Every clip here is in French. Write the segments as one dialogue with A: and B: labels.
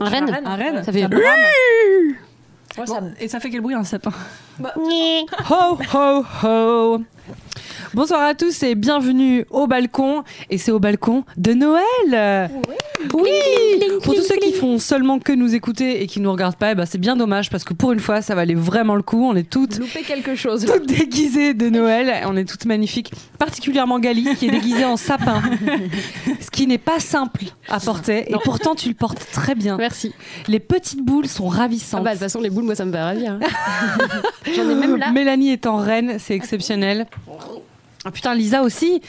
A: En Rennes.
B: Rennes.
C: Un renne
A: Ça fait
B: Ouais,
C: Bon,
B: ça-
C: Et ça fait quel bruit un sapin
A: Nyeh.
C: Ho ho ho Bonsoir à tous et bienvenue au balcon. Et c'est au balcon de Noël Oui Pour tous ceux qui font seulement que nous écouter et qui nous regardent pas, eh ben, c'est bien dommage parce que pour une fois, ça valait vraiment le coup. On est toutes,
D: Louper quelque chose.
C: toutes déguisées de Noël. On est toutes magnifiques. Particulièrement Gali qui est déguisée en sapin. Ce qui n'est pas simple à porter. Et pourtant, tu le portes très bien.
D: Merci.
C: Les petites boules sont
D: Ah
C: ravissantes.
D: bah, de toute façon, les boules, moi, ça me fait ravir. hein. J'en ai même là.
C: Mélanie est en reine, c'est exceptionnel. Ah putain, Lisa aussi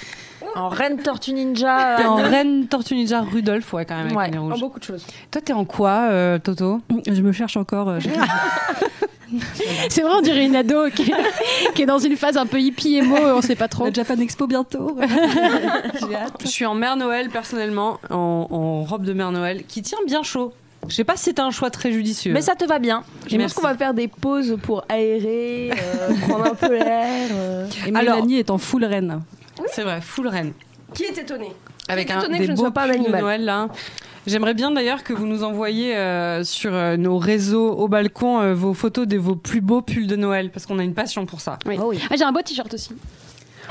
B: En reine tortue ninja.
C: T'es
B: euh,
C: en reine Tortue Ninja Rudolf, ouais, quand
D: euh,
C: même, avec
B: Ouais,
C: les
D: Ah En
C: rouges.
D: beaucoup de choses.
C: Toi, t'es en quoi, euh, Toto Ah.
E: Je me cherche encore. euh, j'ai-
D: C'est vrai, on dirait une ado qui est, qui est dans une phase un peu hippie émo, on sait pas trop.
E: La
C: Bah,
E: Japan Expo bientôt.
C: Je suis en Mère Noël, personnellement, en, en robe de Mère Noël, qui tient bien chaud. Je sais pas si c'était un choix très judicieux.
B: Mais ça te va bien.
D: Je pense
C: Merci.
D: qu'on va faire des pauses pour aérer, euh, prendre un peu l'air. euh.
E: Et
C: Alors-
E: Mélanie est en full reine.
C: C'est vrai, full reine.
D: Qui est étonné
C: Avec
D: suis
C: un,
D: étonnée
C: des
D: que je ne
C: beaux
D: sois pas un
C: pulls de
D: animal.
C: Noël, là. J'aimerais bien d'ailleurs que vous nous envoyiez euh, sur euh, nos réseaux au balcon euh, vos photos de vos plus beaux pulls de Noël, parce qu'on a une passion pour ça.
D: Oui.
B: Oh oui.
D: Ah, j'ai un beau t-shirt aussi.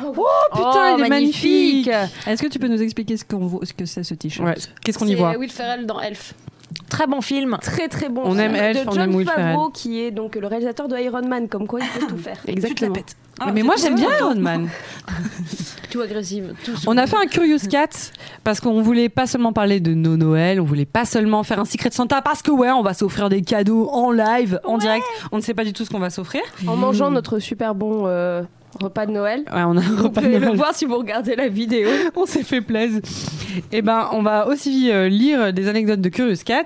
C: Oh putain, il est magnifique,
E: Est-ce que tu peux nous expliquer ce, qu'on voit- ce que c'est ce t-shirt
C: Ouais, Qu'est-ce qu'on y
D: C'est
C: voit
D: Will Ferrell dans Elf.
B: Très bon film.
D: Très très bon.
C: On
D: film
C: aime Elf,
D: de
C: on
D: John
C: aime Will
D: Favreau, qui est donc le réalisateur de Iron Man, comme quoi il peut tout faire. Tu
C: Exactement.
D: te la pètes.
C: Ah, mais moi j'aime bien Iron Man.
D: Tout agressive. Tout
C: On a fait un Curious Cat parce qu'on voulait pas seulement parler de nos Noël, on voulait pas seulement faire un Secret Santa parce que ouais, on va s'offrir des cadeaux en live, en direct. On ne sait pas du tout ce qu'on va s'offrir.
D: En mangeant notre super bon euh, repas de Noël.
C: Ouais, on a un
D: Vous
C: Mm. repas de
D: pouvez le
C: Noël.
D: voir si vous regardez la vidéo.
C: On s'est fait plaisir. Et ben, on va aussi euh, lire des anecdotes de Curious Cat,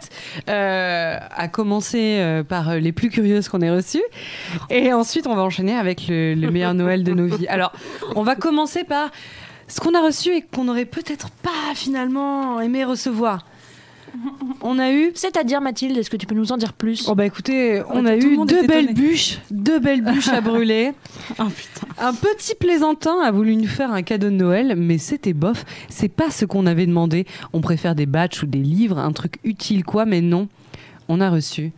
C: euh, à commencer euh, par euh, les plus curieuses qu'on ait reçues, et ensuite on va enchaîner avec le, le meilleur Noël de nos vies. Alors, on va commencer par ce qu'on a reçu et qu'on aurait peut-être pas finalement aimé recevoir. On a eu
B: C'est-à-dire, Mathilde, est-ce que tu peux nous en dire plus
C: Oh bah écoutez, on a
E: tout le
C: eu
E: monde
C: deux
E: est
C: belles
E: étonné.
C: bûches, deux belles bûches à brûler.
E: Ah putain.
C: Un petit plaisantin a voulu nous faire un cadeau de Noël, mais c'était bof. C'est pas ce qu'on avait demandé. On préfère des batchs ou des livres, un truc utile quoi, mais non. On a reçu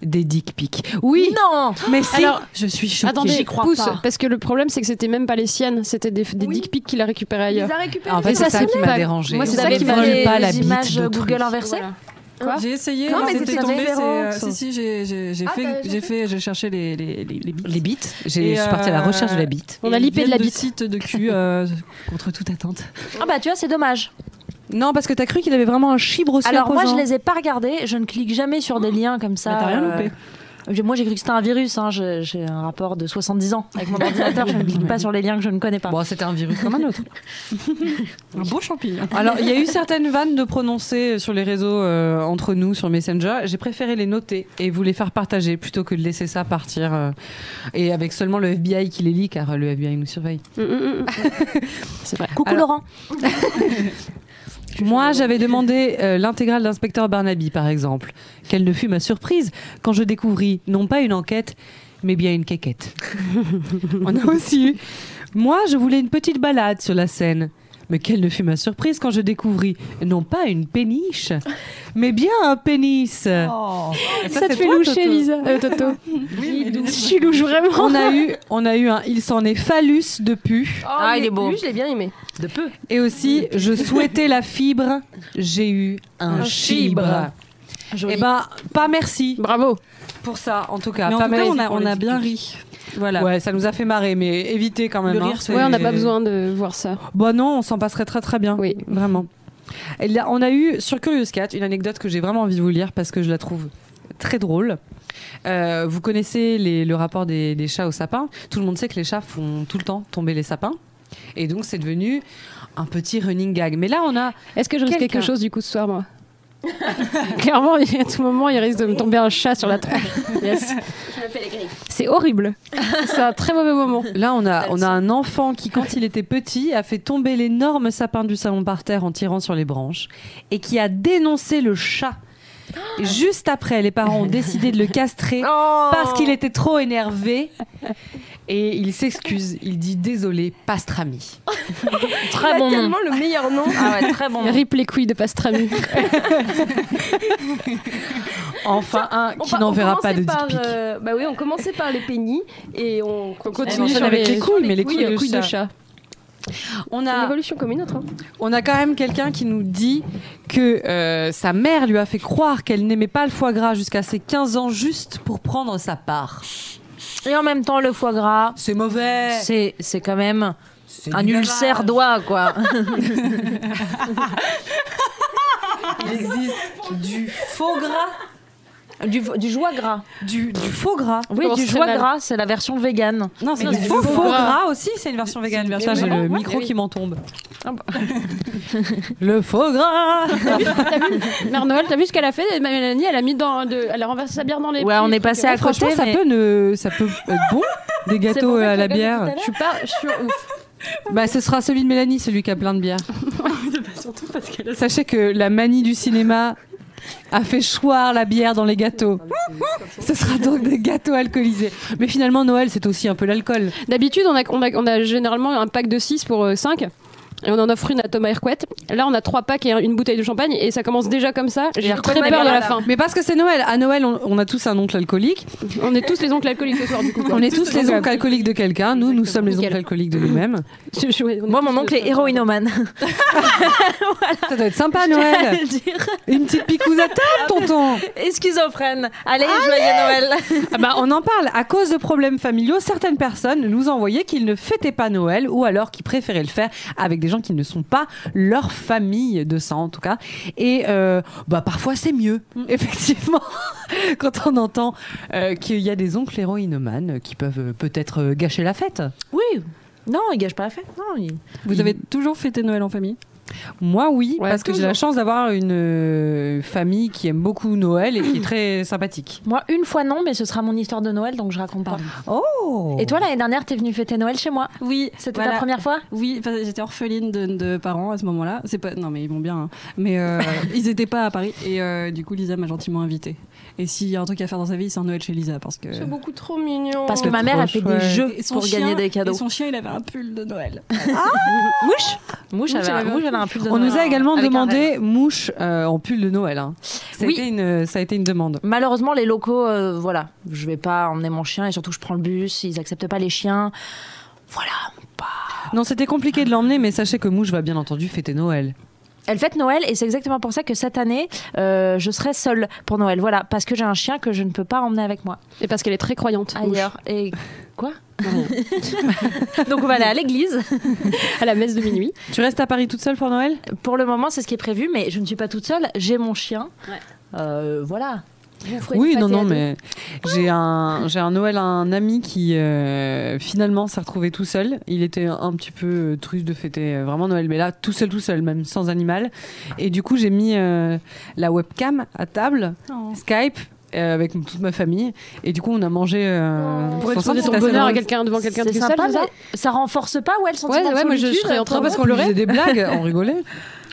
C: des dick pics. Oui,
B: Non
C: mais si.
D: Alors,
C: je suis choquée.
D: Attendez,
B: J'y crois
D: pousse,
B: pas.
D: parce que le problème c'est que c'était même pas les siennes, c'était des, des
A: Oui.
D: dick pics qu'il a récupérés ailleurs.
A: récupéré.
C: Ah, En fait,
D: Et
C: c'est
D: ça,
C: ça,
D: c'est
C: qui
D: pas-
C: m'a dérangée.
D: moi,
B: Vous
D: c'est ça
B: avez
D: qui
B: vu
D: m'a-
B: les
C: Vole pas la bite
B: images
C: d'autrui.
B: Google inversées Quoi
E: J'ai essayé,
D: Ah. Non, mais
E: mais
D: c'était
E: c'était tombé. c'est, euh,
D: différent.
E: si, si, j'ai, j'ai, j'ai
A: Ah,
E: fait,
A: t'as
E: j'ai
A: cherché
E: fait, j'ai cherché les, les, les, les bites.
C: Les bites. J'ai-
E: Et,
C: Je suis partie à la
E: euh,
C: recherche de la bite.
D: On a
E: Et ils
D: lipé de
E: viennent
D: la
E: de
D: bite.
E: sites de cul euh, contre toute attente.
B: Ah bah tu vois, c'est dommage.
C: Non, parce que t'as cru qu'il avait vraiment un chibre aussi
B: Alors moi, je les ai pas regardés. Je ne clique jamais sur des liens comme ça.
E: Bah, t'as rien
B: euh,
E: loupé.
B: j'ai- Moi, j'ai cru que c'était un virus. hein. Je- J'ai un rapport de 70 ans avec mon ordinateur. Je ne clique pas sur les liens que je ne connais pas.
C: Bon, c'était un virus comme un autre.
E: Un beau champignon.
C: Alors, il y a eu certaines vannes de prononcer sur les réseaux euh, entre nous, sur Messenger. J'ai préféré les noter et vous les faire partager plutôt que de laisser ça partir. euh, et avec seulement le FBI qui les lit, car le FBI nous surveille.
D: Mm, mm, mm. C'est vrai.
B: Coucou
C: alors-
B: Laurent.
C: Moi, j'avais demandé euh, l'intégrale d'inspecteur Barnaby, par exemple. Quelle ne fut ma surprise quand je découvris non pas une enquête, mais bien une quéquette. On a aussi eu. Moi, je voulais une petite balade sur la Seine. Mais quelle ne fut ma surprise quand je découvris non pas une péniche, mais bien un pénis.
D: Oh. Ça,
C: c'est
D: te fait
C: toi,
D: loucher,
C: Toto
D: Lisa. Euh, Toto. Je suis louche vraiment.
C: on a eu, on a eu un il s'en est phallus de pu.
B: Ah, il est beau.
D: Lui, je l'ai bien aimé.
B: De peu.
C: Et aussi, je souhaitais la fibre, j'ai eu un,
D: Un
C: chibre.
D: chibre.
C: Eh ben, pas merci
D: Bravo.
C: pour ça, en tout cas.
E: Mais en
C: pas
E: tout cas,
C: merci
E: on a,
C: pour
E: on
C: les
E: a bien
C: petits
E: ri. Voilà.
C: pics. Ouais, ça nous a fait marrer, mais évitez quand même.
E: Le
C: hein.
E: rire, c'est-
D: Ouais, on n'a pas
E: Et-
D: besoin de voir ça.
C: Bon, non, on s'en passerait très très bien.
D: Oui.
C: Vraiment. Et là, on a eu sur Curious Cat une anecdote que j'ai vraiment envie de vous lire parce que je la trouve très drôle. Euh, vous connaissez les- le rapport des, des chats aux sapins. Tout le monde sait que les chats font tout le temps tomber les sapins. Et donc, c'est devenu un petit running gag. Mais là, on a.
D: Est-ce que je risque
C: Quelqu'un.
D: quelque chose du coup ce soir, moi Clairement, il y a- à tout moment, il risque de me tomber un chat sur la tronche. Yes. C'est horrible. C'est un très mauvais moment.
C: Là, on a, on a un enfant qui, quand il était petit, a fait tomber l'énorme sapin du salon par terre en tirant sur les branches et qui a dénoncé le chat. Et
D: Oh.
C: Juste après, les parents ont décidé de le castrer parce qu'il était trop énervé. Et il s'excuse, il dit désolé, pastrami.
B: Très bon nom.
A: tellement le meilleur nom.
B: Ah ouais, très bon nom.
D: Rip les couilles de pastrami.
C: Enfin un
A: On
C: qui
A: va- on
C: n'enverra pas
A: commençait
C: de dick
A: par,
C: pic.
A: euh, bah oui, on commençait par les pénis et on
C: continue
A: on
C: sur
A: enchaîne
C: les- les couilles, mais les couilles de
D: de
C: chat.
D: chat.
C: On
A: C'est une
C: a,
A: évolution comme une autre. hein.
C: on a quand même quelqu'un qui nous dit que euh, sa mère lui a fait croire qu'elle n'aimait pas le foie gras jusqu'à ses 15 ans juste pour prendre sa part.
B: Et en même temps, le foie gras,
C: C'est mauvais.
B: c'est c'est quand même
C: c'est
B: un
C: du
B: ulcère d'oie, quoi.
C: Il existe du faux gras.
B: Du, du joie gras.
C: Du, du faux gras.
B: Oui,
D: Comment
B: du
D: ça
B: joie
D: s'appelle
B: gras, c'est la version végane.
C: Non, c'est
D: Mais
C: du
D: du
C: faux,
D: faux
C: faux
D: gras.
C: gras aussi, c'est une version végane. Ça, j'ai le micro qui m'en tombe. bah. Le faux gras
D: Mère Noël, t'as vu ce qu'elle a fait Mélanie, elle a mis dans, de- elle a renversé sa bière dans les.
B: Ouais,
D: petits
B: on est
D: trucs.
B: passé à côté,
C: Franchement, ça,
B: mais
C: peut ne... ça peut être bon, des gâteaux à la bière.
D: Je suis pas, je suis ouf.
C: Bah, ce sera celui de Mélanie, celui qui a plein de bière. Sachez que la manie du cinéma a fait choir la bière dans les gâteaux. ce sera donc des gâteaux alcoolisés. Mais finalement, Noël, c'est aussi un peu l'alcool.
D: D'habitude, on a, on, a, on a généralement un pack de 6 pour 5. Et on en offre une à Thomas Hercouet. Là, on a trois packs et une bouteille de champagne. Et ça commence déjà comme ça. J'ai
B: Hercouet,
D: très peur de la
B: voilà.
D: fin.
C: Mais parce que c'est Noël, à Noël, on, on a tous un oncle alcoolique.
D: On est tous les oncles alcooliques ce soir, du coup.
C: On est tous les oncles alcooliques de quelqu'un. Nous, nous sommes les oncles
D: Nickel.
C: alcooliques de nous-mêmes.
D: Je- je- ouais, on est
B: Moi,
D: tous
B: mon oncle
D: les-
B: est héroïnomane.
C: Ça doit être sympa,
B: Ah,
C: Noël. Une petite picouse à table, tonton.
B: Et schizophrène. Allez, joyeux Noël.
C: Ah bah, on en parle. À cause de problèmes familiaux, certaines personnes nous envoyaient qu'ils ne fêtaient pas Noël ou alors qu'ils préféraient le faire avec des gens qui ne sont pas leur famille de sang, en tout cas. Et euh, bah, parfois, c'est mieux, effectivement, quand on entend euh, qu'il y a des oncles héroïnomanes qui peuvent euh, peut-être euh, gâcher la fête.
B: Oui. Non, il gâche pas la fête. Non, il-
E: Vous avez toujours fêté Noël en famille
C: Moi, oui,
D: Ouais,
C: parce que j'ai
D: toujours.
C: la chance d'avoir une euh, famille qui aime beaucoup Noël et qui est très sympathique.
B: Moi, une fois non, mais ce sera mon histoire de Noël, donc je raconte pas.
C: Oh
B: Et toi, l'année dernière, t'es venue fêter Noël chez moi
E: Oui,
B: C'était ta première fois
E: Oui, enfin, j'étais orpheline de, de parents à ce moment-là. C'est pas, non mais ils vont bien, hein. mais euh, ils n'étaient pas à Paris et euh, du coup Lisa m'a gentiment invitée. Et s'il y a un truc à faire dans sa vie, c'est un Noël chez Lisa parce que.
A: C'est beaucoup trop mignon.
B: Parce que ma mère a fait
C: chouette.
B: des jeux
E: Et son
B: pour
E: chien-
B: gagner des cadeaux.
E: Et son chien, il avait un pull de Noël.
B: Mouche Mouche, elle
E: Mouche, elle
B: avait,
E: avait un
B: mouche, elle a un pull de
C: On
B: Noël.
C: nous a également
B: Avec un rêve.
C: demandé mouche euh, en pull de Noël. hein. C'était
B: Oui.
C: une- ça a été une demande.
B: Malheureusement, les locaux, euh, voilà, je vais pas emmener mon chien et surtout je prends le bus, ils acceptent pas les chiens. Voilà.
C: Non, c'était compliqué de l'emmener, mais sachez que mouche va bien entendu fêter Noël.
B: Elle fête Noël et c'est exactement pour ça que cette année, euh, je serai seule pour Noël. Voilà, parce que j'ai un chien que je ne peux pas emmener avec moi
D: Et parce qu'elle est très croyante.
B: ailleurs. Et quoi Donc on va aller à l'église.
D: À la messe de minuit.
C: Tu restes à Paris toute seule pour Noël
B: Pour le moment, c'est ce qui est prévu, mais je ne suis pas toute seule. J'ai mon chien. Euh, voilà. Vous ferez
C: Oui,
B: une
C: non,
B: pâté à
C: non,
B: deux.
C: mais
D: Oh
C: j'ai un, j'ai un Noël à un ami qui euh, finalement s'est retrouvé tout seul. Il était un petit peu euh, triste de fêter euh, vraiment Noël, mais là, tout seul, tout seul, même sans animal. Et du coup, j'ai mis euh, la webcam à table,
D: Oh.
C: Skype. euh, avec m- toute ma famille et du coup on a mangé euh,
D: Oh. Pour
C: ensemble,
D: exposer
C: c'était
D: ton
C: assez
D: bonheur à
C: drôle.
D: quelqu'un devant quelqu'un
B: C'est
D: tout seul.
B: sympa,
D: c'est ça
B: mais ça renforce pas ouais, le sentiment
D: Ouais,
B: de
D: ouais, moi, je- je
B: solitude,
D: serais en train
C: Non,
B: euh,
C: parce qu'on lui faisait des blagues on rigolait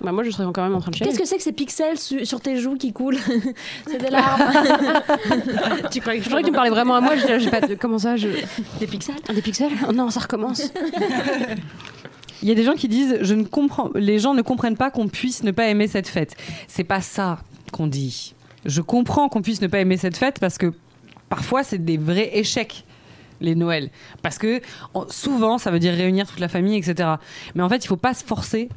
D: Bah, moi, je serais quand même en train de chialer.
B: Qu'est-ce que c'est que ces pixels su- sur tes joues qui coulent C'est des larmes. tu crois que
D: Je croyais que tu me parlais vraiment à moi. Je j'ai pas. de- Comment ça je...
B: des pixels
D: Des pixels Oh Non, ça recommence.
C: Il y a des gens qui disent je ne comprends les gens ne comprennent pas qu'on puisse ne pas aimer cette fête. C'est pas ça qu'on dit. Je comprends qu'on puisse ne pas aimer cette fête parce que parfois c'est des vrais échecs les Noëls parce que en- souvent ça veut dire réunir toute la famille etc. Mais en fait il faut pas se forcer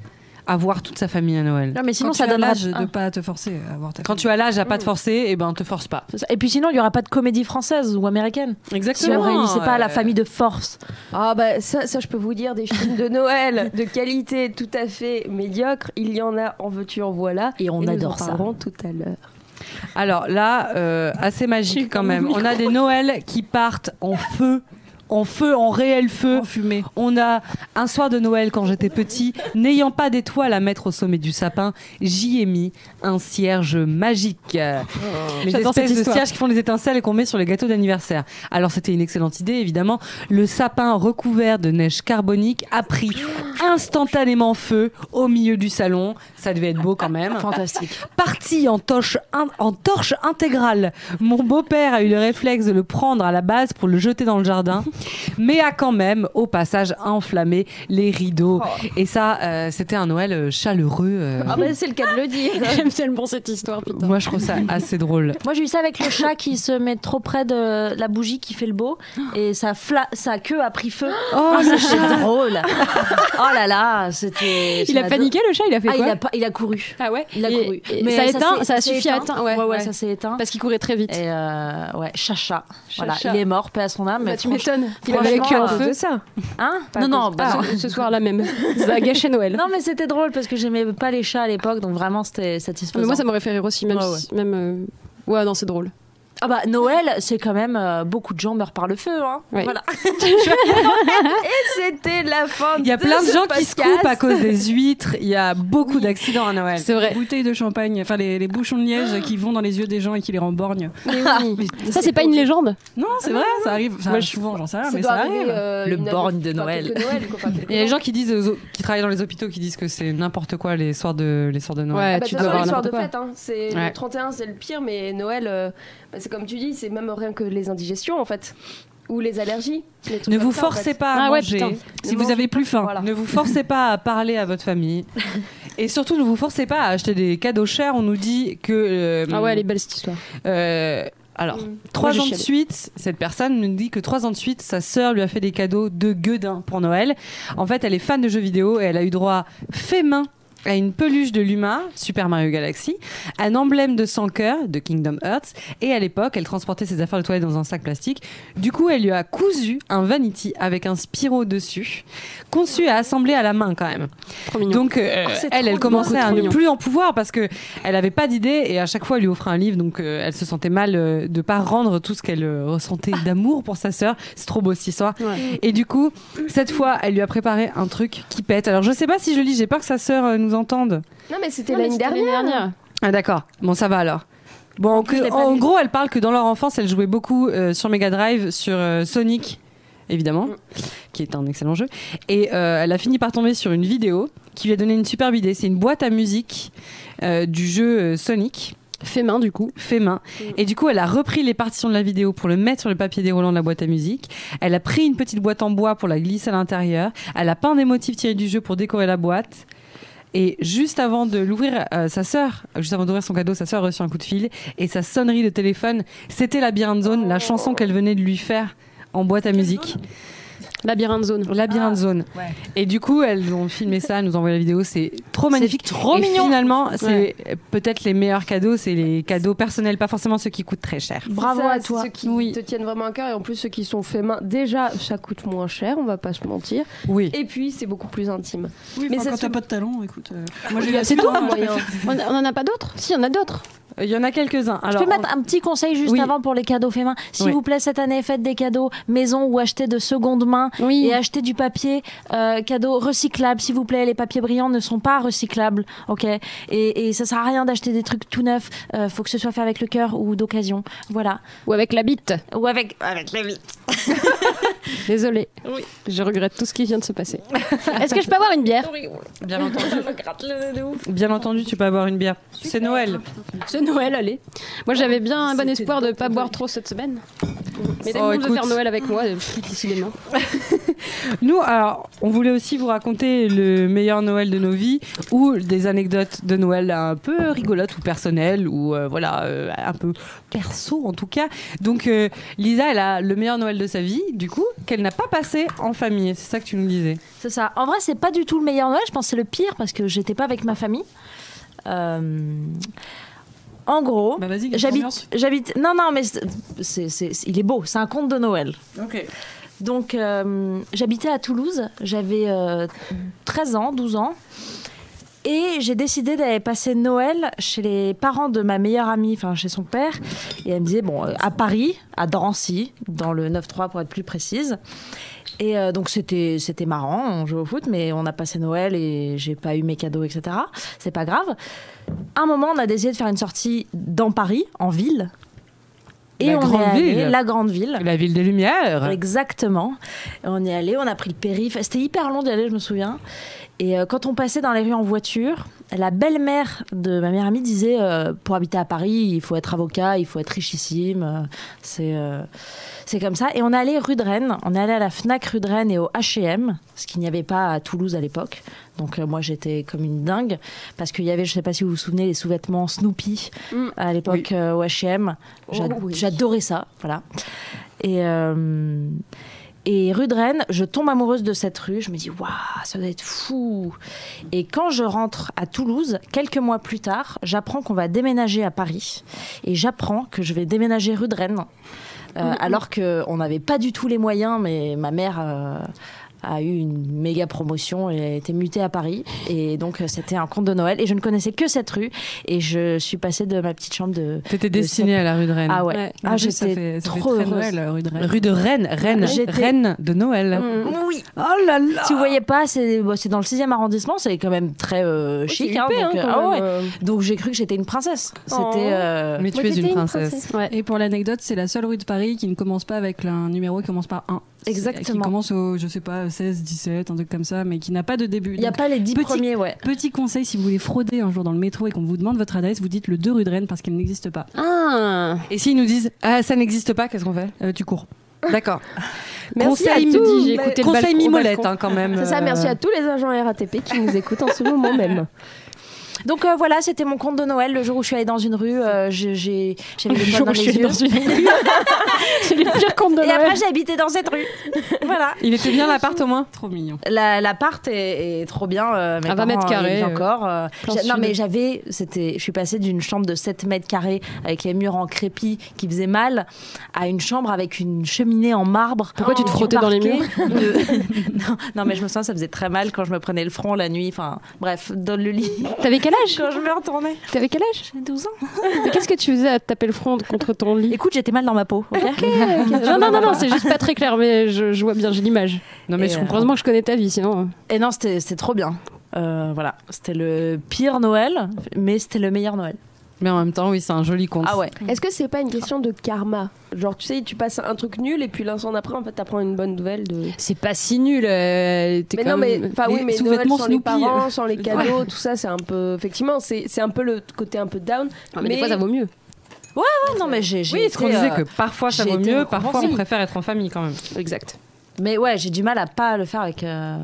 C: à voir toute sa famille à Noël.
B: Non, mais sinon
E: Quand
B: ça
E: tu as
B: donnera.
E: l'âge de pas te forcer à avoir ta.
C: Quand tu as l'âge à pas te forcer et ben te force pas.
B: Et puis sinon, il y aura pas de comédie française ou américaine si on réunissait pas la famille de force.
A: Ah bah ça, ça je peux vous dire des films de Noël de qualité tout à fait médiocre. Il y en a en veux-tu en voilà.
B: Et on
A: nous en
B: adore ça.
A: parlerons tout à l'heure.
C: Alors là, euh, assez magique quand même. On a des Noëls qui partent en feu, en feu, en réel feu.
E: fumé.
C: On a un soir de Noël quand j'étais petit, n'ayant pas d'étoile à mettre au sommet du sapin, j'y ai mis un cierge magique. Euh, les
D: Oh. J'adore cette
C: espèces de
D: histoire.
C: cierges qui font des étincelles et qu'on met sur les gâteaux d'anniversaire. Alors c'était une excellente idée évidemment. Le sapin recouvert de neige carbonique a pris instantanément feu au milieu du salon. Ça devait être beau quand même.
B: Fantastique.
C: Parti en torche, in- en torche intégrale. Mon beau-père a eu le réflexe de le prendre à la base pour le jeter dans le jardin, mais a quand même, au passage, enflammé les rideaux.
E: Oh.
C: Et ça, euh, c'était un Noël euh, chaleureux. euh.
A: Ah bah c'est le cas de le dire.
D: J'aime tellement cette histoire, putain.
C: Moi, je trouve ça assez drôle.
B: Moi, j'ai eu ça avec le chat qui se met trop près de la bougie qui fait le beau et sa, fla- sa queue a pris feu.
C: Oh,
B: Ah, c'est drôle. oh là là, c'était.
D: Il a
B: j'adore.
D: paniqué le chat, il a fait
B: Ah,
D: quoi
B: il a, pas- il a couru.
D: Ah ouais
B: Il a
D: Et-
B: couru.
D: et ça a éteint,
B: s'est-
D: ça a
B: s'est
D: suffi à
B: éteint.
D: éteindre, ouais,
B: ouais,
D: ouais.
B: ça s'est éteint.
D: Parce qu'il courait très vite.
B: Et euh, ouais, chacha. Voilà,
D: Chacha.
B: il est mort, paix à son âme.
D: Bah, tu
B: franchement-
D: m'étonnes.
A: Il avait le
B: franchement,
A: cul en
B: euh,
A: feu. ça.
B: Hein
A: Pas à
B: Non,
A: cause-
B: non, bah,
D: Ah, ce- ce soir-là même. Ça a gâché Noël.
B: non, mais c'était drôle parce que j'aimais pas les chats à l'époque, donc vraiment c'était
D: Mais
B: satisfaisant.
D: moi, ça m'aurait fait rire aussi, même.
B: Ouais,
D: si- même euh, Ouais, non, c'est drôle.
B: Ah bah Noël, c'est quand même euh, beaucoup de gens meurent par le feu, hein.
D: Ouais.
B: Voilà.
A: C'était la fin.
C: Il y a plein de
A: ce
C: gens qui se
A: podcast.
C: coupent à cause des huîtres. Il y a beaucoup d'accidents à Noël.
D: C'est vrai.
E: Bouteilles de champagne, enfin les, les bouchons de liège qui vont dans les yeux des gens et qui les remborgnent.
D: Ça, c'est pas une légende.
E: Non, c'est vrai, ça arrive. Ça
D: Moi,
E: arrive
D: je-
E: souvent, j'en sais rien,
A: Ça
E: mais
A: doit
E: ça
A: arriver,
E: arrive.
A: euh,
B: Le
A: une année-
B: borgne de
A: enfin,
B: Noël.
A: quelques Noëls, quoi, enfin, quelques
C: Il y a des
A: Noëls.
C: gens qui disent aux au- qui travaillent dans les hôpitaux qui disent que c'est n'importe quoi les soirs de les soirs de Noël.
D: Ouais,
A: Bah,
D: tu
A: de
D: dois
A: toute façon,
D: avoir
A: les soirs
D: n'importe
A: de
D: quoi.
A: fête, hein, c'est
C: Ouais.
A: le 31, c'est le pire, mais Noël, euh, bah, c'est comme tu dis, c'est même rien que les indigestions en fait, ou les allergies. les trucs
C: Ne
A: comme
C: vous
A: ça, en
C: forcez
A: fait.
C: pas à
D: Ah ouais,
C: manger.
D: putain.
E: Si vous avez plus faim.
A: Voilà.
C: Ne vous forcez pas à parler à votre famille. Et surtout, ne vous forcez pas à acheter des cadeaux chers. On nous dit que. euh,
D: Ah ouais, elle est belle cette histoire.
C: euh, alors, trois
D: Mm. j'ai
C: ans de
D: chialé.
C: suite, cette personne nous dit que trois ans de suite, sa sœur lui a fait des cadeaux de gueudin pour Noël. En fait, elle est fan de jeux vidéo et elle a eu droit fait main à une peluche de Luma, Super Mario Galaxy, un emblème de sans cœur de Kingdom Hearts, et à l'époque, elle transportait ses affaires de toilette dans un sac plastique. Du coup, elle lui a cousu un vanity avec un Spiro dessus, conçu et assemblé à la main quand même.
D: Trop mignon.
C: Donc euh,
A: Oh, c'est
C: elle,
A: trop
C: elle commençait
D: mignon.
C: à
D: Trop
C: ne
D: mignon.
C: plus en pouvoir parce que elle avait pas d'idée et à chaque fois elle lui offrait un livre donc euh, elle se sentait mal euh, de pas rendre tout ce qu'elle euh, ressentait
A: Ah.
C: d'amour pour sa sœur. C'est trop beau cette histoire.
A: Mm.
D: Ouais.
C: Et du coup cette fois elle lui a préparé un truc qui pète. Alors je sais pas si je lis, j'ai peur que sa sœur euh, nous entende.
A: Non mais c'était
D: Non, mais
A: l'année
D: c'était
A: dernière.
C: Ah d'accord. Bon ça va alors. Bon que-
A: l'ai pas
C: en
A: lu.
C: gros elle parle que dans leur enfance elle jouait beaucoup euh, sur Mega Drive sur euh, Sonic évidemment, qui est un excellent jeu. Et euh, elle a fini par tomber sur une vidéo qui lui a donné une superbe idée. C'est une boîte à musique euh, du jeu euh, Sonic,
D: Fait main, du coup.
C: fait main. Et du coup, elle a repris les partitions de la vidéo pour le mettre sur le papier déroulant de la boîte à musique. Elle a pris une petite boîte en bois pour la glisser à l'intérieur. Elle a peint des motifs tirés du jeu pour décorer la boîte. Et juste avant de l'ouvrir, euh, sa sœur, juste avant d'ouvrir son cadeau, sa sœur a reçu un coup de fil et sa sonnerie de téléphone, c'était la Beyond Zone, la chanson qu'elle venait de lui faire en boîte à musique.
D: Labyrinthe zone.
C: Labyrinthe
B: Ah,
C: Zone.
E: ouais.
C: Et du coup, elles ont filmé ça, elles nous ont envoyé la vidéo, c'est trop magnifique.
B: trop
C: et
B: mignon.
C: finalement, c'est peut-être les meilleurs cadeaux, c'est les cadeaux personnels, pas forcément ceux qui coûtent très cher.
A: C'est
B: Bravo
A: ça,
B: à
A: c'est
B: toi.
A: Ceux qui
C: Oui.
A: te tiennent vraiment à cœur et en plus ceux qui sont faits main. Déjà, ça coûte moins cher, on va pas se mentir.
C: Oui.
A: Et puis c'est beaucoup plus intime.
E: Oui,
A: Mais
E: enfin,
A: ça
E: quand
A: se-
E: t'as pas de talent, écoute. euh, moi, j'ai
A: Il y a
E: eu
A: tout
E: souvent,
A: un
E: hein,
A: moyen.
D: On on en a pas d'autres Si, il y en a d'autres.
C: euh, Il y en a quelques-uns.
B: Je
C: Alors,
B: peux mettre un petit conseil juste
C: Oui.
B: avant pour les cadeaux faits main. S'il
C: Oui.
B: vous plaît, cette année, faites des cadeaux maison ou achetez de seconde main
D: Oui.
B: et achetez du papier euh, cadeau recyclable, s'il vous plaît. Les papiers brillants ne sont pas recyclables, ok et, et ça sert à rien d'acheter des trucs tout neufs. Euh, faut que ce soit fait avec le cœur ou d'occasion, voilà.
D: Ou avec la bite.
B: Ou avec avec la vie.
D: Désolée. Je regrette tout ce qui vient de se passer. Est-ce que je peux avoir une bière
C: on- bien entendu. bien entendu, tu peux avoir une bière. C'est Noël.
D: C'est Noël, allez. Moi, j'avais bien un bon espoir de ne pas boire trop cette semaine. Mais tout
C: Oh,
D: le monde veut
C: écoute.
D: faire Noël avec moi. euh, pff, Décidément.
C: Nous, alors, on voulait aussi vous raconter le meilleur Noël de nos vies ou des anecdotes de Noël un peu rigolotes ou personnelles ou euh, voilà, euh, un peu perso en tout cas. Donc, euh, Lisa, elle a le meilleur Noël de sa vie, du coup, qu'elle n'a pas passé en famille. C'est ça que tu nous disais.
B: C'est ça. En vrai, c'est pas du tout le meilleur Noël. Je pense que c'est le pire parce que j'étais pas avec ma famille. Euh, En gros,
E: Bah, vas-y,
B: J'habite, j'habite. Non, non, mais c'est, c'est- c'est- il est beau. C'est un conte de Noël.
E: Ok.
B: Donc, euh, j'habitais à Toulouse. J'avais euh, 13 ans, 12 ans. Et j'ai décidé d'aller passer Noël chez les parents de ma meilleure amie, enfin chez son père. Et elle me disait, bon, euh, à Paris, à Drancy, dans le 9-3 pour être plus précise. Et euh, donc c'était c'était marrant, on jouait au foot, mais on a passé Noël et j'ai pas eu mes cadeaux, etc. C'est pas grave. À un moment, on a décidé de faire une sortie dans Paris, en ville. Et
C: La
B: on
C: grande
B: est allé,
C: ville.
B: la grande ville.
C: La ville des Lumières.
B: Exactement. Et On est allé, on a pris le périph. C'était hyper long d'y aller, je me souviens. Et euh, quand on passait dans les rues en voiture, la belle-mère de ma meilleure amie disait euh, pour habiter à Paris, il faut être avocat, il faut être richissime. euh, c'est euh, c'est comme ça. Et on est allé rue de Rennes. On est allé à la Fnac rue de Rennes et au H&M, ce qu'il n'y avait pas à Toulouse à l'époque. Donc euh, moi j'étais comme une dingue parce qu'il y avait, je sais pas si vous vous souvenez, les sous-vêtements Snoopy
A: Mm.
B: à l'époque euh, au H&M. J'a-
A: Oh oui.
B: J'adorais ça, voilà. Et, euh, et rue de Rennes, je tombe amoureuse de cette rue. Je me dis, waouh, ça doit être fou. Et quand je rentre à Toulouse, quelques mois plus tard, j'apprends qu'on va déménager à Paris. Et j'apprends que je vais déménager rue de Rennes. Euh, Alors qu'on n'avait pas du tout les moyens, mais ma mère. euh, a eu une méga promotion et a été mutée à Paris. Et donc, euh, c'était un conte de Noël. Et je ne connaissais que cette rue. Et je suis passée de ma petite chambre de.
C: T'étais destinée à la rue de Rennes.
B: Ah ouais.
E: Ouais. En
B: Ah,
E: plus, ça
B: j'étais
E: fait- ça fait
B: trop
E: très
B: heureuse.
E: Noël, rue de Rennes.
C: Rue de Rennes, Rennes,
B: J'étais-
C: Rennes Mmh. de Noël.
B: Mm. Oui.
E: Oh là là
B: Si vous voyez pas, c'est bon, c'est dans le 6e arrondissement, c'est quand même très euh, chic. hein, donc, euh, ah ouais. Donc j'ai cru que j'étais une princesse.
A: Oh.
B: C'était. euh,
C: Mais tu
A: Moi,
C: es
A: j'étais
C: une
A: une
C: princesse.
D: Ouais.
E: Et pour l'anecdote, c'est la seule rue de Paris qui ne commence pas avec un numéro qui commence par 1. Qui
B: Exactement.
E: commence au, je sais pas, 16, 17, un truc comme ça, mais qui n'a pas de début.
B: Il n'y a
E: Donc,
B: pas les 10
E: petit-
B: premiers, ouais.
E: Petit conseil, si vous voulez frauder un jour dans le métro et qu'on vous demande votre adresse, vous dites le 2 rue de Rennes parce qu'elle n'existe pas.
D: Ah,
C: Et s'ils nous disent Ah, ça n'existe pas, qu'est-ce qu'on fait
E: Euh, tu cours.
C: D'accord.
A: Merci à
C: mi-
A: tous. Bah,
D: J'ai écouté le
C: conseil
D: balcon- au
C: mimolette
D: balcon.
C: hein, quand même.
A: C'est ça, merci
C: Euh,
A: à tous les agents RATP qui nous écoutent en ce moment même.
B: Donc euh, voilà, c'était mon conte de Noël. Le jour où je suis allée dans une rue, euh, j'ai- j'ai- j'avais
D: le
B: des poils
D: jour
B: dans
D: où je
B: les
D: suis
B: yeux.
D: dans une rue. C'est le pire conte de
B: Et
D: Noël.
B: après, j'ai habité dans cette rue. voilà.
C: Il était bien l'appart au moins
E: Trop mignon.
B: La- L'appart est, est trop bien. euh, mes
D: À 20 mètres
B: parents, euh,
D: carrés,
B: ils
D: euh,
B: encore. euh,
D: plein
B: j'a- non,
D: sud.
B: mais j'avais. c'était Je suis passée d'une chambre de 7 mètres carrés avec les murs en crépi qui faisaient mal à une chambre avec une cheminée en marbre.
D: Pourquoi tu te
B: Du
D: frottais dans les
B: parquet de- non, non, mais je me sens ça faisait très mal quand je me prenais le front la nuit. Enfin, bref, dans le lit.
D: T'avais quel âge
B: quand je me retournais.
D: T'avais quel âge
B: J'ai 12 ans.
D: Mais qu'est-ce que tu faisais à te taper le front contre ton lit
B: Écoute, j'étais mal dans ma peau. ok
D: euh, Non, non, non, non, c'est juste pas très clair, mais je, je vois bien, j'ai l'image.
C: Non, mais
B: Et,
C: je
B: euh,
C: comprends.
D: Heureusement que je connais ta vie, sinon. euh.
B: Et non, c'était c'était trop bien. Euh, voilà, c'était le pire Noël, mais c'était le meilleur Noël.
C: Mais en même temps, oui, c'est un joli conte.
B: Ah ouais.
A: Est-ce que c'est pas une question de karma Genre, tu sais, tu passes un truc nul et puis l'instant d'après, en fait, t'apprends une bonne nouvelle de.
D: C'est pas si nul. euh, t'es
A: Mais
D: quand
A: non, mais,
D: même-
A: enfin, oui,
E: les
A: mais Noël
E: sous-vêtements
A: sans les
E: Snoopy,
A: parents, sans les cadeaux, tout ça, c'est un peu. Effectivement, c'est c'est un peu le côté un peu down.
D: Ah, mais des fois, ça vaut mieux.
B: Ouais, Ah, non, mais j'ai. j'ai
C: Oui, ce
B: été,
C: qu'on disait
B: euh,
C: que parfois ça
B: j'ai
C: vaut
B: été
C: mieux,
B: une
C: parfois on
B: convaincue.
C: préfère être en famille quand même.
A: Exact.
B: Mais ouais, j'ai du mal à pas le faire avec. euh,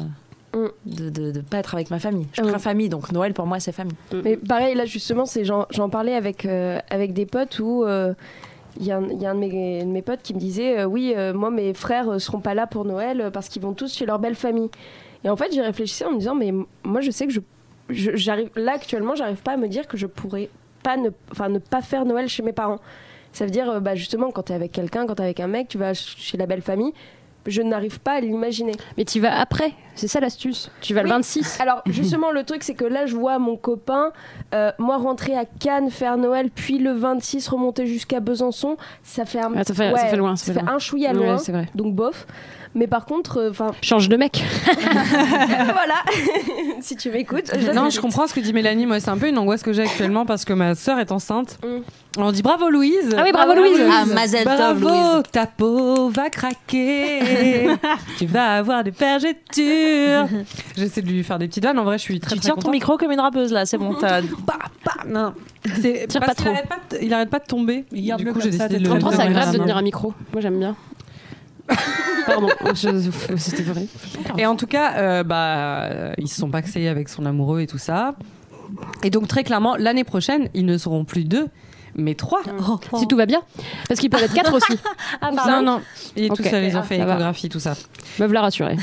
A: Mm.
B: De, de, de pas être avec ma famille. Je
A: Ah oui.
B: préfère famille, donc Noël pour moi c'est famille.
A: Mais pareil, là, justement, c'est j'en j'en parlais avec, euh, avec des potes où. euh, il y a, un, il y a un de, mes, de mes potes qui me disait euh, Oui, euh, moi, mes frères euh, seront pas là pour Noël euh, parce qu'ils vont tous chez leur belle famille. Et en fait, j'y réfléchissais en me disant Mais m- moi, je sais que je. je- j'arrive Là, actuellement, j'arrive pas à me dire que je pourrais pas ne, enfin, ne pas faire Noël chez mes parents. Ça veut dire, euh, bah, justement, quand t'es avec quelqu'un, quand t'es avec un mec, tu vas ch- chez la belle famille. Je n'arrive pas à l'imaginer.
D: Mais tu vas après, c'est ça l'astuce. Tu vas le
A: Oui.
D: 26.
A: Alors justement, le truc, c'est que là, je vois mon copain, euh, moi rentrer à Cannes, faire Noël, puis le 26 remonter jusqu'à Besançon, ça fait un,
D: Ah, ça fait- ça fait loin, ça
A: ça
D: fait
A: fait
D: loin.
A: un chouïa
D: Ouais,
A: loin,
D: c'est vrai.
A: donc bof. Mais par contre, euh, enfin
D: Change de mec.
A: voilà, si tu m'écoutes, je-
C: Non, je comprends ce que dit Mélanie. Moi, c'est un peu une angoisse que j'ai actuellement parce que ma sœur est enceinte.
A: Mm.
C: On dit bravo Louise.
D: Ah oui, bravo, Louise.
B: Ah, Mazel Tov,
C: Bravo, ta peau va craquer. tu vas avoir des vergetures. J'essaie de lui faire des petites vannes. En vrai, je suis très
B: tu
C: très
B: tiens ton
C: contente.
B: micro comme une rappeuse là, c'est bon. t'as-
C: Bah, bah, non. C'est
D: Tire pas
C: parce qu'il
D: trop.
C: arrête pas de- Il arrête pas de tomber.
E: Il garde
C: du
E: le
C: coup, j'ai
E: comme ça,
C: décidé de
E: t'es
C: le
E: trop
D: Pourtant,
E: Ouais,
D: ça
E: ouais,
D: grave de
E: ouais.
D: tenir un micro. Moi, j'aime bien. Pardon, je- c'était vrai.
C: Et en tout cas, euh, bah, euh, ils se sont paxés avec son amoureux et tout ça. Et donc très clairement, l'année prochaine, ils ne seront plus deux, mais trois.
D: Si tout va bien. Parce qu'ils peuvent être quatre aussi.
B: Oh. Ah,
C: non,
B: pardon.
C: non, il est tout
D: Ok.
C: seul, ils ont
D: Ah,
C: fait
D: ça va.
C: échographie, tout ça.
D: Meuf la rassurer.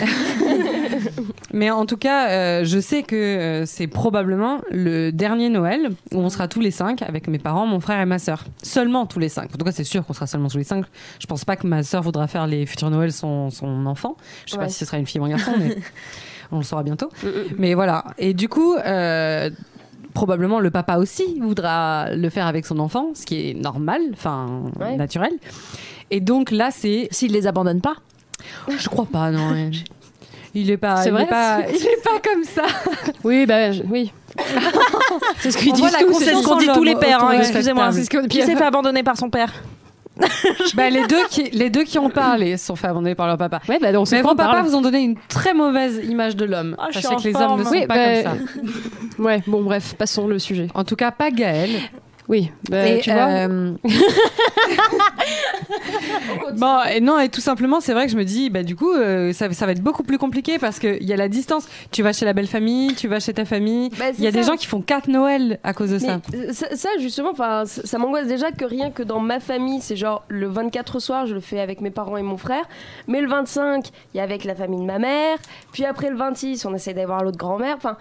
C: Mais en tout cas, euh, je sais que euh, c'est probablement le dernier Noël où on sera tous les cinq avec mes parents, mon frère et ma sœur. Seulement tous les cinq. En tout cas, c'est sûr qu'on sera seulement tous les cinq. Je pense pas que ma sœur voudra faire les futurs Noëls son, son enfant. Je sais
A: Ouais.
C: pas si ce sera une fille ou un garçon, mais on le saura bientôt. Mais voilà. Et du coup. euh, Probablement le papa aussi voudra le faire avec son enfant, ce qui est normal, enfin
A: Ouais.
C: naturel. Et donc là, c'est
B: S'ils les abandonnent pas.
C: je crois pas, non. ouais. Il est pas,
D: C'est
C: il
D: vrai
C: est pas, il est pas comme ça.
D: Oui, bah je- oui. c'est ce qu'ils
C: On
D: disent
C: voit la
D: tous. hein,
C: conscience
D: c'est-
C: en l'homme autour de cette table.
B: Qui s'est fait abandonner par son père
C: Bah, les, deux qui, les deux qui ont parlé sont fait abandonner par leur papa.
D: Ouais, bah, on se
C: Mais
D: prend
C: vos papas
D: par-
C: vous ont donné une très mauvaise image de l'homme.
B: Ah, je
C: Sachez
B: suis
C: que les
B: en
C: hommes ne
B: forme.
C: sont
D: Oui,
C: pas
D: bah,
C: comme ça.
D: Ouais, bon, bref, passons le sujet.
C: En tout cas, pas Gaël.
D: Oui, bah,
C: Et,
D: tu vois.
C: euh, bon, et non, et tout simplement, c'est vrai que je me dis, bah, du coup, euh, ça, ça va être beaucoup plus compliqué parce qu'il y a la distance. Tu vas chez la belle famille, tu vas chez ta famille.
A: Bah, c'est
C: Il y a des
A: ça.
C: gens qui font quatre Noël à cause de ça.
A: Mais, euh, ça, ça, justement, enfin, ça ça m'angoisse déjà que rien que dans ma famille, c'est genre le 24 au soir, je le fais avec mes parents et mon frère. Mais le 25, il y a avec la famille de ma mère. Puis après le 26, on essaie d'avoir l'autre grand-mère. Enfin,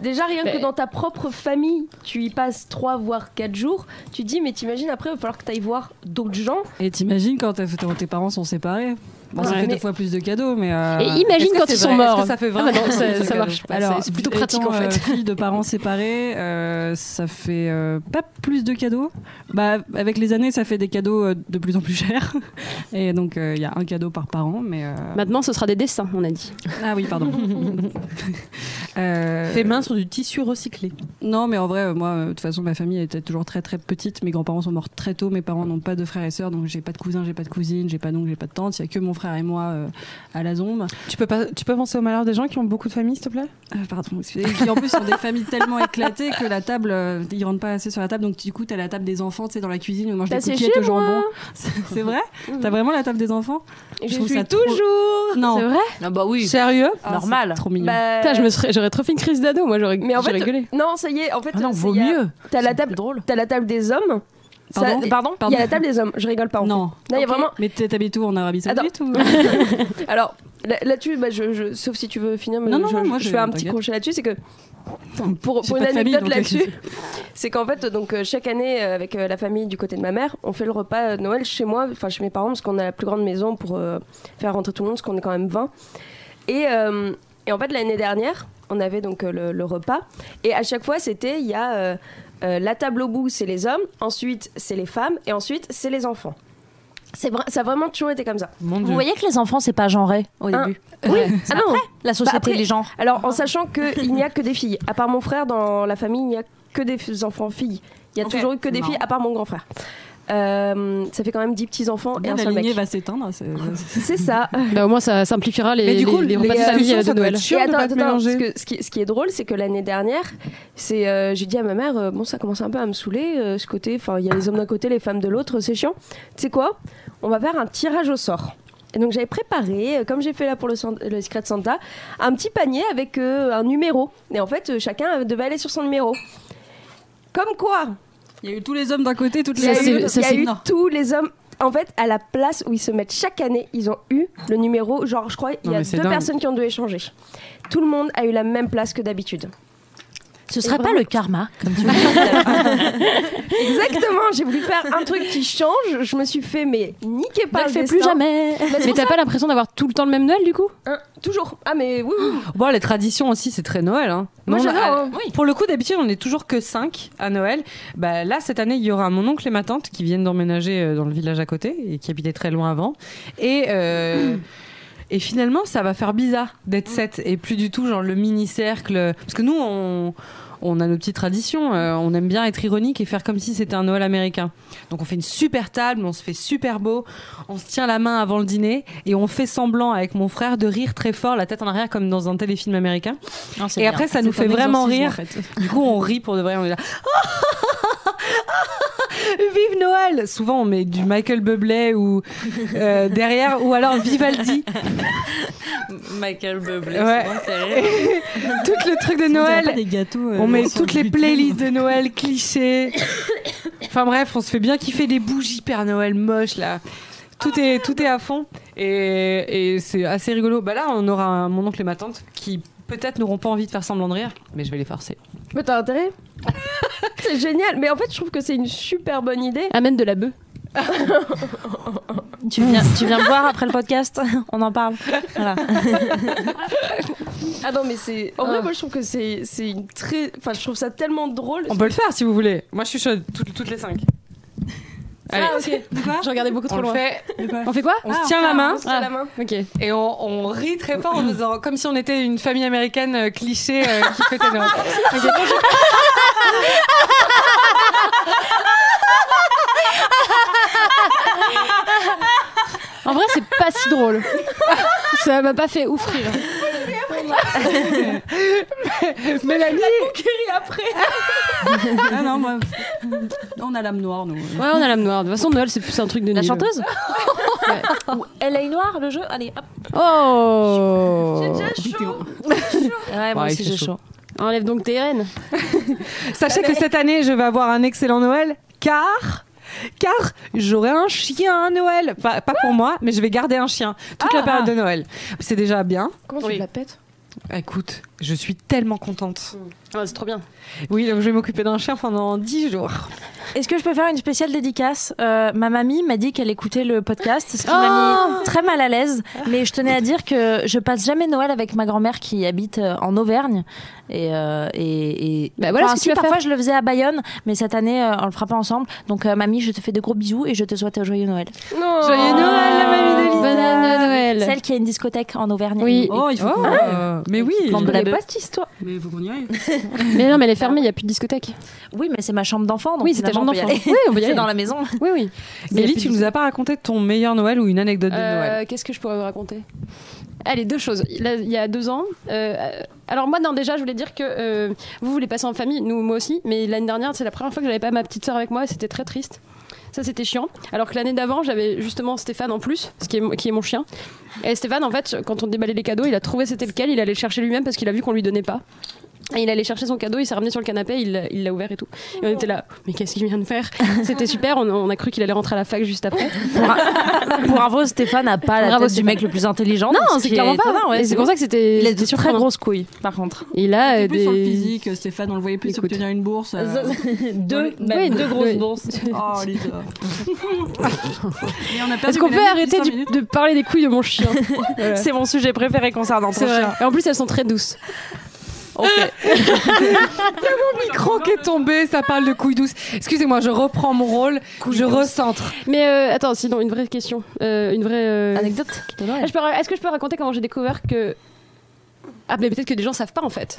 A: déjà rien
D: Mais-
A: que dans ta propre famille, tu y passes 3 voire 4 jours. Tu te dis, mais t'imagines après, il va falloir que t'ailles voir d'autres gens.
E: Et t'imagines quand t'as- quand tes parents sont séparés Bon, ça
D: Ouais.
E: fait
A: Mais-
E: deux fois plus de cadeaux, mais. euh,
D: Et imagine
C: est-ce que
D: quand
C: c'est
D: ils sont
C: vrai Est-ce
D: morts.
C: que ça
D: Ah
C: fait
D: bah
C: vraiment
D: non,
C: plus de
D: ça, ça
C: cadeau
D: marche pas. c'est- c'est plutôt pratique
E: étant,
D: en
E: euh,
D: fait.
E: fille de parents séparés, euh, ça fait euh, pas plus de cadeaux. Bah, avec les années, ça fait des cadeaux euh, de plus en plus chers. Et donc, euh, il y a un cadeau par parent, mais. euh,
D: Maintenant, ce sera des dessins, on a dit.
E: Ah oui, pardon. Euh,
C: Fais main sur du tissu recyclé.
E: Non, mais en vrai, euh, moi, euh, de toute façon, ma famille était toujours très très petite. Mes grands-parents sont morts très tôt. Mes parents n'ont pas de frères et sœurs, donc j'ai pas de cousins, j'ai pas de cousines, j'ai pas d'oncles, j'ai pas de tantes. Il y a que mon frère et moi euh, à la zombe.
C: Tu peux, pas, tu peux penser au malheur des gens qui ont beaucoup de familles, s'il te plaît
E: Euh, pardon, excusez. Et qui en plus sont des familles tellement éclatées que la table, euh, ils rentrent pas assez sur la table. Donc du coup, t'as la table des enfants, tu sais, dans la cuisine, où on mange
A: Bah,
E: des
A: c'est
E: coquillettes
A: chez
E: au jambon.
A: moi.
E: C'est c'est vrai T'as vraiment la table des enfants
A: Et
E: Je
A: je
E: trouve
A: suis
E: ça trop-
A: toujours.
E: Non. Ah,
D: C'est vrai
B: Non, bah oui,
C: Sérieux
B: normal.
E: Trop mignon.
A: Bah,
D: Putain, je me serais- j'aurais trop fait une crise d'ado, moi, j'aurais
A: Mais en fait,
D: j'aurais rigolé.
A: non, ça y est, en fait,
C: Ah Non,
A: c'est-
C: vaut
A: il y a-
C: mieux.
A: T'as la table, t'as la table des hommes. Ça-
E: Pardon
B: Pardon
A: Il y a la table des hommes. Je rigole pas. En fait.
E: non.
A: Là, il y a
E: Ok.
A: vraiment.
E: Mais t'es- t'habites où en Arabie
A: Attends.
E: Saoudite ou
A: Alors là- là-dessus, bah, je, je- sauf si tu veux finir, mais
E: Non, non,
A: je,
E: non, moi,
A: je
E: je-
A: fais un petit
E: t'inquiète.
A: crochet là-dessus, c'est que
E: Attends,
A: pour,
E: j'ai
A: pour une
E: pas de famille,
A: anecdote
E: donc,
A: là-dessus, c'est qu'en fait, donc euh, chaque année, euh, avec euh, la famille du côté de ma mère, on fait le repas euh, de Noël chez moi, enfin chez mes parents, parce qu'on a la plus grande maison pour euh, faire rentrer tout le monde, parce qu'on est quand même 20. Et, euh, et en fait, l'année dernière, on avait donc euh, le, le repas, et à chaque fois, c'était il y a euh, euh, la table au bout, c'est les hommes, ensuite c'est les femmes, et ensuite c'est les enfants. C'est vra- ça a vraiment toujours été comme ça.
C: Mon
B: Vous
C: Dieu.
B: voyez que les enfants, c'est pas genré au
A: Hein
B: début.
A: Oui, ah non,
B: La société,
A: après-
B: les genres.
A: alors, en sachant qu'il n'y a que des filles. À part mon frère, dans la famille, il n'y a que des f- enfants filles. Il y a
B: Ok,
A: toujours eu que des
B: marrant.
A: filles, à part mon grand frère. Euh, ça fait quand même 10 petits-enfants et
E: Bien,
A: un
E: la
A: seul
E: lignée
A: mec.
E: va s'éteindre. c'est-
A: C'est ça.
D: Bah, au moins, ça simplifiera les,
C: Mais du coup,
D: les, les
C: les
D: repas de
A: euh,
D: famille euh, de
C: ça doit
D: Noël.
C: être chiant
A: Et
C: de pas te mélanger.
A: parce que ce, qui, ce qui est drôle, c'est que l'année dernière, c'est, euh, j'ai dit à ma mère, euh, bon, ça commence un peu à me saouler, euh, ce côté, enfin, il y a les hommes d'un côté, les femmes de l'autre, c'est chiant. Tu sais quoi On va faire un tirage au sort. Et donc j'avais préparé, euh, comme j'ai fait là pour le, San- le Secret Santa, un petit panier avec euh, un numéro. Et en fait, euh, chacun euh, devait aller sur son numéro. Comme quoi,
E: Il y a eu tous les hommes d'un côté, toutes
A: il y
E: les
A: a
D: Ça,
A: eu,
D: c'est- ça,
A: il y a
D: c'est-
A: eu
E: Non.
A: tous les hommes. En fait, à la place où ils se mettent chaque année, ils ont eu le numéro. Genre, je crois, il
C: Non,
A: y a
C: mais c'est
A: deux
C: dingue.
A: personnes qui ont dû échanger. Tout le monde a eu la même place que d'habitude.
B: Ce serait pas
A: vraiment-
B: le karma
A: Exactement. J'ai voulu faire un truc qui change. Je me suis fait, mais niquez pas
B: Ne Bah, le
A: le
B: fais plus
A: destin.
B: jamais.
A: Bah, c'est
D: Mais
A: pour ça,
D: t'as pas l'impression d'avoir tout le temps le même Noël, du coup
A: hein, toujours. Ah mais oui. oui.
C: Bon, les traditions aussi, c'est très Noël. Hein.
A: Moi,
C: Nous, on a-
A: j'adore,
C: à-
A: hein.
C: Pour le coup, d'habitude, on est toujours que 5 à Noël. Bah, là, cette année, il y aura mon oncle et ma tante qui viennent d'emménager euh, dans le village à côté et qui habitaient très loin avant. Et. euh, Et finalement, ça va faire bizarre d'être
A: Mm.
C: 7 et plus du tout genre le mini-cercle. Parce que nous, on, on a nos petites traditions. euh, on aime bien être ironique et faire comme si c'était un Noël américain. Donc on fait une super table, on se fait super beau, on se tient la main avant le dîner et on fait semblant avec mon frère de rire très fort, la tête en arrière comme dans un téléfilm américain.
B: Non,
C: Et
B: c'est bien.
C: après, ça
E: C'est
C: nous fait
E: un
C: vraiment
E: exorcisme, en
C: rire.
E: fait.
C: Du coup, on rit pour de vrai. On est là. Vive Noël Souvent, on met du Michael Bublé ou euh, derrière, ou alors Vivaldi.
B: Michael Bublé,
C: Ouais. Tout le truc de
E: On dirait pas
C: Noël.
E: des gâteaux. euh,
C: On met
E: sans
C: toutes les
E: gluten.
C: playlists de Noël clichés. Enfin bref, on se fait bien kiffer des bougies Père Noël moches là. Tout est, tout est à fond et, et c'est assez rigolo. Bah là, on aura un- mon oncle et ma tante qui peut-être n'auront pas envie de faire semblant de rire, mais je vais les forcer.
A: Mais t'as intérêt. c'est génial. Mais en fait, je trouve que c'est une super bonne idée.
D: Amène Ah, de la bœuf.
B: Tu viens, tu viens me voir après le podcast, on en parle. Voilà.
A: Ah non, mais c'est. En vrai,
B: Ah.
A: moi, je trouve que c'est c'est une très. Enfin, je trouve ça tellement drôle.
C: On peut le faire si vous voulez. Moi, je suis chaude. Toutes, toutes les cinq. Allez,
A: Ah ok.
D: Je regardais beaucoup
C: on
D: trop
C: le
D: loin.
C: fait.
E: De quoi
D: On fait quoi
C: On se tient la main
A: On se tient la main.
D: Ok.
C: et on, on rit très fort en faisant comme si on était une famille américaine euh, cliché euh, qui fêtait Noël.
D: En vrai, c'est pas si drôle. Ça m'a pas fait ouf rire.
C: Mélanie
E: Ah non, moi, on a l'âme noire, nous.
D: Ouais, on a l'âme noire. De toute façon, Noël, c'est plus un truc de
B: La
D: nul.
B: chanteuse Ou Elle a une noire, le jeu Allez, hop.
D: Oh
B: Ouais, moi
C: Ouais, il
B: aussi,
C: fait
B: j'ai
C: chaud.
B: chaud.
D: Enlève donc tes rênes.
C: Sachez que cette année, je vais avoir un excellent Noël car car j'aurai un chien à Noël. Pas, pas pour moi, mais je vais garder un chien toute
E: Ah.
C: la période de Noël. C'est déjà bien.
A: Comment
D: Oui.
A: tu la pètes
C: Écoute, je suis tellement contente.
D: Ah, c'est trop bien.
C: Oui, donc je vais m'occuper d'un chien pendant 10 jours.
B: Est-ce que je peux faire une spéciale dédicace Euh, Ma mamie m'a dit qu'elle écoutait le podcast, ce qui
D: Oh
B: m'a mis très mal à l'aise. Mais je tenais à dire que je passe jamais Noël avec ma grand-mère qui habite euh, en Auvergne. Et, euh, et, et-
D: Bah voilà
B: Enfin,
D: ce que
B: si,
D: tu vas
B: parfois je le faisais à Bayonne, mais cette année euh, on le fera pas ensemble. Donc euh, mamie, je te fais de gros bisous et je te souhaite un joyeux Noël.
A: Non
C: Joyeux Noël, la mamie de Lisa.
D: Bonne année à Noël.
B: Celle qui a une discothèque en Auvergne.
D: Oui.
E: Oh, il faut qu'on
C: Euh, mais oui,
B: Plan
A: Je
B: de la
A: connais
B: bœuf.
A: pas cette histoire.
E: mais faut qu'on y aille.
D: Mais non, mais elle est fermée, il n'y a plus de discothèque.
B: Oui, mais c'est ma chambre d'enfant. donc
D: oui, c'est ta chambre
B: finalement,
D: d'enfant.
C: hein.
B: on peut y aller.
D: Oui, on peut y
B: C'est
D: aller.
B: dans la maison.
D: Oui, oui.
C: Ellie, tu nous as pas raconté ton meilleur Noël ou une anecdote de
D: Euh,
C: Noël
D: Qu'est-ce que je pourrais vous raconter Allez, deux choses. Là, il y a deux ans. euh, euh, alors moi, non, déjà, je voulais dire que euh, vous voulez passer en famille, nous, moi aussi. Mais l'année dernière, c'est la première fois que j'avais pas ma petite soeur avec moi. et C'était très triste. Ça, c'était chiant. Alors que l'année d'avant, j'avais justement Stéphane en plus, ce qui est, qui est mon chien. Et Stéphane, en fait, quand on déballait les cadeaux, il a trouvé c'était lequel. Il allait le chercher lui-même parce qu'il a vu qu'on lui donnait pas. Et il allait chercher son cadeau, il s'est ramené sur le canapé, il l'a- il l'a ouvert et tout. Et on était là, mais qu'est-ce qu'il vient de faire C'était super, on, on a cru qu'il allait rentrer à la fac juste après.
B: Pour un- pour info, Stéphane n'a pas la
D: Bravo,
B: tête du
D: Stéphane.
B: mec le plus intelligent. donc
D: Non,
B: ce
D: Ah, c'est
B: qui est
D: clairement pas.
B: étonnant, ouais,
D: Et
B: c'est
D: c'est pour ça que c'était.
B: Il a
D: c'était
B: de très
D: surprenant.
B: grosses couilles, par contre.
D: Il a euh,
E: Plus sur le
D: des.
E: physique, Stéphane, on le voyait plus
D: Écoute.
E: obtenir une bourse. euh.
F: deux,
D: Oui,
F: même
D: deux-
F: deux grosses
D: deux-
F: bourses.
E: Oh, Lisa. Mais on a perdu
D: Est-ce qu'on peut
E: Mélanie,
D: arrêter
E: cinq
D: du-
E: minutes.
D: de parler des couilles de mon chien Voilà.
B: C'est mon sujet préféré concernant ton
D: C'est vrai.
B: chien.
D: Et en plus, elles sont très douces.
E: Euh,
C: Micro qui est tombé, ça parle de couilles douces. Excusez-moi, je reprends mon rôle, je recentre.
D: Mais euh, attends, sinon, une vraie question. Euh, une vraie. euh,
B: Anecdote
D: Ah, je peux ra- Est-ce que je peux raconter comment j'ai découvert que. Ah, mais peut-être que des gens savent pas en fait.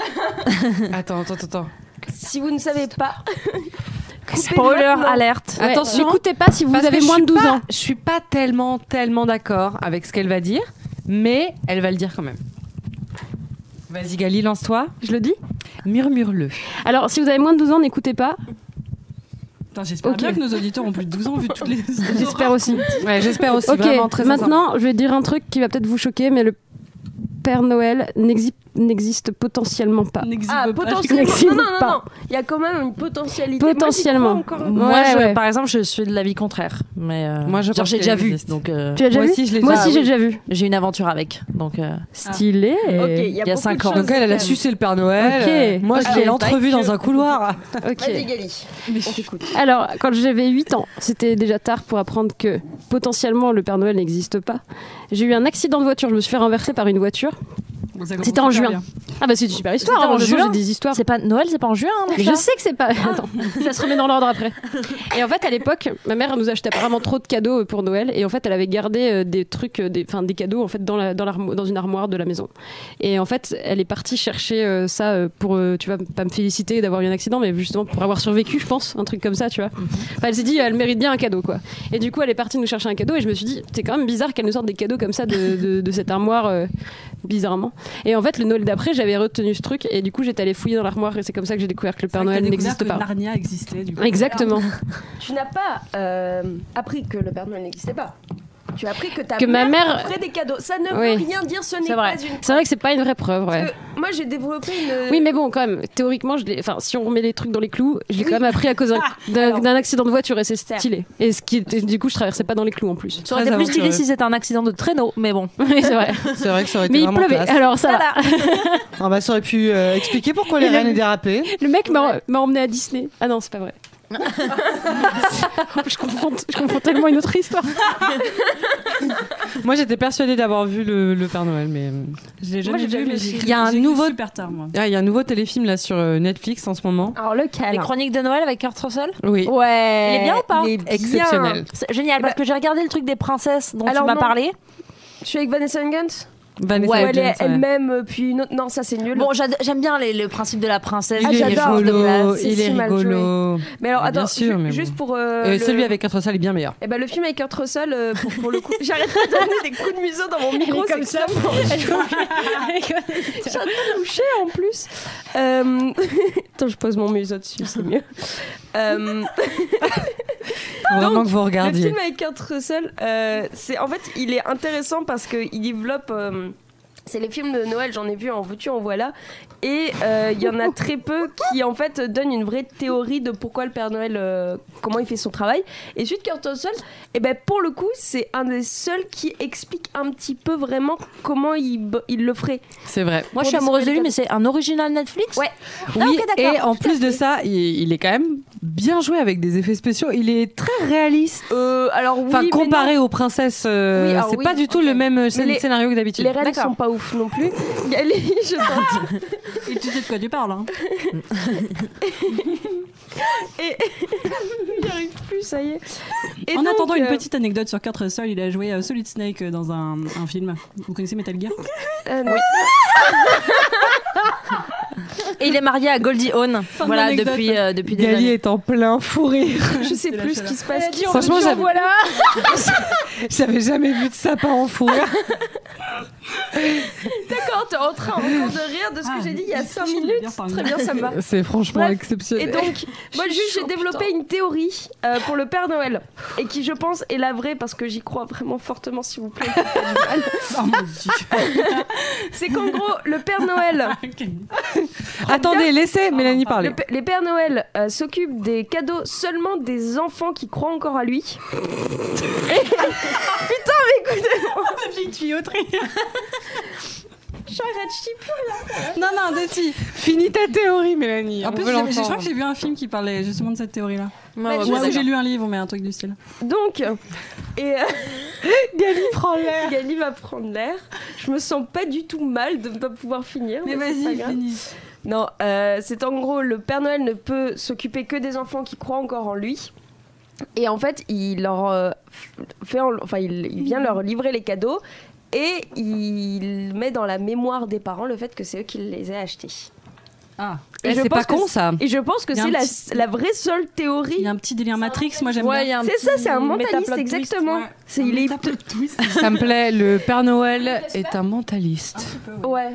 C: Attends, attends, attends.
A: Si vous ne savez pas,
B: Spoiler alerte.
D: Ouais,
C: Attention,
D: N'écoutez pas si vous
C: Parce
D: avez
C: que je
D: moins de
C: suis
D: 12
C: pas-
D: ans.
C: Ah, Je suis pas tellement, tellement d'accord avec ce qu'elle va dire, mais elle va le dire quand même. Vas-y Gali, lance-toi,
D: Je le dis
C: murmure-le.
D: Alors, si vous avez moins de 12 ans, n'écoutez pas.
E: Putain, J'espère
D: Ok.
E: bien que nos auditeurs ont plus de 12 ans vu toutes les.
D: J'espère aussi.
C: Ouais, j'espère aussi
D: Ok,
C: vraiment très
D: maintenant, je vais dire un truc qui va peut-être vous choquer, mais le Père Noël n'exi- n'existe potentiellement pas.
E: N'exhibe
A: Ah,
E: pas.
A: potentiellement.
D: Alexis
A: Non, non, non,
D: pas.
A: non. Il y a quand même une potentialité.
D: Potentiellement.
A: Moi, j'y crois encore.
B: Moi,
D: Ouais,
B: je-
D: ouais.
B: par exemple, je suis de l'avis contraire. Mais euh,
C: Moi, je
B: genre,
C: pense
B: j'ai
C: qu'elle
B: déjà vu.
C: existe.
B: Donc, euh,
D: Tu l'as déjà
C: Moi
D: vu Ah
C: aussi, je l'ai
D: Moi
C: déjà
D: aussi,
C: vu.
D: j'ai déjà vu.
B: j'ai une aventure avec. Donc, euh,
D: Stylé.
A: Ok, il y a,
B: il y a
A: beaucoup
B: cinq
A: de
E: Ah
B: ans.
A: choses
C: Donc elle, elle a
A: à faire.
C: sucé le Père Noël.
D: Ok.
C: Moi, je
D: Ok.
C: l'ai entrevue dans un couloir.
D: Ok.
A: Vas-y, Gali. On t'écoute.
D: Alors, quand j'avais 8 ans, c'était déjà tard pour apprendre que potentiellement le Père Noël n'existe pas. J'ai eu un accident de voiture, je me suis fait renverser par une voiture.
E: Bon, ça commence
D: C'était en
E: super
D: juin.
E: bien.
D: Ah bah c'est une super histoire,
B: C'était en
D: hein, de toute façon,
B: juin
D: j'ai des histoires.
B: c'est pas Noël, c'est pas en juin. hein, mon
D: Je
B: chat
D: sais que c'est pas. Attends, ça se remet dans l'ordre après. Et en fait, à l'époque, ma mère nous achetait apparemment trop de cadeaux euh, pour Noël. Et en fait, elle avait gardé euh, des trucs, euh, des, enfin des cadeaux en fait dans la, dans, l'armo- dans une armoire de la maison. Et en fait, elle est partie chercher euh, ça euh, pour, euh, tu vas pas me féliciter d'avoir eu un accident, mais justement pour avoir survécu, je pense, un truc comme ça, tu vois. Enfin, elle s'est dit, elle mérite bien un cadeau, quoi. Et du coup, elle est partie nous chercher un cadeau. Et je me suis dit, c'est quand même bizarre qu'elle nous sorte des cadeaux comme ça de, de- de cette armoire, euh, bizarrement. Et en fait, le Noël d'après, j'avais retenu ce truc. Et du coup, j'étais allée fouiller dans l'armoire. Et c'est comme ça que j'ai découvert que le
E: C'est
D: Père
E: vrai que
D: Noël
E: t'as
D: n'existe
E: découvert
D: pas.
E: que Narnia existait du coup.
D: Exactement.
A: Tu n'as pas euh, appris que le Père Noël n'existait pas. Tu as appris que ta
D: Que ma
A: mère,
D: mère-
A: offrait des cadeaux. Ça ne
D: Oui.
A: veut rien dire, ce n'est
D: C'est
A: pas
D: vrai.
A: une.
D: C'est vrai que c'est pas une vraie preuve,
A: Parce
D: ouais.
A: que Moi, j'ai développé
E: euh,
A: une.
D: Oui, mais bon, quand même, théoriquement, je l'ai- enfin, si on remet les trucs dans les clous, j'ai
A: Oui.
D: quand même appris à cause d'un-
E: Ah,
D: d'un d'un accident de voiture et c'est
A: Certes.
D: stylé. Et ce qui, était- du coup, je traversais pas dans les clous en plus.
B: Ça aurait
C: Très
B: été plus stylé
C: aventureux.
B: si c'était un accident de traîneau, mais bon.
D: Oui, c'est vrai.
C: C'est vrai que ça aurait
D: Mais il pleuvait, alors ça va.
C: Ah bah, ça aurait pu euh, expliquer pourquoi les
D: Et le-
C: reines est dérapée.
D: Le mec m'a m'a emmené à Disney. Ah non, c'est pas vrai. je, confonds, je confonds tellement une autre histoire.
C: Moi, j'étais persuadée d'avoir vu le, le Père Noël, mais
E: Je l'ai
D: euh, Moi,
E: jamais
D: j'ai
E: vu,
D: déjà vu
E: mais j'ai-
B: Il y a un
E: j'ai cru
B: nouveau-
E: Super tard, moi.
C: ah, il y a un nouveau téléfilm là sur euh, Netflix en ce moment.
A: Alors, le
B: Les
A: câlin.
B: chroniques de Noël avec Kurt Russell
C: Oui.
A: Ouais.
B: Il est bien ou pas
A: Il est bien.
C: Exceptionnel.
B: C'est génial, parce que j'ai regardé le truc des princesses
A: Eh
B: dont
A: ben, Alors
B: tu m'as
A: non.
B: parlé.
A: Je suis avec Vanessa Hudgens
C: Vanessa
A: Ou elle
C: Hudgens,
A: est
C: ouais.
A: elle-même, euh, puis une autre. Non, ça c'est nul.
B: Bon, j'ad- j'aime bien les- le principe de la princesse.
A: Ah,
B: qui
C: il est
B: les
A: j'adore.
B: change de
C: rigolo,
B: place.
A: c'est
C: il
A: si
C: est
A: mal
C: rigolo.
A: mais alors,
C: bien
A: attends,
C: sûr,
A: ju-
C: mais bon.
A: juste pour. euh,
C: Euh,
A: le-
C: Celui avec Kurt Russell est bien meilleur.
A: Eh ben, le film avec Kurt Russell, euh, pour, pour le coup. J'arrête de donner des coups de museau dans mon micro,
D: comme
A: ça. J'en ai touché en plus. Euh, Attends, je pose mon museau dessus, c'est mieux. Euh,
C: Faut Vraiment que vous
A: Ah, Le
C: regardiez.
A: film avec Kurt Russell, euh, c'est en fait, il est intéressant parce qu'il développe. euh, c'est les films de Noël, j'en ai vu en veux-tu, en voilà. Et euh, il y en a très peu qui, en fait, donnent une vraie théorie de pourquoi le Père Noël, euh, comment il fait son travail. Et suite Kurt Russell, et ben, pour le coup, c'est un des seuls qui explique un petit peu vraiment comment il, bo- il le ferait.
C: C'est vrai.
B: Moi, je suis
A: Pour
B: amoureuse de
A: découvrir
B: lui,
A: le
B: mais c'est un original Netflix.
A: Ouais.
C: Oui,
B: Ah, ok, d'accord,
C: et en
B: tout à
C: plus de
B: fait.
C: ça, il, il est quand même bien joué avec des effets spéciaux. Il est très réaliste.
A: Euh, alors, oui,
C: Enfin,
A: mais non.
C: comparé aux princesses, euh,
A: Oui, alors
C: c'est
A: oui,
C: pas du tout
A: ok.
C: le même euh, scén-
A: les-
C: scénario que d'habitude.
A: Les règles
B: D'accord.
A: sont pas ouf non plus. Il y a les- je pense.
E: Et tu sais de quoi tu parles. Hein.
A: J'y arrive plus, ça y est. Et
E: En
A: donc,
E: attendant une
A: euh,
E: petite anecdote sur Kurt Russell, il a joué à Solid Snake euh, dans un, un film. Vous connaissez Metal Gear
A: euh, non.
B: Et il est marié à Goldie Hawn.
E: de
B: Voilà,
E: l'anecdote.
B: depuis, euh, depuis des
C: Gali
B: années.
C: est en plein fou rire.
A: Je sais plus ce qui se passe.
C: Franchement, j'avais-
A: voilà.
C: J'avais jamais vu de sapin en fou rire.
A: D'accord, t'es en train encore de rire de ce que
E: Ah,
A: j'ai dit il y a
E: je
A: 5
E: suis
A: minutes.
E: bien parmi
A: Très
E: nous.
A: bien, ça me va.
C: C'est franchement
A: Bref. Et
C: exceptionnel.
A: donc, moi,
D: suis
A: juste, j'ai
D: chaud,
A: développé une théorie euh, pour le Père Noël. Et qui, je pense, est la vraie parce que j'y crois vraiment fortement, s'il vous plaît.
E: Oh mon dieu.
A: C'est qu'en gros, le Père Noël.
E: Ok.
C: Attendez, laissez
A: Ah,
C: Mélanie parler.
A: Le p- les Pères Noël euh, s'occupent des cadeaux seulement des enfants qui croient encore à lui. Et- Putain, mais écoutez,
E: J'ai une tuyauterie.
A: j'arrête, je sais plus.
E: Non, non, de si.
C: Finis ta théorie, Mélanie.
E: En
C: on
E: plus,
C: veut
E: j'ai- je crois
C: l'entendre.
E: que j'ai vu un film qui parlait justement de cette théorie-là.
B: Ouais,
A: Ouais,
B: ouais,
E: Ou
A: Bah, je
B: ouais.
E: alors
A: sais.
E: j'ai lu un livre, mais un truc du style.
A: Donc, et. euh,
C: Gali prend l'air.
A: Gali va prendre l'air. Je me sens pas du tout mal de ne pas pouvoir finir.
E: Mais
A: c'est pas
E: vas-y,
A: grave.
E: finis.
A: Non, euh, c'est en gros, le Père Noël ne peut s'occuper que des enfants qui croient encore en lui. Et en fait, il leur euh, f- fait, en- enfin, il, il vient leur livrer les cadeaux et il met dans la mémoire des parents le fait que c'est eux qui les aient achetés.
E: Ah,
A: Et je
C: C'est
A: pense
C: pas
A: que
C: con ça.
A: Et je pense que
E: Il y a
A: c'est
E: un
A: la,
E: petit-
A: la vraie seule
E: il
A: théorie.
E: y a un petit délire Matrix, moi j'aime
B: Ouais, il y
E: bien.
B: a un
A: C'est ça,
B: petit
A: c'est un mentaliste
B: métaplot twist.
A: exactement.
E: ouais.
A: C'est il est
E: Métaplot twist.
C: Ça me plaît, le Père Noël est un mentaliste.
A: ouais.